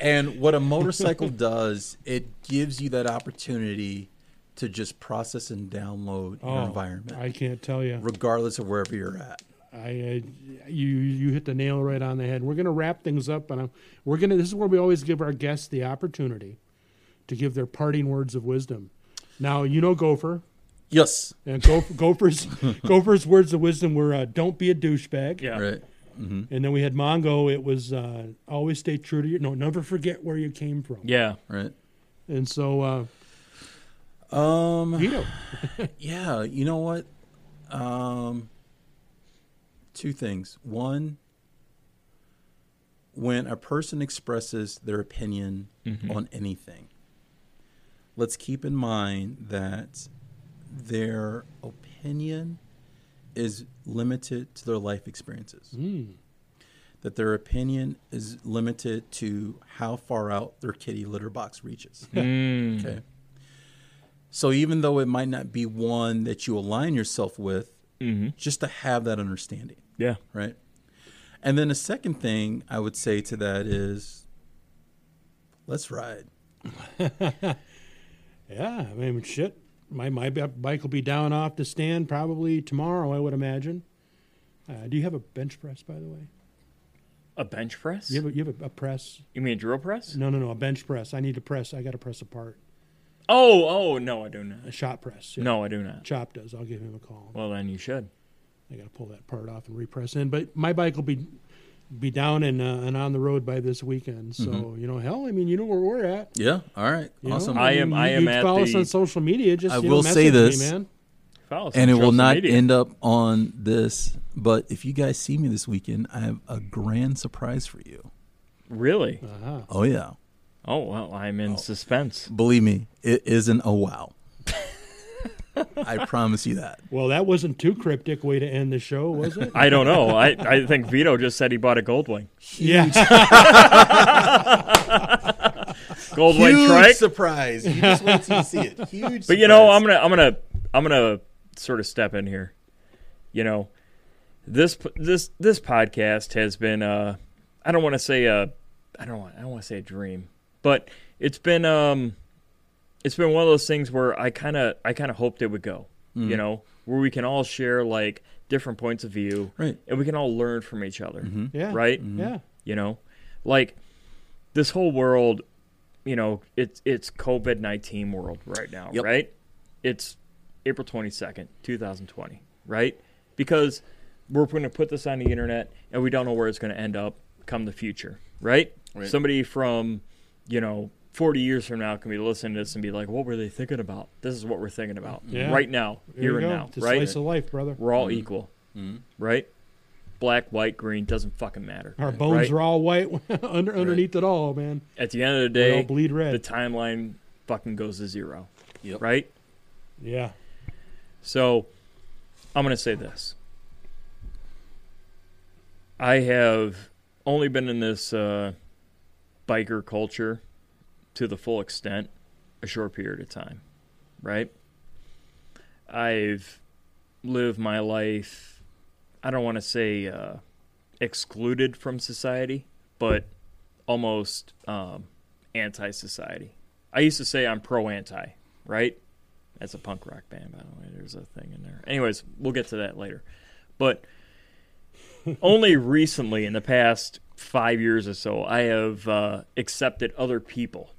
Speaker 5: And what
Speaker 4: [laughs]
Speaker 5: a motorcycle does, it gives you that opportunity to just process and download your
Speaker 3: Oh,
Speaker 5: environment,
Speaker 3: I can't tell you.
Speaker 5: regardless of wherever you're at.
Speaker 3: I, uh, you, you hit the nail right on the head. We're gonna wrap things up, and I'm, we're gonna. This is where we always give our guests the opportunity to give their parting words of wisdom. Now you know Gopher.
Speaker 5: Yes,
Speaker 3: And go, [laughs] Gopher's Gopher's words of wisdom were uh, "Don't be a douchebag."
Speaker 4: Yeah.
Speaker 5: right.
Speaker 3: And then we had Mongo. It was uh, always stay true to your no, never forget where you came from.
Speaker 4: Yeah.
Speaker 5: Right.
Speaker 3: And so, uh,
Speaker 5: Um.
Speaker 3: Vito,
Speaker 5: Yeah. You know what? Um. Two things. One. When a person expresses their opinion on anything, let's keep in mind that their opinion is limited to their life experiences. That their opinion is limited to how far out their kitty litter box reaches. [laughs] Okay. So even though it might not be one that you align yourself with, just to have that understanding,
Speaker 4: Yeah.
Speaker 5: right? And then the second thing I would say to that is, let's ride.
Speaker 3: yeah, I mean, shit, my my bi- bike will be down off the stand probably tomorrow. I would imagine. Uh, do you have a bench press, by the way?
Speaker 4: A bench press?
Speaker 3: You have a, you have a, a press?
Speaker 4: You mean a drill press?
Speaker 3: No, no, no, a bench press. I need to press. I got to press apart.
Speaker 4: Oh, oh, no, I do
Speaker 3: A
Speaker 4: not.
Speaker 3: shot press. yeah.
Speaker 4: No, I do not.
Speaker 3: Chop does. I'll give him a call.
Speaker 4: Well, then you should.
Speaker 3: I got to pull that part off and repress in. But my bike will be be down and uh, and on the road by this weekend. So you know, hell, I mean, you know where we're at.
Speaker 5: Yeah. All right.
Speaker 3: you know?
Speaker 5: awesome.
Speaker 4: I am-
Speaker 3: mean,
Speaker 4: I
Speaker 3: you,
Speaker 4: am
Speaker 3: you
Speaker 4: at
Speaker 3: follow us
Speaker 4: the-
Speaker 3: on social media. Just
Speaker 5: I
Speaker 3: you know,
Speaker 5: will say
Speaker 3: message me,
Speaker 5: this.
Speaker 3: man.
Speaker 4: Follow us
Speaker 5: and it
Speaker 4: on
Speaker 5: will
Speaker 4: social
Speaker 5: not
Speaker 4: media.
Speaker 5: end up on this. But if you guys see me this weekend, I have a grand surprise for you.
Speaker 4: Really?
Speaker 5: Oh yeah,
Speaker 4: Oh, well, I'm in suspense.
Speaker 5: believe me, it isn't
Speaker 4: [laughs]
Speaker 5: a wow. I promise you that.
Speaker 3: Well, that wasn't too cryptic way to end the show, was
Speaker 5: [laughs]
Speaker 3: it?
Speaker 4: I don't know. I, I think Vito just said he bought a Goldwing. [laughs]
Speaker 3: yeah.
Speaker 4: Goldwing
Speaker 5: Huge
Speaker 4: trike.
Speaker 5: surprise! You just wait till you see it. Huge.
Speaker 4: But you know, I'm gonna, I'm gonna, I'm gonna sort of step in here. You know, this p- this this podcast has been, uh, I don't want to say a, I don't want, I don't want to say a dream, but it's been, um, it's been one of those things where I kind of, I kind of hoped it would go. You know, where we can all share like different points of view,
Speaker 5: Right.
Speaker 4: And we can all learn from each other,
Speaker 3: yeah.
Speaker 4: right?
Speaker 5: Mm-hmm.
Speaker 3: Yeah.
Speaker 4: you know like this whole world you know it's it's covid-19 world right now
Speaker 5: Yep.
Speaker 4: right it's april 22nd 2020 right because we're going to put this on the internet and we don't know where it's going to end up come the future right? somebody from you know 40 years from now can be listening to this and be like, what were they thinking about? This is what we're thinking about
Speaker 3: Mm-hmm. Yeah.
Speaker 4: right now,
Speaker 3: There
Speaker 4: here
Speaker 3: you
Speaker 4: and
Speaker 3: go.
Speaker 4: now,
Speaker 3: It's a
Speaker 4: right?
Speaker 3: Slice of life, brother.
Speaker 4: We're all equal, right? Black, white, green doesn't fucking matter.
Speaker 3: Our bones
Speaker 4: right?
Speaker 3: are all white [laughs] under underneath it all, man.
Speaker 4: At the end of the
Speaker 3: They
Speaker 4: day,
Speaker 3: all bleed
Speaker 4: the
Speaker 3: red.
Speaker 4: timeline fucking goes to zero,
Speaker 5: Yep.
Speaker 4: right?
Speaker 3: yeah.
Speaker 4: So I'm going to say this. I have only been in this uh, biker culture to the full extent a short period of time, right? I've lived my life, I don't want to say uh, excluded from society, but almost um, anti society. I used to say I'm pro anti, right? That's a punk rock band, by the way. There's a thing in there. Anyways, we'll get to that later.
Speaker 3: [laughs]
Speaker 4: But only recently, in the past five years or so, I have uh, accepted other people.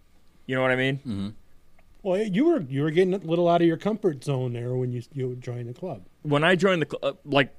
Speaker 4: You know what I mean?
Speaker 3: Mm-hmm. Well, eh, you were you were getting a little out of your comfort zone there when you you joined the club.
Speaker 4: When I joined the club, like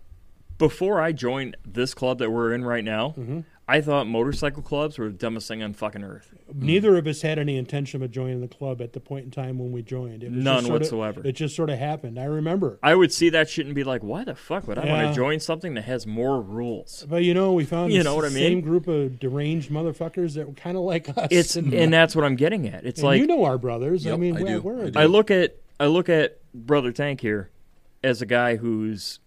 Speaker 4: before I joined this club that we're in right now,
Speaker 3: Mm-hmm.
Speaker 4: I thought motorcycle clubs were the dumbest thing on fucking earth.
Speaker 5: Mm.
Speaker 3: Neither of us had any intention of joining the club at the point in time when we joined. It was just
Speaker 4: None
Speaker 3: sorta-
Speaker 4: whatsoever.
Speaker 3: it just sort of happened. I remember.
Speaker 4: I would see that shit and be like, why the fuck would I want
Speaker 3: Yeah.
Speaker 4: to join something that has more rules?
Speaker 3: But you know, we found
Speaker 4: You
Speaker 3: the
Speaker 4: know what I
Speaker 3: same
Speaker 4: mean?
Speaker 3: group of deranged motherfuckers that were kind of like us.
Speaker 4: It's
Speaker 3: and,
Speaker 4: and that's what I'm getting at. It's
Speaker 3: and
Speaker 4: like
Speaker 3: you know our brothers. I
Speaker 5: Yep,
Speaker 3: mean,
Speaker 5: I
Speaker 3: well,
Speaker 5: do.
Speaker 3: we're
Speaker 5: I do.
Speaker 4: I look at I look at brother Tank here as a guy who's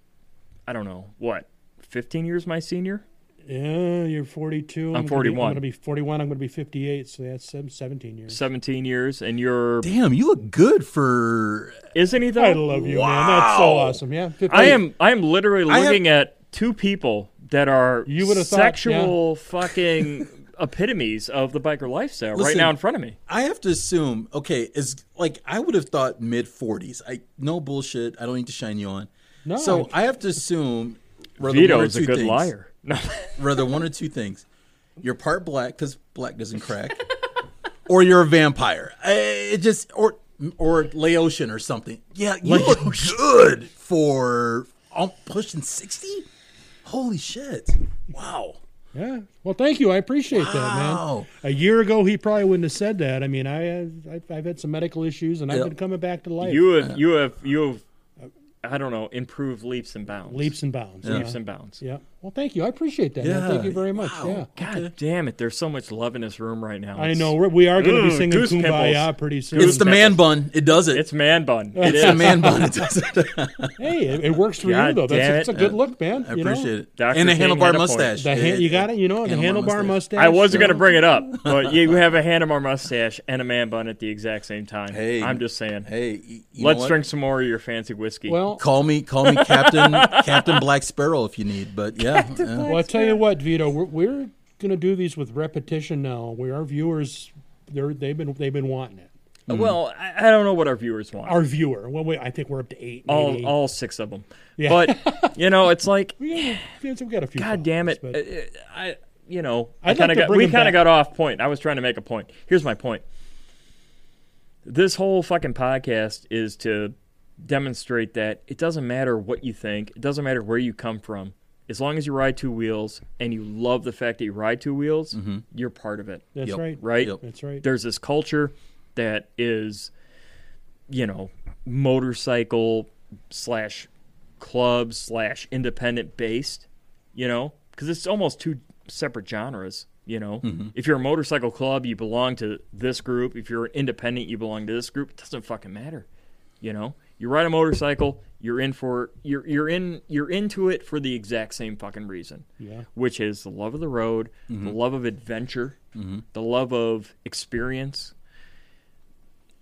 Speaker 4: I don't know what 15 years my senior.
Speaker 3: yeah, you're 42.
Speaker 4: I'm
Speaker 3: gonna be- I'm
Speaker 4: 41.
Speaker 3: going to be 41. I'm going to be 58. So that's seven- 17 years.
Speaker 4: 17 years and you're
Speaker 5: Damn, you look good for.
Speaker 4: isn't he though?
Speaker 3: I love you, man. That's so
Speaker 5: Wow.
Speaker 3: awesome. Yeah, 58.
Speaker 4: I am I am literally
Speaker 5: I have-
Speaker 4: looking at two people that are
Speaker 3: You would've thought, [laughs]
Speaker 4: sexual fucking epitomes of the biker lifestyle right
Speaker 5: Listen,
Speaker 4: now in front of me.
Speaker 5: I have to assume. Okay, is like I would have thought mid forties. I no bullshit. I don't need to shine you on.
Speaker 3: No,
Speaker 5: So I have to assume. rather
Speaker 4: Vito
Speaker 5: one or
Speaker 4: is a
Speaker 5: two
Speaker 4: good
Speaker 5: things-
Speaker 3: [laughs]
Speaker 4: liar. No,
Speaker 5: Rather one or two things. You're part black because black doesn't crack, [laughs] or you're a vampire. I, it just or or Laotian or something. Yeah,
Speaker 4: [laughs]
Speaker 5: you look good for I'm pushing sixty. Holy shit! Wow.
Speaker 3: Yeah. Well, thank you. I appreciate that, man.
Speaker 5: Wow.
Speaker 3: A year ago, he probably wouldn't have said that. I mean, I, I I've had some medical issues, and I've
Speaker 5: Yep.
Speaker 3: been coming back to life.
Speaker 4: you have you have you have I don't know, improved leaps and bounds.
Speaker 3: leaps and bounds. Yeah.
Speaker 4: leaps and bounds.
Speaker 3: Yeah. Well, thank you. I appreciate that. man.
Speaker 5: Yeah.
Speaker 3: Thank you very much.
Speaker 5: Wow.
Speaker 3: Yeah.
Speaker 4: God damn it, there's so much love in this room right now.
Speaker 3: I
Speaker 4: It's-
Speaker 3: know we're, we are going to be
Speaker 4: Ooh,
Speaker 3: singing
Speaker 4: goose
Speaker 3: "Kumbaya"
Speaker 4: pimples.
Speaker 3: pretty soon.
Speaker 5: It's the man
Speaker 4: Pimples.
Speaker 5: bun. It does it.
Speaker 4: It's man bun. It
Speaker 5: [laughs] It's the
Speaker 4: is.
Speaker 5: man bun. It
Speaker 4: [laughs]
Speaker 5: does it.
Speaker 3: hey, it, it works for you
Speaker 4: God
Speaker 3: though. That's
Speaker 4: damn
Speaker 3: it's a
Speaker 4: it.
Speaker 3: good look, man.
Speaker 5: I
Speaker 3: you know?
Speaker 5: appreciate it.
Speaker 4: Dr.
Speaker 5: And a
Speaker 4: King
Speaker 5: handlebar
Speaker 4: had a point.
Speaker 5: mustache.
Speaker 3: The hand, you got it. You know, the handlebar mustache. uh,
Speaker 4: I wasn't gonna bring it up, but you have a Hanamar mustache and a man bun at the exact same time.
Speaker 5: Hey.
Speaker 4: I'm just saying.
Speaker 5: Hey, y- you know
Speaker 4: Let's
Speaker 5: what?
Speaker 4: drink some more of your fancy whiskey.
Speaker 3: Well,
Speaker 5: Call me, call me
Speaker 4: [laughs]
Speaker 5: Captain Captain Black Sparrow if you need. But yeah, uh, yeah.
Speaker 3: Well, I tell you what, Vito, we're, we're going to do these with repetition now. Where our viewers, they're, they've been they've been wanting it.
Speaker 5: Mm.
Speaker 4: well, I, I don't know what our viewers want.
Speaker 3: Our viewer. Well, we, I think we're up to eight.
Speaker 4: all
Speaker 3: maybe.
Speaker 4: all six of them. But you know, it's like,
Speaker 3: we got, yeah, so we got a few.
Speaker 4: God damn it,
Speaker 3: problems,
Speaker 4: uh, I you know,
Speaker 3: I'd
Speaker 4: I
Speaker 3: like
Speaker 4: kind of
Speaker 3: to
Speaker 4: got
Speaker 3: bring
Speaker 4: we
Speaker 3: them
Speaker 4: kind
Speaker 3: back.
Speaker 4: of got off point. I was trying to make a point. Here's my point. This whole fucking podcast is to demonstrate that it doesn't matter what you think, it doesn't matter where you come from. As long as you ride two wheels and you love the fact that you ride two wheels, you're part of it,
Speaker 3: That's
Speaker 5: Mm-hmm. Yep.
Speaker 3: right.
Speaker 4: right?
Speaker 5: Yep.
Speaker 3: That's right.
Speaker 4: There's this culture that is, you know, motorcycle slash club slash independent based, you know, because it's almost two separate genres. You know, if you're a motorcycle club, you belong to this group. If you're independent, you belong to this group. It doesn't fucking matter. You know, you ride a motorcycle, you're in for you're you're in you're into it for the exact same fucking reason.
Speaker 3: Yeah.
Speaker 4: Which is the love of the road,
Speaker 5: Mm-hmm.
Speaker 4: the love of adventure, the love of experience.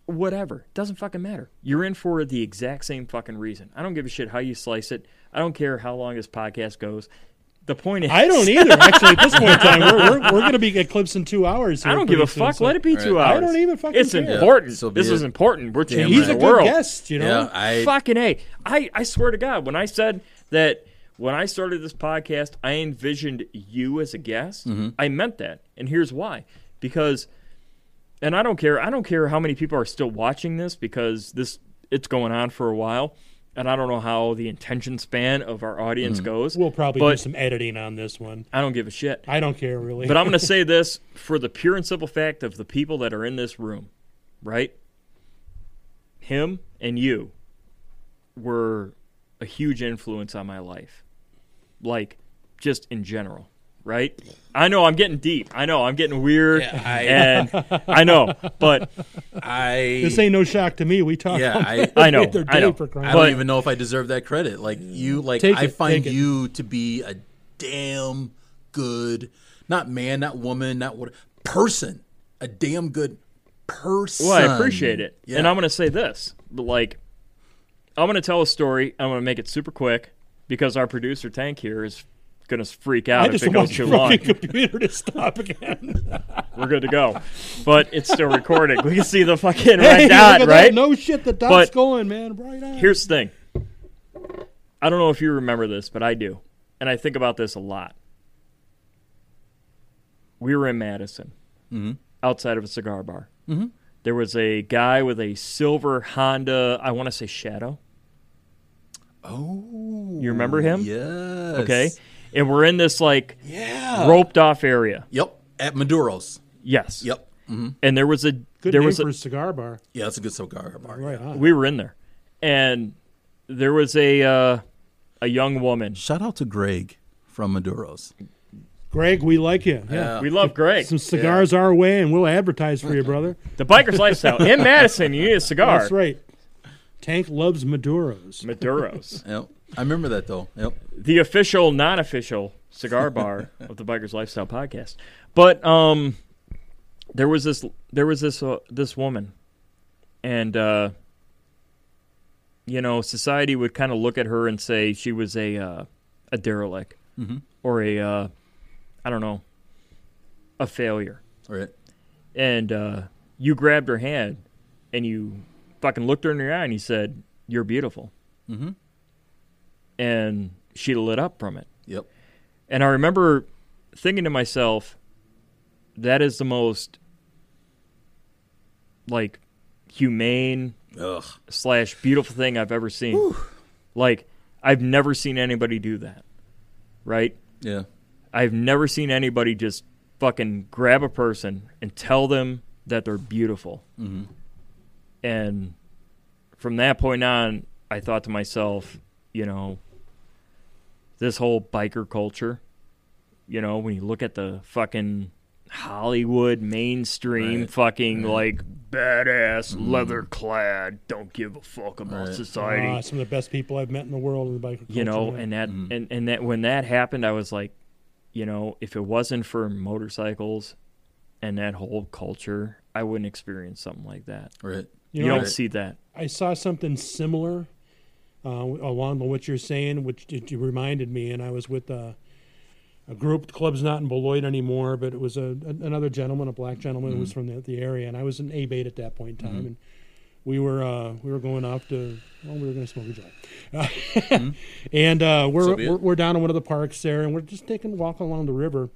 Speaker 4: Whatever. Doesn't fucking matter. You're in for the exact same fucking reason. I don't give a shit how you slice it. I don't care how long this podcast goes. The point is
Speaker 3: I don't either. Actually, at this point in time, we're, we're, we're going to be eclipsing two hours. Here
Speaker 4: I don't give a
Speaker 3: pretty soon,
Speaker 4: fuck.
Speaker 3: so-
Speaker 4: Let it be two
Speaker 3: I
Speaker 4: hours.
Speaker 3: don't even fucking
Speaker 4: It's
Speaker 3: care.
Speaker 4: important.
Speaker 5: Yeah, so be
Speaker 4: this
Speaker 5: it.
Speaker 4: is important. We're changing
Speaker 3: He's
Speaker 4: the
Speaker 3: a good
Speaker 4: world.
Speaker 3: guest. You know.
Speaker 5: yeah, I
Speaker 4: Fucking a. I I swear to God, when I said that when I started this podcast, I envisioned you as a guest. I meant that, and here's why: because, and I don't care. I don't care how many people are still watching this because this it's going on for a while. and I don't know how the attention span of our audience goes.
Speaker 3: We'll probably do
Speaker 4: but
Speaker 3: some editing on this one.
Speaker 4: I don't give a shit.
Speaker 3: I don't care really.
Speaker 4: But I'm going to say this for the pure and simple fact of the people that are in this room, right? Him and you were a huge influence on my life. Like, just in general, right? I know I'm getting deep. I know I'm getting weird.
Speaker 6: Yeah, I-
Speaker 4: and I know, but
Speaker 6: I
Speaker 3: this ain't no shock to me. We talk.
Speaker 5: Yeah,
Speaker 3: all
Speaker 5: I, [laughs]
Speaker 4: I know.
Speaker 3: They're
Speaker 4: I know.
Speaker 3: dead for crying
Speaker 5: I
Speaker 4: But-
Speaker 5: don't even know if I deserve that credit. Like you, like
Speaker 3: Take
Speaker 5: I
Speaker 3: it,
Speaker 5: find
Speaker 3: take it.
Speaker 5: you to be a damn good, not man, not woman, not what person, a damn good person.
Speaker 4: Well, I appreciate it.
Speaker 5: Yeah.
Speaker 4: And I'm going to say this, but like, I'm going to tell a story. I'm going to make it super quick because our producer Tank here is going to freak out
Speaker 3: I
Speaker 4: if
Speaker 3: just
Speaker 4: it goes
Speaker 3: want
Speaker 4: too
Speaker 3: your
Speaker 4: long.
Speaker 3: fucking computer to stop
Speaker 4: [laughs]
Speaker 3: again.
Speaker 4: We're good to go, but it's still recording. We can see the
Speaker 3: [laughs] Hey,
Speaker 4: fucking red
Speaker 3: look
Speaker 4: dot,
Speaker 3: at that.
Speaker 4: right?
Speaker 3: No shit, the dot's
Speaker 4: But-
Speaker 3: going, man. Right on.
Speaker 4: Here's the thing. I don't know if you remember this, but I do, and I think about this a lot. We were in Madison, outside of a cigar bar. Mm-hmm. There was a guy with a silver Honda. I want to say Shadow.
Speaker 5: Oh,
Speaker 4: You remember him?
Speaker 5: Yes.
Speaker 4: Okay. And we're in this like
Speaker 5: Yeah.
Speaker 4: roped off area.
Speaker 5: Yep. At Maduro's.
Speaker 4: Yes.
Speaker 5: Yep.
Speaker 4: And there was a
Speaker 3: Good
Speaker 4: there
Speaker 3: name
Speaker 4: was
Speaker 3: for
Speaker 4: a,
Speaker 3: a cigar bar.
Speaker 5: Yeah, that's a good cigar bar.
Speaker 3: Right on.
Speaker 4: we were in there, and there was a uh, a young woman.
Speaker 5: Shout out to Greg from Maduro's.
Speaker 3: Greg, we like you. Yeah.
Speaker 4: We love Greg.
Speaker 3: Some cigars our way, and we'll advertise for you, brother.
Speaker 4: The biker's lifestyle
Speaker 3: [laughs]
Speaker 4: in Madison. You need a cigar.
Speaker 3: That's right. Tank loves Maduros.
Speaker 4: Maduro's,
Speaker 5: Yep. I remember that though. Yep.
Speaker 4: the official, non-official cigar bar of the Biker's Lifestyle podcast. But um, there was this there was this uh, this woman, and uh, you know, society would kind of look at her and say she was a uh, a derelict
Speaker 3: Mm-hmm.
Speaker 4: or a uh, I don't know, a failure.
Speaker 5: All right.
Speaker 4: and uh, you grabbed her hand and you fucking looked her in the eye and you said, "You're beautiful," mm-hmm. and she lit up from it.
Speaker 5: Yep.
Speaker 4: And I remember thinking to myself, "That is the most like humane
Speaker 5: Ugh.
Speaker 4: slash beautiful thing I've ever seen. Like I've never seen anybody do that, right?"
Speaker 5: Yeah.
Speaker 4: I've never seen anybody just fucking grab a person and tell them that they're beautiful.
Speaker 5: Mm-hmm.
Speaker 4: And from that point on, I thought to myself, you know, this whole biker culture, you know, when you look at the fucking Hollywood mainstream
Speaker 5: Right. Mm-hmm.
Speaker 4: fucking like badass leather clad, don't give a fuck about
Speaker 5: Right.
Speaker 4: society
Speaker 3: Ah, some of the best people I've met in the world in the biker
Speaker 4: you know
Speaker 3: culture, man.
Speaker 4: and that and, and that when that happened i was like you know if it wasn't for motorcycles and that whole culture i wouldn't experience something like that
Speaker 5: Right.
Speaker 4: you,
Speaker 3: You know,
Speaker 4: don't
Speaker 3: I-
Speaker 4: see that
Speaker 3: I saw something similar uh, along with what you're saying, which it, you reminded me. And I was with uh, a, a group. The club's not in Beloit anymore, but it was a, a- another gentleman, a black gentleman, who was
Speaker 5: Mm-hmm.
Speaker 3: from the, the area, and I was in A Bait at that point in time. And we were uh, we were going off to well, we were going to smoke a joint, [laughs] and uh, we're,
Speaker 5: Mm-hmm. So be it.
Speaker 3: we're we're down in one of the parks there, and we're just taking a walk along the river.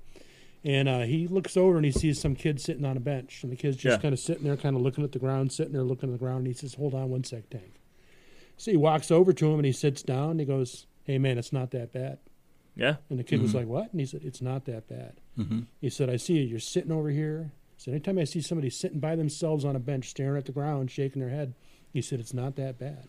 Speaker 3: And uh, he looks over and he sees some kid sitting on a bench, and the kid's just
Speaker 4: Yeah.
Speaker 3: kind of sitting there, kind of looking at the ground, sitting there looking at the ground. And he says, "Hold on one sec, Tank." So he walks over to him and he sits down. And he goes, "Hey man, it's not that bad."
Speaker 4: yeah
Speaker 3: And the kid
Speaker 4: Mm-hmm.
Speaker 3: was like, "What?" And he said, "It's not that bad." He said, "I see you. You're sitting over here." He said, "Anytime I see somebody sitting by themselves on a bench, staring at the ground, shaking their head," he said, "It's not that bad.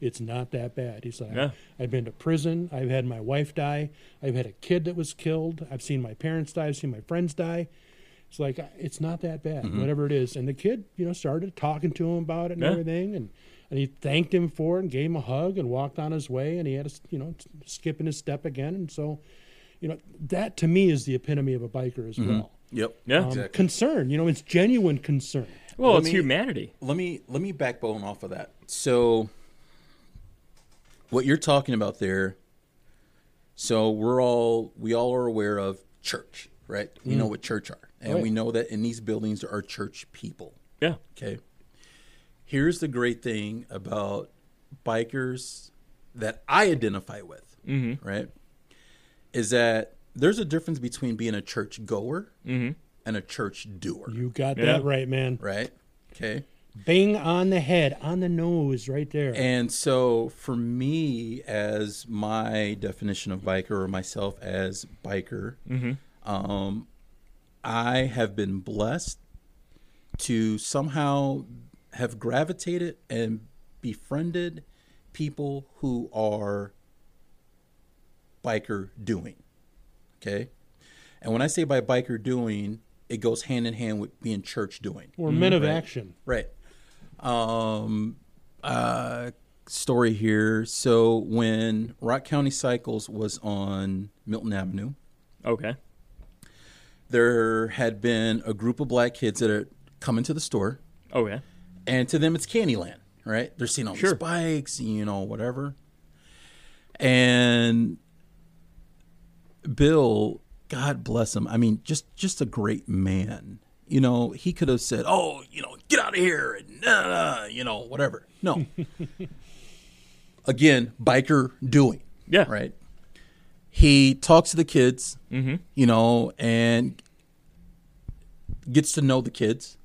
Speaker 3: It's not that bad." He's like,
Speaker 4: Mm-hmm. Yeah.
Speaker 3: "I've been to prison. I've had my wife die. I've had a kid that was killed. I've seen my parents die. I've seen my friends die." It's like "I- it's not that bad, whatever it is. And the kid, you know, started talking to him about it and
Speaker 4: Mm-hmm. Yeah.
Speaker 3: everything, and and he thanked him for it and gave him a hug and walked on his way. And he had a s- you know s- skip in his step again, and so you know that to me is the epitome of a biker as
Speaker 4: Mm-hmm.
Speaker 3: well.
Speaker 5: Yep.
Speaker 4: yeah
Speaker 3: Um, Concern, you know, it's genuine concern.
Speaker 4: well it's
Speaker 5: me-
Speaker 4: humanity
Speaker 5: let me let me backbone off of that. So what you're talking about there so we're all we all are aware of church, right?
Speaker 4: Mm.
Speaker 5: We know what church are. And we know that in these buildings there are church people.
Speaker 4: yeah
Speaker 5: Okay. Here's the great thing about bikers that I identify with, right? Is that there's a difference between being a church goer and a church doer,
Speaker 3: You got
Speaker 4: Yeah.
Speaker 3: that right, man.
Speaker 5: right? Okay.
Speaker 3: Bang on the head, on the nose, right there.
Speaker 5: And so for me, as my definition of biker or myself as biker, um, I have been blessed to somehow have gravitated and befriended people who are biker doing. Okay. And when I say by biker doing, it goes hand in hand with being church doing.
Speaker 3: or men of action.
Speaker 5: Right. Um, uh, story here. So when Rock County Cycles was on Milton Avenue,
Speaker 4: Okay.
Speaker 5: there had been a group of black kids that are coming to the store,
Speaker 4: Okay.
Speaker 5: and to them it's Candyland, right? They're seeing all
Speaker 4: Sure.
Speaker 5: these bikes, you know, whatever. And Bill, God bless him. I mean, just just a great man. You know, he could have said, "Oh, you know, get out of here," and nah, nah, nah, you know, whatever. No. Again, biker doing.
Speaker 4: Yeah.
Speaker 5: Right. He talks to the kids, you know, and gets to know the kids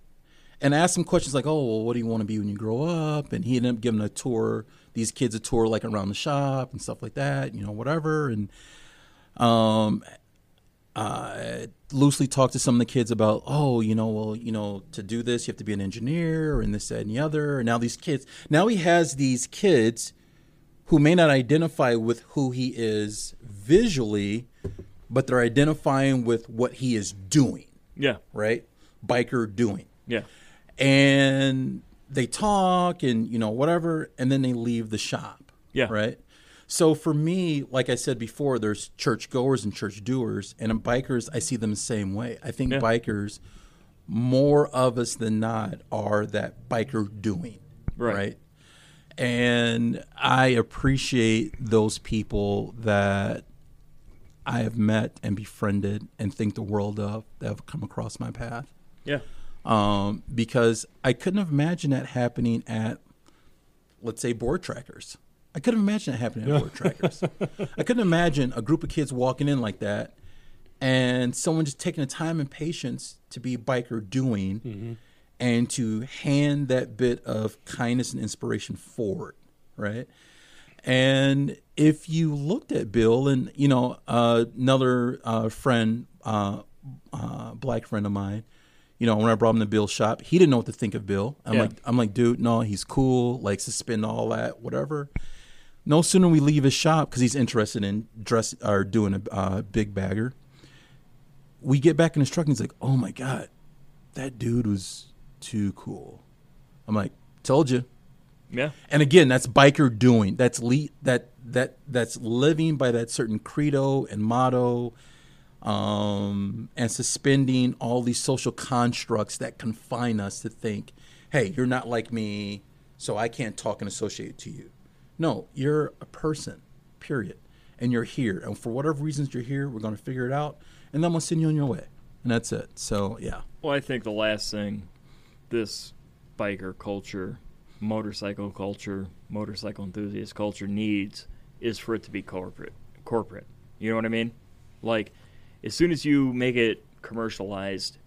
Speaker 5: and I asked him questions like, "Oh, well, what do you want to be when you grow up?" And he ended up giving a tour, these kids a tour like around the shop and stuff like that, you know, whatever. And um, I loosely talked to some of the kids about, "Oh, you know, well, you know, to do this, you have to be an engineer and this, that, and the other." And now these kids, now he has these kids who may not identify with who he is visually, but they're identifying with what he is doing,
Speaker 4: Yeah.
Speaker 5: right? Biker doing
Speaker 4: Yeah.
Speaker 5: and they talk and you know whatever and then they leave the shop
Speaker 4: Yeah.
Speaker 5: right so for me like i said before there's church goers and church doers and in bikers i see them the same way i think
Speaker 4: Yeah.
Speaker 5: bikers more of us than not are that biker doing
Speaker 4: Right.
Speaker 5: right and i appreciate those people that i have met and befriended and think the world of that have come across my path
Speaker 4: Yeah.
Speaker 5: um, because I couldn't have imagined that happening at, let's say, board trackers. I couldn't imagine that happening at board trackers. I couldn't imagine a group of kids walking in like that and someone just taking the time and patience to be biker doing and to hand that bit of kindness and inspiration forward, right? And if you looked at Bill, and you know uh, another uh, friend, uh, uh, black friend of mine, you know when I brought him to Bill's shop, he didn't know what to think of Bill. I'm
Speaker 4: Yeah.
Speaker 5: like, I'm like, dude, no, he's cool. Like suspend all that, whatever. No sooner we leave his shop because he's interested in dress or doing a uh, big bagger. We get back in his truck and he's like, oh my god, that dude was too cool. I'm like, told you.
Speaker 4: Yeah.
Speaker 5: And again, that's biker doing. That's le- that that that's living by that certain credo and motto, um, and suspending all these social constructs that confine us to think, "Hey, you're not like me, so I can't talk and associate to you." No, you're a person, period, and you're here. And for whatever reasons you're here, we're going to figure it out, and then we'll send you on your way. And that's it. So yeah,
Speaker 4: Well, I think the last thing this biker culture, motorcycle culture, motorcycle enthusiast culture needs is for it to be corporate. Corporate. You know what I mean? Like, as soon as you make it commercialized,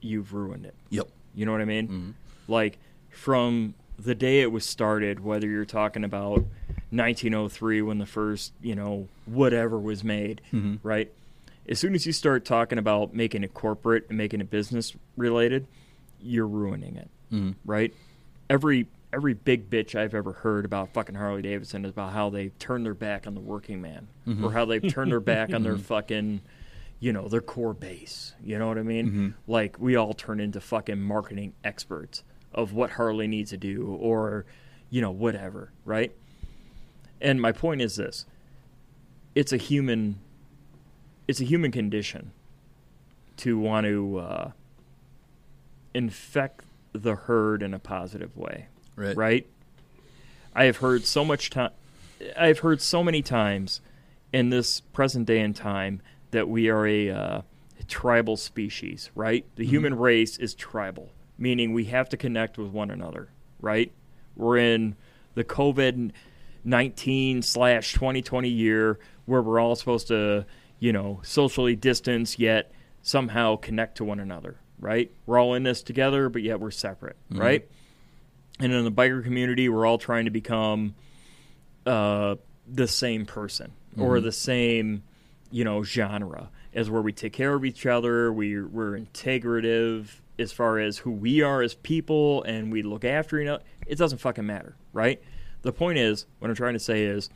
Speaker 4: you've ruined it.
Speaker 5: yep,
Speaker 4: You know what I mean? Like from the day it was started, whether you're talking about 1903 when the first, you know, whatever was made, right? As soon as you start talking about making it corporate and making it business related, you're ruining it, right? Every every big bitch I've ever heard about fucking Harley Davidson is about how they turned their back on the working man or how they've turned their back on their fucking you know, their core base. You know what I mean? Like we all turn into fucking marketing experts of what Harley needs to do or, you know, whatever, right? And my point is this. It's a human it's a human condition to want to uh, infect the herd in a positive way
Speaker 5: right,
Speaker 4: right? I have heard so much time. I've heard so many times in this present day and time that we are a uh, tribal species, right? The human race is tribal, meaning we have to connect with one another, right? We're in the COVID nineteen slash twenty twenty year where we're all supposed to, you know, socially distance yet somehow connect to one another, right? We're all in this together, but yet we're separate, right? and in the biker community, we're all trying to become uh, the same person or the same, you know, genre. As where we take care of each other, we we're integrative as far as who we are as people, and we look after you know. It doesn't fucking matter, right? The point is, what I'm trying to say is,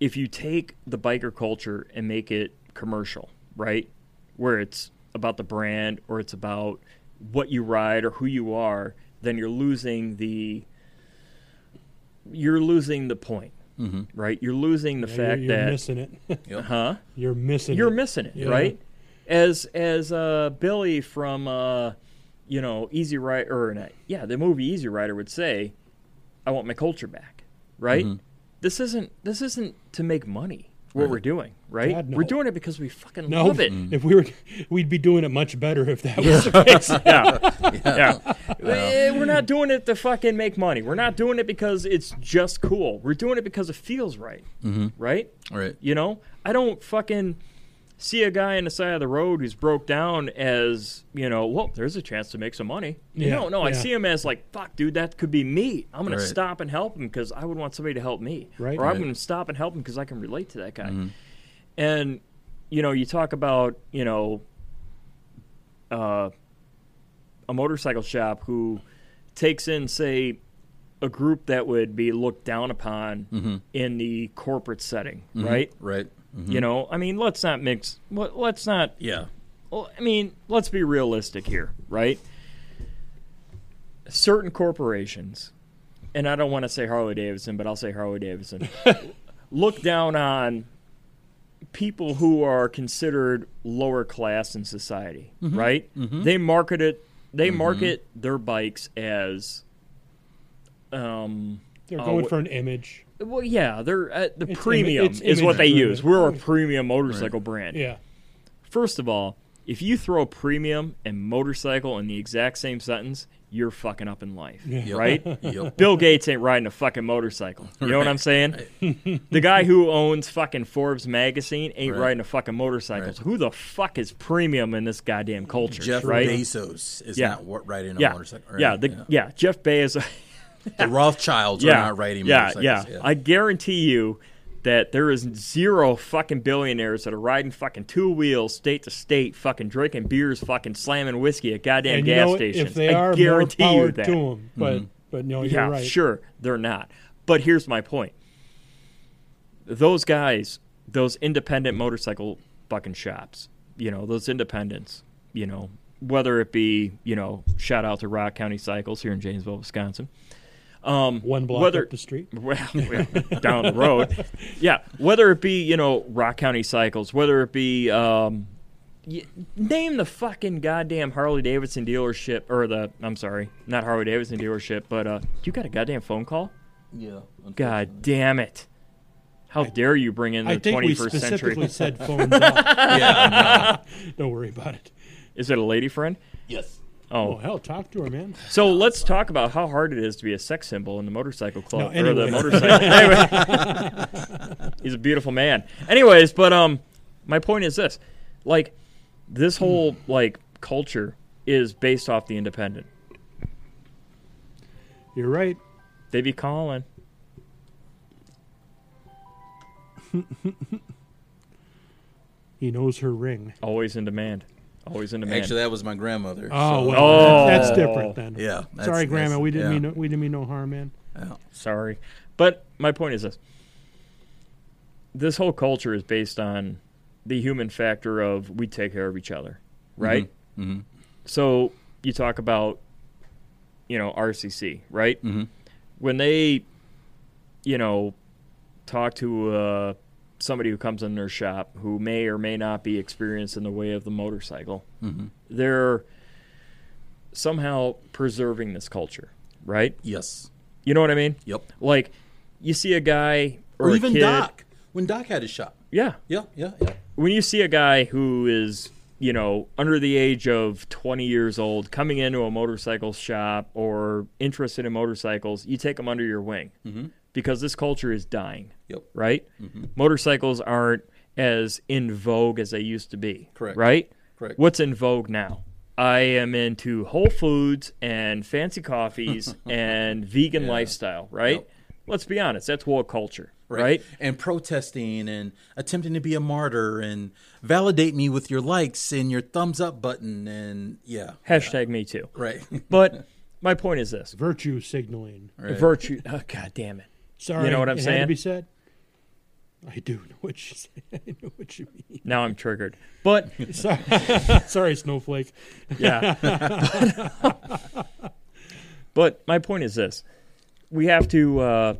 Speaker 4: if you take the biker culture and make it commercial, right? Where it's about the brand or it's about what you ride or who you are, then you're losing the you're losing the point. Right? You're losing the
Speaker 3: You're,
Speaker 4: fact
Speaker 3: Mm-hmm. you're
Speaker 4: that
Speaker 3: missing it. [laughs]
Speaker 4: huh?
Speaker 3: you're missing.
Speaker 4: You're
Speaker 3: it.
Speaker 4: missing it,
Speaker 3: Yeah.
Speaker 4: right? As as uh, Billy from uh, you know Easy Rider, or not, yeah, the movie Easy Rider would say, "I want my culture back." Right?
Speaker 3: Mm-hmm.
Speaker 4: This isn't this isn't to make money. What we're doing, right?
Speaker 3: God, no.
Speaker 4: We're doing it because we fucking
Speaker 3: No, Mm-hmm.
Speaker 4: love it. Mm.
Speaker 3: if we were, we'd be doing it much better if that was the case.
Speaker 4: [laughs] Yeah, yeah.
Speaker 3: [laughs]
Speaker 4: Eh, We're not doing it to fucking make money. We're not doing it because it's just cool. We're doing it because it feels right,
Speaker 3: Mm-hmm.
Speaker 4: right?
Speaker 5: All right.
Speaker 4: You know, I don't fucking see a guy on the side of the road who's broke down as you know. Well, there's a chance to make some money.
Speaker 3: Yeah,
Speaker 4: no, no, I
Speaker 3: yeah.
Speaker 4: see him as like, fuck, dude, that could be me. I'm gonna
Speaker 5: Right.
Speaker 4: stop and help him because I would want somebody to help me,
Speaker 3: Right.
Speaker 4: Or
Speaker 5: Right.
Speaker 4: I'm gonna stop and help him because I can relate to that guy. And you know, you talk about you know uh, a motorcycle shop who takes in, say, a group that would be looked down upon in the corporate setting, right?
Speaker 5: Right.
Speaker 4: You know, I mean, let's not mix. let- Let's not.
Speaker 5: Yeah.
Speaker 4: well, I mean, let's be realistic here, right? Certain corporations, and I don't want to say Harley Davidson, but I'll say
Speaker 3: [laughs]
Speaker 4: Harley Davidson, look down on people who are considered lower class in society,
Speaker 3: Mm-hmm.
Speaker 4: right? They market it. They market their bikes as, um,
Speaker 3: They're
Speaker 4: Oh,
Speaker 3: going
Speaker 4: wh-
Speaker 3: for an image.
Speaker 4: well, yeah, they're uh, the premium
Speaker 3: it's
Speaker 4: is what they
Speaker 3: image-driven.
Speaker 4: use. We're a premium motorcycle brand.
Speaker 3: Yeah,
Speaker 4: First of all, if you throw premium and motorcycle in the exact same sentence, you're fucking up in life,
Speaker 5: Yep.
Speaker 4: right?
Speaker 5: [laughs] Yep.
Speaker 4: Bill Gates ain't riding a fucking motorcycle. You know what I'm saying? [laughs] the guy who owns fucking Forbes magazine ain't
Speaker 5: Right.
Speaker 4: riding a fucking motorcycle.
Speaker 5: Right.
Speaker 4: So who the fuck is premium in this goddamn culture,
Speaker 5: Jeff
Speaker 4: right?
Speaker 5: Bezos is
Speaker 4: Yeah.
Speaker 5: not wa- riding a
Speaker 4: yeah.
Speaker 5: motorcycle.
Speaker 4: yeah, the, yeah, Jeff Bezos.
Speaker 5: The Rothschilds are not riding
Speaker 4: yeah,
Speaker 5: motorcycles.
Speaker 4: Yeah. I guarantee you that there is zero fucking billionaires that are riding fucking two wheels state to state, fucking drinking beers, fucking slamming whiskey at goddamn
Speaker 3: and you
Speaker 4: gas
Speaker 3: know,
Speaker 4: stations.
Speaker 3: if they
Speaker 4: I
Speaker 3: are, more
Speaker 4: guarantee
Speaker 3: power
Speaker 4: you that. Mm-hmm.
Speaker 3: to them. But but no, you're
Speaker 4: yeah,
Speaker 3: right.
Speaker 4: sure, they're not. But here's my point. Those guys, those independent motorcycle fucking shops, you know, those independents, you know, whether it be, you know, shout out to Rock County Cycles here in Janesville, Wisconsin. Um,
Speaker 3: One block
Speaker 4: whether,
Speaker 3: up the street.
Speaker 4: well, [laughs] well, down the road. Yeah, whether it be you know Rock County Cycles, whether it be um, y- name the fucking goddamn Harley Davidson dealership or the I'm sorry, not Harley Davidson dealership, but uh, you got a goddamn phone call?
Speaker 5: yeah.
Speaker 4: God damn it! How dare you bring in the
Speaker 3: I think we
Speaker 4: 21st century?
Speaker 3: specifically
Speaker 4: [laughs]
Speaker 3: said phones off.
Speaker 5: [laughs] Yeah.
Speaker 3: Don't worry about it.
Speaker 4: Is it a lady friend?
Speaker 5: [laughs] yes.
Speaker 3: Oh hell, talk to her, man.
Speaker 4: So let's talk about how hard it is to be a sex symbol in the motorcycle club
Speaker 3: No,
Speaker 4: or the
Speaker 3: anyways.
Speaker 4: motorcycle. Anyway. he's a beautiful man. Anyways, but um, my point is this: like, this whole like culture is based off the independent.
Speaker 3: You're right.
Speaker 4: They be calling.
Speaker 3: He knows her ring.
Speaker 4: Always in demand. Always in demand.
Speaker 5: Actually, that was my grandmother.
Speaker 3: Oh,
Speaker 5: so-
Speaker 3: well,
Speaker 4: Oh.
Speaker 3: that's different then.
Speaker 5: Yeah. that's-
Speaker 3: Sorry, Grandma.
Speaker 5: that's-
Speaker 3: We didn't
Speaker 5: yeah.
Speaker 3: mean no, we didn't mean no harm, man.
Speaker 4: Sorry. But my point is this this whole culture is based on the human factor of we take care of each other, right? Mm-hmm. So you talk about, you know, RCC, right? Mm-hmm. When they, you know, talk to uh, somebody who comes in their shop who may or may not be experienced in the way of the motorcycle, they're somehow preserving this culture, right?
Speaker 5: Yes.
Speaker 4: You know what I mean?
Speaker 5: Yep.
Speaker 4: Like, you see a guy or,
Speaker 5: Or,
Speaker 4: a
Speaker 5: even
Speaker 4: kid-
Speaker 5: Doc when Doc had his shop.
Speaker 4: Yeah.
Speaker 5: Yeah. Yeah. Yeah.
Speaker 4: When you see a guy who is, you know, under the age of 20 years old coming into a motorcycle shop or interested in motorcycles, you take them under your wing
Speaker 5: Mm-hmm.
Speaker 4: because this culture is dying,
Speaker 5: Yep.
Speaker 4: right?
Speaker 5: Mm-hmm.
Speaker 4: Motorcycles aren't as in vogue as they used to be.
Speaker 5: Correct.
Speaker 4: Right?
Speaker 5: Correct.
Speaker 4: What's in vogue now? I am into Whole Foods and fancy
Speaker 5: [laughs]
Speaker 4: coffees and vegan lifestyle, right?
Speaker 5: Yep.
Speaker 4: Let's be honest, that's woke culture, right?
Speaker 5: [laughs] And protesting and attempting to be a martyr and validate me with your likes and your thumbs up button and yeah,
Speaker 4: Hashtag me too.
Speaker 5: right. [laughs]
Speaker 4: But my point is this
Speaker 3: Virtue signaling.
Speaker 5: Right.
Speaker 4: virtue. Oh, God damn it.
Speaker 3: Sorry,
Speaker 4: You know what I'm
Speaker 3: it Had to
Speaker 4: saying?
Speaker 3: be said. I do know what you [laughs] said. I know what you mean. [laughs]
Speaker 4: Now I'm triggered. But [laughs]
Speaker 3: Sorry, sorry, snowflake.
Speaker 4: yeah. [laughs] but my point is this: we have to uh,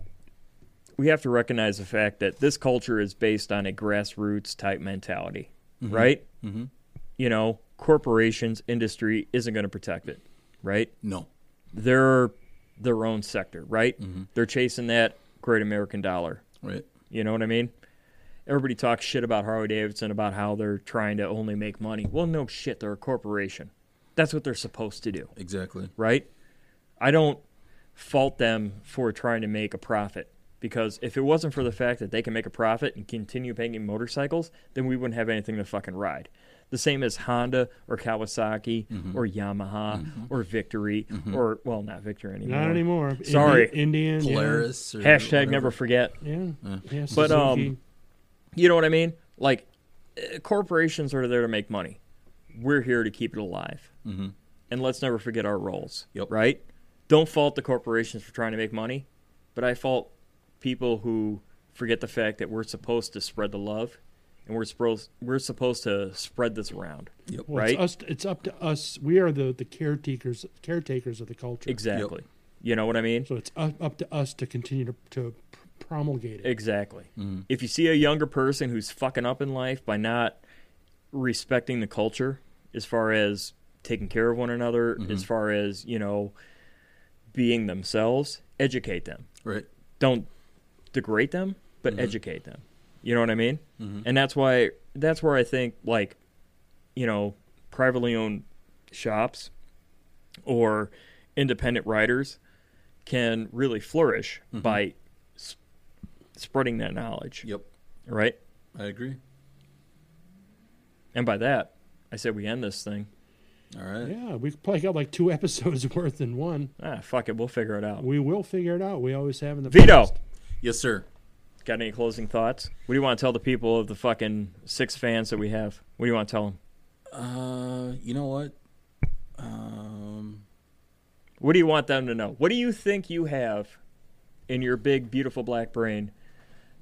Speaker 4: we have to recognize the fact that this culture is based on a grassroots type mentality, right? Mm-hmm. You know, corporations, industry isn't going to protect it, right?
Speaker 5: No.
Speaker 4: They're their own sector, right? They're chasing that great American dollar.
Speaker 5: Right.
Speaker 4: You know what I mean? Everybody talks shit about Harley Davidson about how they're trying to only make money. Well, no shit, they're a corporation. That's what they're supposed to do,
Speaker 5: Exactly.
Speaker 4: right? I don't fault them for trying to make a profit because if it wasn't for the fact that they can make a profit and continue making motorcycles, then we wouldn't have anything to fucking ride. The same as Honda or Kawasaki
Speaker 3: Mm-hmm.
Speaker 4: or Yamaha or Victory or well, not Victory anymore.
Speaker 3: Not anymore.
Speaker 4: Sorry.
Speaker 3: Indian, Indian yeah.
Speaker 5: Polaris. Or
Speaker 4: Hashtag
Speaker 5: whatever.
Speaker 4: never forget.
Speaker 3: Yeah, yeah.
Speaker 4: But, um,
Speaker 3: Suzuki.
Speaker 4: You know what I mean? Like, uh, corporations are there to make money. We're here to keep it alive. Mm-hmm. And let's never forget our roles.
Speaker 5: Yep.
Speaker 4: Right? Don't fault the corporations for trying to make money, but I fault people who forget the fact that we're supposed to spread the love and we're supposed we're supposed to spread this around.
Speaker 5: Yep.
Speaker 3: Well,
Speaker 4: right?
Speaker 3: It's, us, it's up to us. We are the, the caretakers caretakers of the culture.
Speaker 4: Exactly. You know what I mean?
Speaker 3: So it's up, up to us to continue to, to pr- promulgate it.
Speaker 4: Exactly. If you see a younger person who's fucking up in life by not respecting the culture as far as taking care of one another, as far as, you know, being themselves, educate them.
Speaker 5: Right.
Speaker 4: Don't degrade them, but educate them. You know what I mean? And that's why that's where I think like, you know, privately owned shops or independent writers can really flourish by s- spreading that knowledge,
Speaker 5: Yep.
Speaker 4: right?
Speaker 5: I agree.
Speaker 4: And by that, I say we end this thing.
Speaker 5: All right.
Speaker 3: Yeah, we probably got like two [laughs] episodes worth in one.
Speaker 4: Ah, fuck it, we'll figure it out.
Speaker 3: We will figure it out. We always have in the
Speaker 4: Vito,
Speaker 3: past.
Speaker 5: Yes, sir.
Speaker 4: got any closing thoughts? What do you want to tell the people of the fucking six fans that we have? What do you want to tell them?
Speaker 5: Uh, you know what? Um,
Speaker 4: What do you want them to know? What do you think you have in your big, beautiful black brain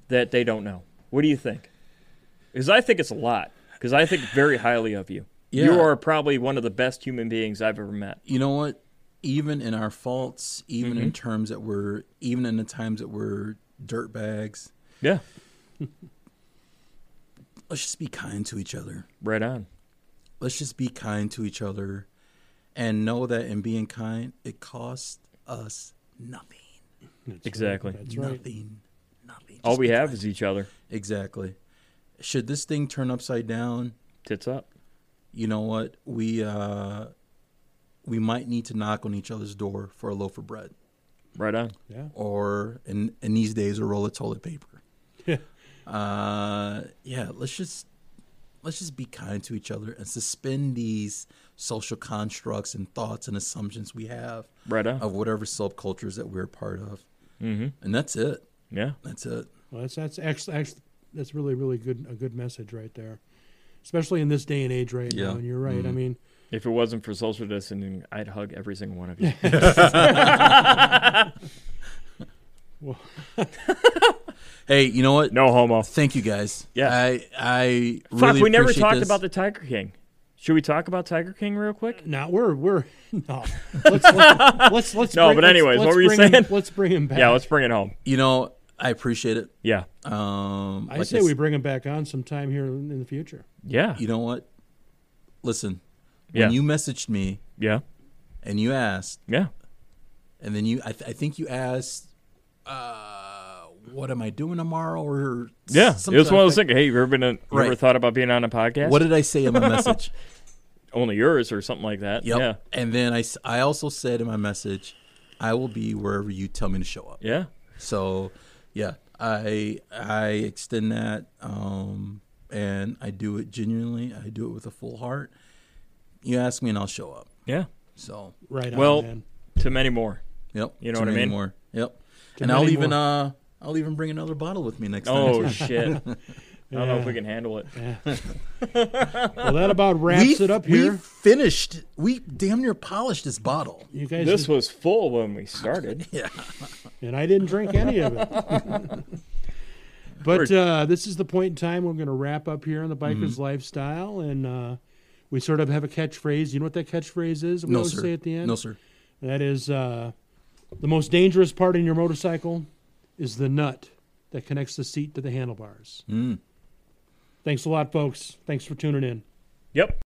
Speaker 4: that they don't know? What do you think? Because I think it's a lot. Because I think very highly of you.
Speaker 5: Yeah.
Speaker 4: You are probably one of the best human beings I've ever met.
Speaker 5: you know what? Even in our faults, even in terms that we're, even in the times that we're dirt bags,
Speaker 4: Yeah.
Speaker 5: let's just be kind to each other.
Speaker 4: Right on.
Speaker 5: let's just be kind to each other and know that in being kind it costs us nothing
Speaker 3: That's
Speaker 4: Exactly.
Speaker 3: Right. That's right.
Speaker 5: nothing nothing
Speaker 4: All
Speaker 5: Just
Speaker 4: we
Speaker 5: be
Speaker 4: have
Speaker 5: kind.
Speaker 4: is each other.
Speaker 5: exactly should this thing turn upside down
Speaker 4: Tits up.
Speaker 5: you know what we uh we might need to knock on each other's door for a loaf of bread
Speaker 4: Right on.
Speaker 3: Yeah.
Speaker 5: or in in these days a roll of toilet
Speaker 4: [laughs]
Speaker 5: paper uh yeah let's just let's just be kind to each other and suspend these social constructs and thoughts and assumptions we have
Speaker 4: Right on.
Speaker 5: of whatever subcultures that we're a part of. Mm-hmm. And that's it.
Speaker 4: Yeah.
Speaker 5: That's it.
Speaker 3: Well, that's that's actually, actually that's really really good a good message right there, especially in this day and age right
Speaker 5: Yeah. Mm-hmm.
Speaker 3: now. And you're right. I mean,
Speaker 4: If it wasn't for social distancing, I'd hug every single one of you.
Speaker 5: Hey, you know what?
Speaker 4: no homo.
Speaker 5: Thank you guys.
Speaker 4: Yeah.
Speaker 5: I I
Speaker 4: Fuck,
Speaker 5: really
Speaker 4: we never
Speaker 5: appreciate
Speaker 4: talked
Speaker 5: this.
Speaker 4: about the Tiger King. Should we talk about Tiger King real quick?
Speaker 3: now we're we're [laughs] no.
Speaker 4: [laughs]
Speaker 3: Let's let's let's, let's
Speaker 4: No,
Speaker 3: bring-
Speaker 4: but
Speaker 3: let's-
Speaker 4: anyways, what
Speaker 3: let's
Speaker 4: were you
Speaker 3: bring him-
Speaker 4: saying?
Speaker 3: let's bring him back.
Speaker 4: Yeah, let's bring it home.
Speaker 5: you know, I appreciate it.
Speaker 4: Yeah.
Speaker 5: Um
Speaker 3: I
Speaker 5: like
Speaker 3: say
Speaker 5: s-
Speaker 3: we bring him back on sometime here in in the future.
Speaker 4: Yeah.
Speaker 5: you know what? Listen,
Speaker 4: Yeah.
Speaker 5: when you messaged me
Speaker 4: yeah.
Speaker 5: and you asked,
Speaker 4: Yeah.
Speaker 5: and then you I, th- I think you asked uh what am I doing tomorrow or s-
Speaker 4: Yeah.
Speaker 5: some
Speaker 4: it was
Speaker 5: sort
Speaker 4: one of
Speaker 5: of
Speaker 4: those
Speaker 5: thing.
Speaker 4: things. Hey, you ever been a, you ever
Speaker 5: Right.
Speaker 4: thought about being on a podcast?
Speaker 5: What did I say in my message?
Speaker 4: Only yours or something like that.
Speaker 5: Yep.
Speaker 4: Yeah.
Speaker 5: And then I, s- I also said in my message, I will be wherever you tell me to show up.
Speaker 4: Yeah.
Speaker 5: So, yeah, I I extend that, um, and I do it genuinely. I do it with a full heart. You ask me and I'll show up.
Speaker 6: Yeah.
Speaker 5: So,
Speaker 3: Right.
Speaker 6: Well-
Speaker 3: on, man.
Speaker 6: Too many more.
Speaker 5: yep.
Speaker 6: You know
Speaker 5: too
Speaker 6: what I
Speaker 5: many
Speaker 6: mean?
Speaker 5: More. Yep.
Speaker 3: Too
Speaker 5: and I'll
Speaker 3: many
Speaker 5: even
Speaker 3: more.
Speaker 5: uh I'll even bring another bottle with me next
Speaker 6: Oh
Speaker 5: time.
Speaker 6: shit! I don't know if
Speaker 3: Yeah.
Speaker 6: we can handle it.
Speaker 3: well, that about wraps
Speaker 5: [laughs] we,
Speaker 3: it up
Speaker 5: we
Speaker 3: here.
Speaker 5: finished. We damn near polished this bottle.
Speaker 3: You guys,
Speaker 6: This was full when we started.
Speaker 3: and I didn't drink any of it.
Speaker 5: [laughs]
Speaker 3: but uh, this is the point in time we're going to wrap up here on the
Speaker 5: Mm-hmm.
Speaker 3: biker's lifestyle, and uh, we sort of have a catchphrase. You know what that catchphrase is? that We
Speaker 5: No
Speaker 3: always
Speaker 5: sir.
Speaker 3: say at the end.
Speaker 5: No sir.
Speaker 3: That is uh, the most dangerous part in your motorcycle is the nut that connects the
Speaker 5: Mm.
Speaker 3: seat to the handlebars. Thanks a lot, folks. Thanks for tuning in.
Speaker 6: Yep.